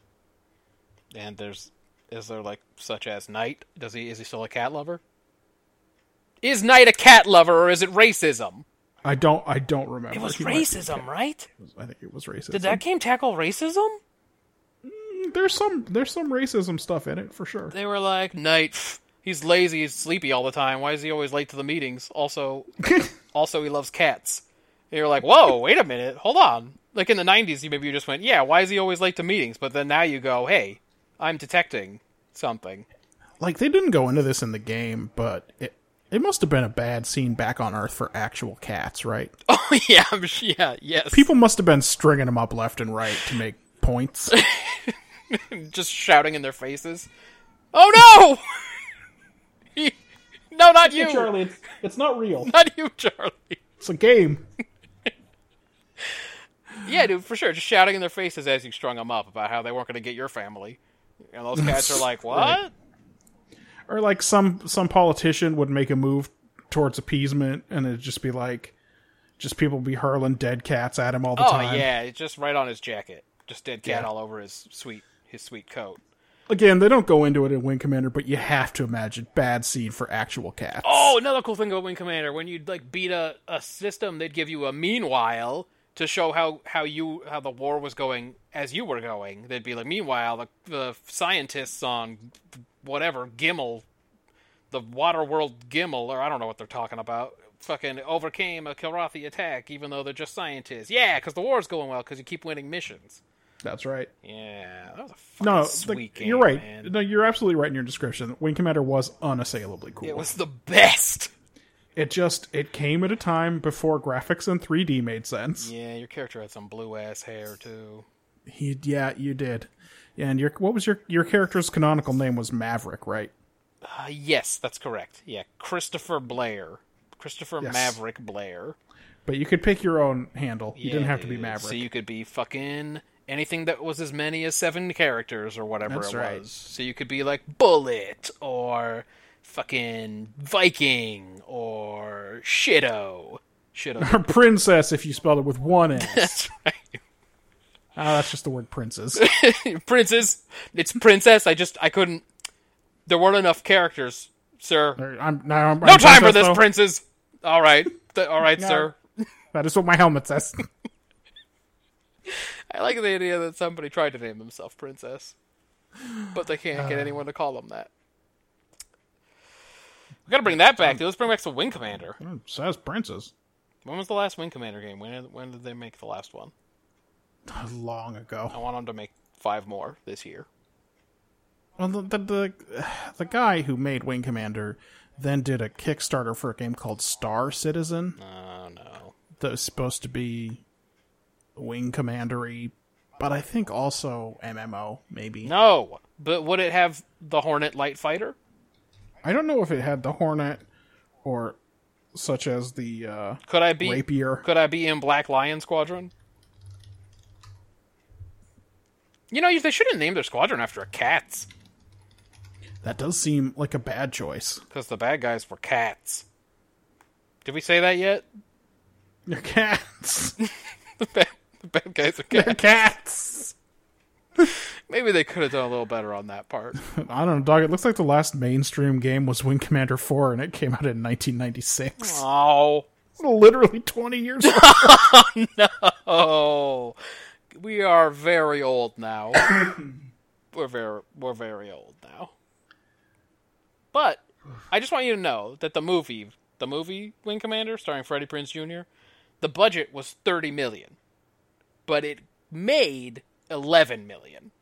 [SPEAKER 3] And there's is there like such as Knight? Does he is he still a cat lover? Is Knight a cat lover or is it racism?
[SPEAKER 2] I don't. I don't remember.
[SPEAKER 3] It was
[SPEAKER 2] He might be-
[SPEAKER 3] racism, right?
[SPEAKER 2] I think it was racism.
[SPEAKER 3] Did that game tackle racism?
[SPEAKER 2] There's some. There's some racism stuff in it for sure.
[SPEAKER 3] They were like, Knight, *sniffs* pff, he's lazy, he's sleepy all the time. Why is he always late to the meetings? Also, also he loves cats. And you're like, whoa, wait a minute, hold on. Like in the '90s, you maybe you just went, yeah, why is he always late to meetings? But then now you go, hey, I'm detecting something.
[SPEAKER 2] Like they didn't go into this in the game, but it it must have been a bad scene back on Earth for actual cats, right?
[SPEAKER 3] Oh *laughs* yeah, I'm sh- yeah, yes.
[SPEAKER 2] People must have been stringing them up left and right to make
[SPEAKER 3] *laughs*
[SPEAKER 2] points.
[SPEAKER 3] just shouting in their faces. Oh no! He- *laughs* no, not you,
[SPEAKER 2] it's, it's not real.
[SPEAKER 3] not you, Charlie.
[SPEAKER 2] It's a game.
[SPEAKER 3] Yeah, dude, for sure. Just shouting in their faces as you strung them up about how they weren't going to get your family. And those cats are *laughs* like, what?
[SPEAKER 2] Right. or like some some politician would make a move towards appeasement, and it'd just be like, just people be hurling dead cats at him all the
[SPEAKER 3] Oh,
[SPEAKER 2] time.
[SPEAKER 3] yeah, it's just right on his jacket. Just dead cat
[SPEAKER 2] Yeah.
[SPEAKER 3] all over his sweet his sweet coat.
[SPEAKER 2] Again, they don't go into it in Wing Commander, but you have to imagine bad scene for actual cats.
[SPEAKER 3] Oh, another cool thing about Wing Commander, when you'd like beat a, a system, they'd give you a meanwhile to show how, how you how the war was going as you were going. They'd be like, meanwhile, the, the scientists on whatever Gimmel, the Waterworld Gimmel, or I don't know what they're talking about, fucking overcame a Kilrathi attack, even though they're just scientists. Yeah, because the war's going well, because you keep winning missions.
[SPEAKER 2] that's right.
[SPEAKER 3] Yeah, that was a fucking
[SPEAKER 2] No, the-
[SPEAKER 3] sweet game.
[SPEAKER 2] you're right.
[SPEAKER 3] man.
[SPEAKER 2] No, you're absolutely right in your description. Wing Commander was unassailably cool.
[SPEAKER 3] It was the best.
[SPEAKER 2] It just it came at a time before graphics and 3D made sense.
[SPEAKER 3] Yeah, your character had some blue ass hair too.
[SPEAKER 2] He, yeah, you did. Yeah, and your what was your your character's canonical name was Maverick, right?
[SPEAKER 3] Uh, yes, that's correct. Yeah, Christopher Blair. Christopher
[SPEAKER 2] Yes.
[SPEAKER 3] Maverick Blair.
[SPEAKER 2] But you could pick your own handle. you didn't
[SPEAKER 3] Yeah,
[SPEAKER 2] have to be
[SPEAKER 3] dude.
[SPEAKER 2] Maverick.
[SPEAKER 3] So you could be fucking anything that was as many as seven characters or whatever
[SPEAKER 2] That's
[SPEAKER 3] it
[SPEAKER 2] right.
[SPEAKER 3] was. So you could be like Bullet or fucking Viking or Shido.
[SPEAKER 2] Or *laughs*
[SPEAKER 3] Shido.
[SPEAKER 2] *laughs* princess if you spelled it with one
[SPEAKER 3] *laughs*
[SPEAKER 2] S.
[SPEAKER 3] That's right.
[SPEAKER 2] Ah, that's just the word
[SPEAKER 3] *laughs*
[SPEAKER 2] princess.
[SPEAKER 3] Princess. It's princess. I just I couldn't there weren't enough characters, sir.
[SPEAKER 2] I'm, now I'm,
[SPEAKER 3] no
[SPEAKER 2] I'm
[SPEAKER 3] time for
[SPEAKER 2] princess,
[SPEAKER 3] this,
[SPEAKER 2] though.
[SPEAKER 3] princes. All right. Th- all
[SPEAKER 2] *laughs*
[SPEAKER 3] right,
[SPEAKER 2] No.
[SPEAKER 3] sir.
[SPEAKER 2] That is what my helmet says. *laughs*
[SPEAKER 3] I like the idea that somebody tried to name himself Princess, but they can't get
[SPEAKER 2] Uh.
[SPEAKER 3] anyone to call him that. We gotta bring that
[SPEAKER 2] Um,
[SPEAKER 3] back, dude. Let's bring back some Wing Commander.
[SPEAKER 2] It says princess.
[SPEAKER 3] When was the last Wing Commander game? When when did they make the last one?
[SPEAKER 2] Long ago.
[SPEAKER 3] I want them to make five more this year.
[SPEAKER 2] Well, the, the the the guy who made Wing Commander then did a Kickstarter for a game called Star Citizen
[SPEAKER 3] Oh no.
[SPEAKER 2] that was supposed to be Wing Commandery, but I think also MMO maybe.
[SPEAKER 3] No, but would it have the Hornet light fighter?
[SPEAKER 2] I don't know if it had the Hornet or such as the uh,
[SPEAKER 3] Could I be
[SPEAKER 2] Rapier.
[SPEAKER 3] Could I be in Black Lion Squadron? You know, they should have named their squadron after cats,
[SPEAKER 2] That does seem like a bad choice.
[SPEAKER 3] because the bad guys were cats. Did we say that yet?
[SPEAKER 2] They're cats.
[SPEAKER 3] *laughs* the bad, the bad guys are
[SPEAKER 2] They're
[SPEAKER 3] cats.
[SPEAKER 2] cats.
[SPEAKER 3] Maybe they could have done a little better on that part.
[SPEAKER 2] I don't know, dog. It looks like the last mainstream game was Wing Commander 4, and it came out in 1996.
[SPEAKER 3] Oh,
[SPEAKER 2] Literally 20 years ago.
[SPEAKER 3] oh, we are very old now. we're very we're very old now. But I just want you to know that the movie, the movie Wing Commander, starring Freddie Prinze Jr., the budget was thirty million, but it made eleven million.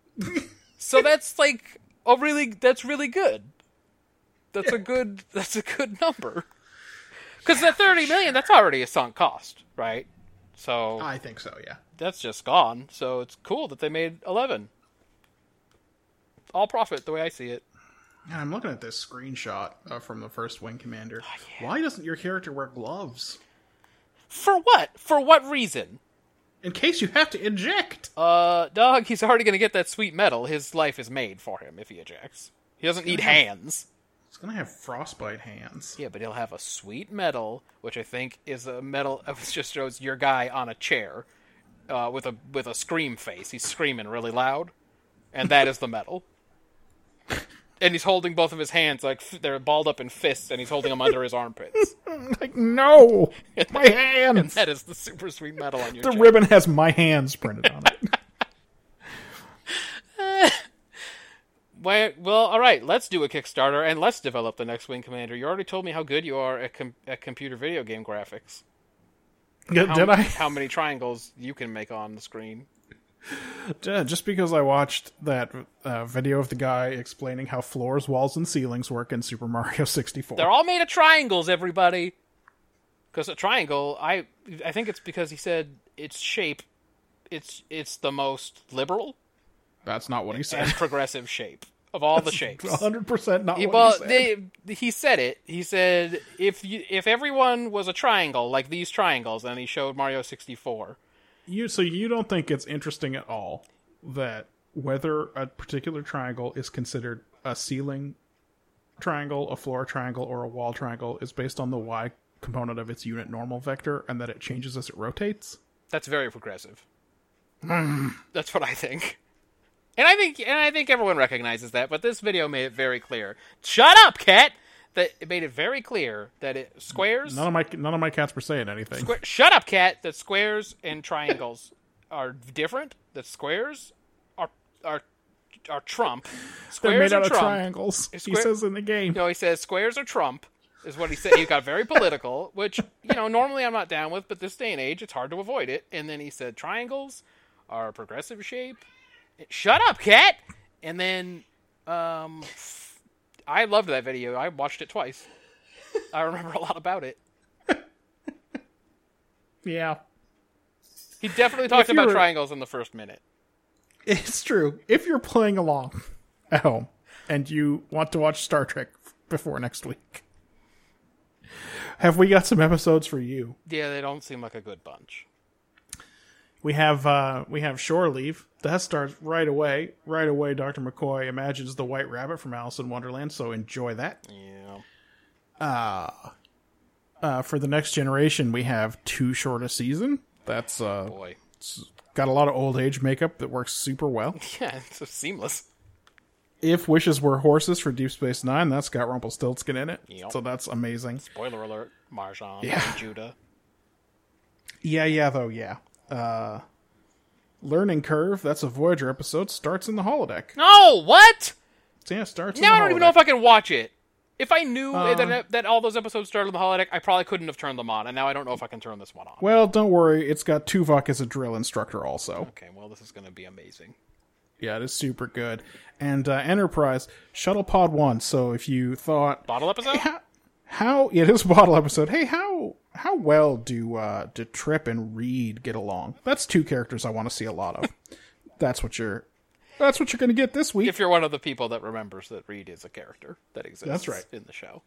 [SPEAKER 3] so that's like a really that's really good. That's a good that's a good number. Because the thirty million, that's already a sunk cost, right? So
[SPEAKER 2] I think so, yeah.
[SPEAKER 3] that's just gone. So it's cool that they made eleven. All profit, the way I see it.
[SPEAKER 2] And I'm looking at this screenshot uh, from the first Wing Commander. Why doesn't your character wear gloves?
[SPEAKER 3] For what? For what reason?
[SPEAKER 2] In case you have to inject!
[SPEAKER 3] Uh, dog, he's already gonna get that sweet medal. His life is made for him if he ejects. He doesn't need hands.
[SPEAKER 2] It's gonna have frostbite hands.
[SPEAKER 3] Yeah, but he'll have a sweet medal, which I think is a *laughs* medal of just shows your guy on a chair, uh, with a with a scream face. He's screaming really loud, and that is the medal. And he's holding both of his hands like f- they're balled up in fists, and he's holding them under his armpits.
[SPEAKER 2] Like, no! My hands!
[SPEAKER 3] *laughs* That is the super sweet medal on
[SPEAKER 2] *laughs*
[SPEAKER 3] your
[SPEAKER 2] The
[SPEAKER 3] chest.
[SPEAKER 2] ribbon has my hands printed on it.
[SPEAKER 3] *laughs* Why- well, all right, let's do a Kickstarter and let's develop the next Wing Commander. You already told me how good you are at, com- at computer video game graphics.
[SPEAKER 2] *laughs* Yeah,
[SPEAKER 3] How,
[SPEAKER 2] Did I?
[SPEAKER 3] How many triangles you can make on the screen?
[SPEAKER 2] Yeah, just because I watched that uh, video of the guy explaining how floors, walls, and ceilings work in Super Mario 64.
[SPEAKER 3] They're all made of triangles, everybody. Because a triangle, I I think it's because he said its shape, it's it's the most liberal
[SPEAKER 2] That's not what he *laughs*
[SPEAKER 3] and
[SPEAKER 2] said.
[SPEAKER 3] progressive shape of all the shapes.
[SPEAKER 2] 100% not
[SPEAKER 3] Yeah,
[SPEAKER 2] what
[SPEAKER 3] well,
[SPEAKER 2] he said.
[SPEAKER 3] they, he said it. He said if you, if everyone was a triangle like these triangles, and he showed Mario sixty four.
[SPEAKER 2] You, so you don't think it's interesting at all that whether a particular triangle is considered a ceiling triangle, a floor triangle, or a wall triangle is based on the y component of its unit normal vector and that it changes as it rotates?
[SPEAKER 3] That's very progressive.
[SPEAKER 2] Hmm.
[SPEAKER 3] That's what I think. And I think and I think everyone recognizes that, but this video made it very clear. Shut up, cat. That it made it very clear that it squares
[SPEAKER 2] None of my none of my cats were saying anything.
[SPEAKER 3] squ- Shut up, cat. That squares and triangles *laughs* are different. That squares are are are trump.
[SPEAKER 2] They're
[SPEAKER 3] Squares
[SPEAKER 2] made
[SPEAKER 3] are
[SPEAKER 2] out of
[SPEAKER 3] trump.
[SPEAKER 2] triangles. He
[SPEAKER 3] square-
[SPEAKER 2] says in the game.
[SPEAKER 3] No, he says squares are Trump, is what he said. He got very *laughs* political, which, you know, normally I'm not down with, but this day and age, it's hard to avoid it. And then he said triangles are a progressive shape. Shut up, cat! And then, um, I loved that video. I watched it twice. I remember a lot about it.
[SPEAKER 2] Yeah.
[SPEAKER 3] He definitely talked
[SPEAKER 2] you
[SPEAKER 3] about
[SPEAKER 2] were-
[SPEAKER 3] triangles in the first minute.
[SPEAKER 2] It's true. If you're playing along at home and you want to watch Star Trek before next week, have we got some episodes for you?
[SPEAKER 3] Yeah, they don't seem like a good bunch.
[SPEAKER 2] We have uh we have shore leave. That starts right away. Right away, Doctor McCoy imagines the White Rabbit from Alice in Wonderland. So enjoy that.
[SPEAKER 3] Yeah.
[SPEAKER 2] Uh, uh for the next generation, we have too short a season. That's uh
[SPEAKER 3] Boy. *laughs*
[SPEAKER 2] it's got a lot of old age makeup that works super well.
[SPEAKER 3] Yeah, it's so seamless.
[SPEAKER 2] If wishes were horses for Deep Space Nine, that's got Rumpelstiltskin in it.
[SPEAKER 3] Yep.
[SPEAKER 2] So that's amazing.
[SPEAKER 3] Spoiler alert: Marjan
[SPEAKER 2] Yeah.
[SPEAKER 3] and Judah.
[SPEAKER 2] Yeah, yeah, though, yeah. Uh, Learning Curve, that's a Voyager episode, starts in the holodeck.
[SPEAKER 3] No, what?
[SPEAKER 2] Yeah, starts in
[SPEAKER 3] Now
[SPEAKER 2] the
[SPEAKER 3] I don't even know if I can watch it. If I knew
[SPEAKER 2] Uh,
[SPEAKER 3] that, that all those episodes started on the holodeck, I probably couldn't have turned them on, and now I don't know if I can turn this one on.
[SPEAKER 2] Well, don't worry, it's got Tuvok as a drill instructor also.
[SPEAKER 3] Okay, well, this is going to be amazing.
[SPEAKER 2] Yeah, it is super good. And uh, Enterprise, Shuttle Pod 1, so if you thought,
[SPEAKER 3] Bottle
[SPEAKER 2] *laughs*
[SPEAKER 3] episode?
[SPEAKER 2] how, yeah, this bottle episode, hey, how how well do, uh, do Trip and Reed get along? That's two characters I want to see a lot *laughs* of. that's what you're... That's what you're going to get this week.
[SPEAKER 3] if you're one of the people that remembers that Reed is a character that exists
[SPEAKER 2] That's right.
[SPEAKER 3] in the show.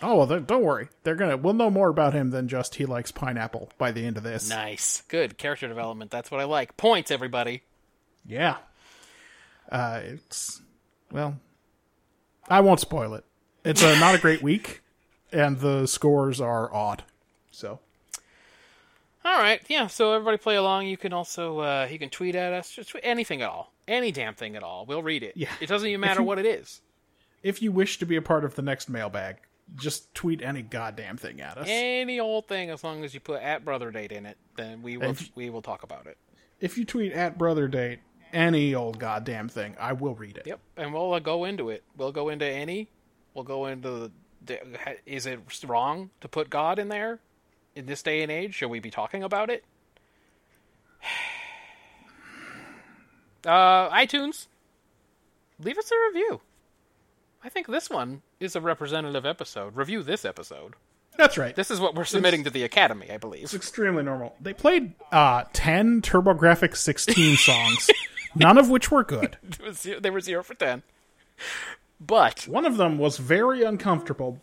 [SPEAKER 2] Oh well, then don't worry. They're gonna. We'll know more about him than just he likes pineapple by the end of this.
[SPEAKER 3] Nice. Good. Character development. That's what I like. Points, everybody.
[SPEAKER 2] Yeah. Uh, it's well, I won't spoil it. It's uh not a great week, and the scores are odd. So
[SPEAKER 3] All right. Yeah. So everybody play along. You can also, uh, you can tweet at us. Just tweet anything at all. Any damn thing at all. We'll read it.
[SPEAKER 2] Yeah.
[SPEAKER 3] It doesn't even
[SPEAKER 2] If
[SPEAKER 3] matter
[SPEAKER 2] you-
[SPEAKER 3] what it is.
[SPEAKER 2] if you wish to be a part of the next mailbag, just tweet any goddamn thing at us.
[SPEAKER 3] Any old thing, as long as you put at brother date in it, then we will,
[SPEAKER 2] If-
[SPEAKER 3] we will talk about it.
[SPEAKER 2] If you tweet at brother date any old goddamn thing, I will read it.
[SPEAKER 3] Yep, and we'll uh, go into it. We'll go into any. We'll go into the. the is it wrong to put God in there in this day and age? Should we be talking about it? *sighs* Uh, iTunes, leave us a review. I think this one is a representative episode. Review this episode.
[SPEAKER 2] That's right.
[SPEAKER 3] This is what we're submitting to the Academy, I believe.
[SPEAKER 2] It's extremely normal. They played uh, 10 TurboGrafx
[SPEAKER 3] *laughs*
[SPEAKER 2] 16 songs, none of which were good.
[SPEAKER 3] *laughs* It was ze- They were zero for ten. But
[SPEAKER 2] One of them was very uncomfortable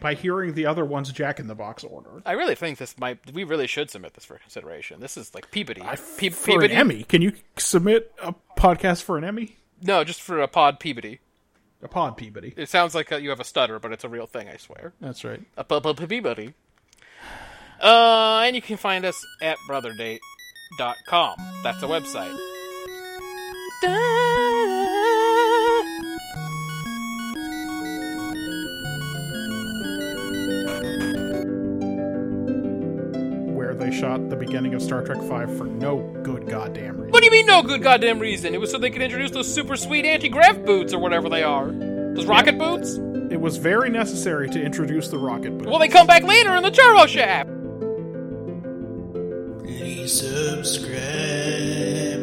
[SPEAKER 2] by hearing the other one's Jack in the Box order.
[SPEAKER 3] I really think this might. We really should submit this for consideration. This is like Peabody. Pe-
[SPEAKER 2] For an Emmy. Can you submit a podcast for an Emmy?
[SPEAKER 3] No, just for a pod Peabody.
[SPEAKER 2] A pod Peabody.
[SPEAKER 3] It sounds like uh you have a stutter, but it's a real thing. I swear.
[SPEAKER 2] That's right.
[SPEAKER 3] A pub- pub- Peabody. Uh, and you can find us at brotherdate.com. That's a website.
[SPEAKER 2] Where they shot the beginning of Star Trek V for no good goddamn reason.
[SPEAKER 3] What do you mean, no good goddamn reason? It was so they could introduce those super sweet anti-grav boots or whatever they are. Those rocket boots?
[SPEAKER 2] It was very necessary to introduce the rocket boot.
[SPEAKER 3] Well, they come back later in the turbo shaft.
[SPEAKER 1] Please subscribe.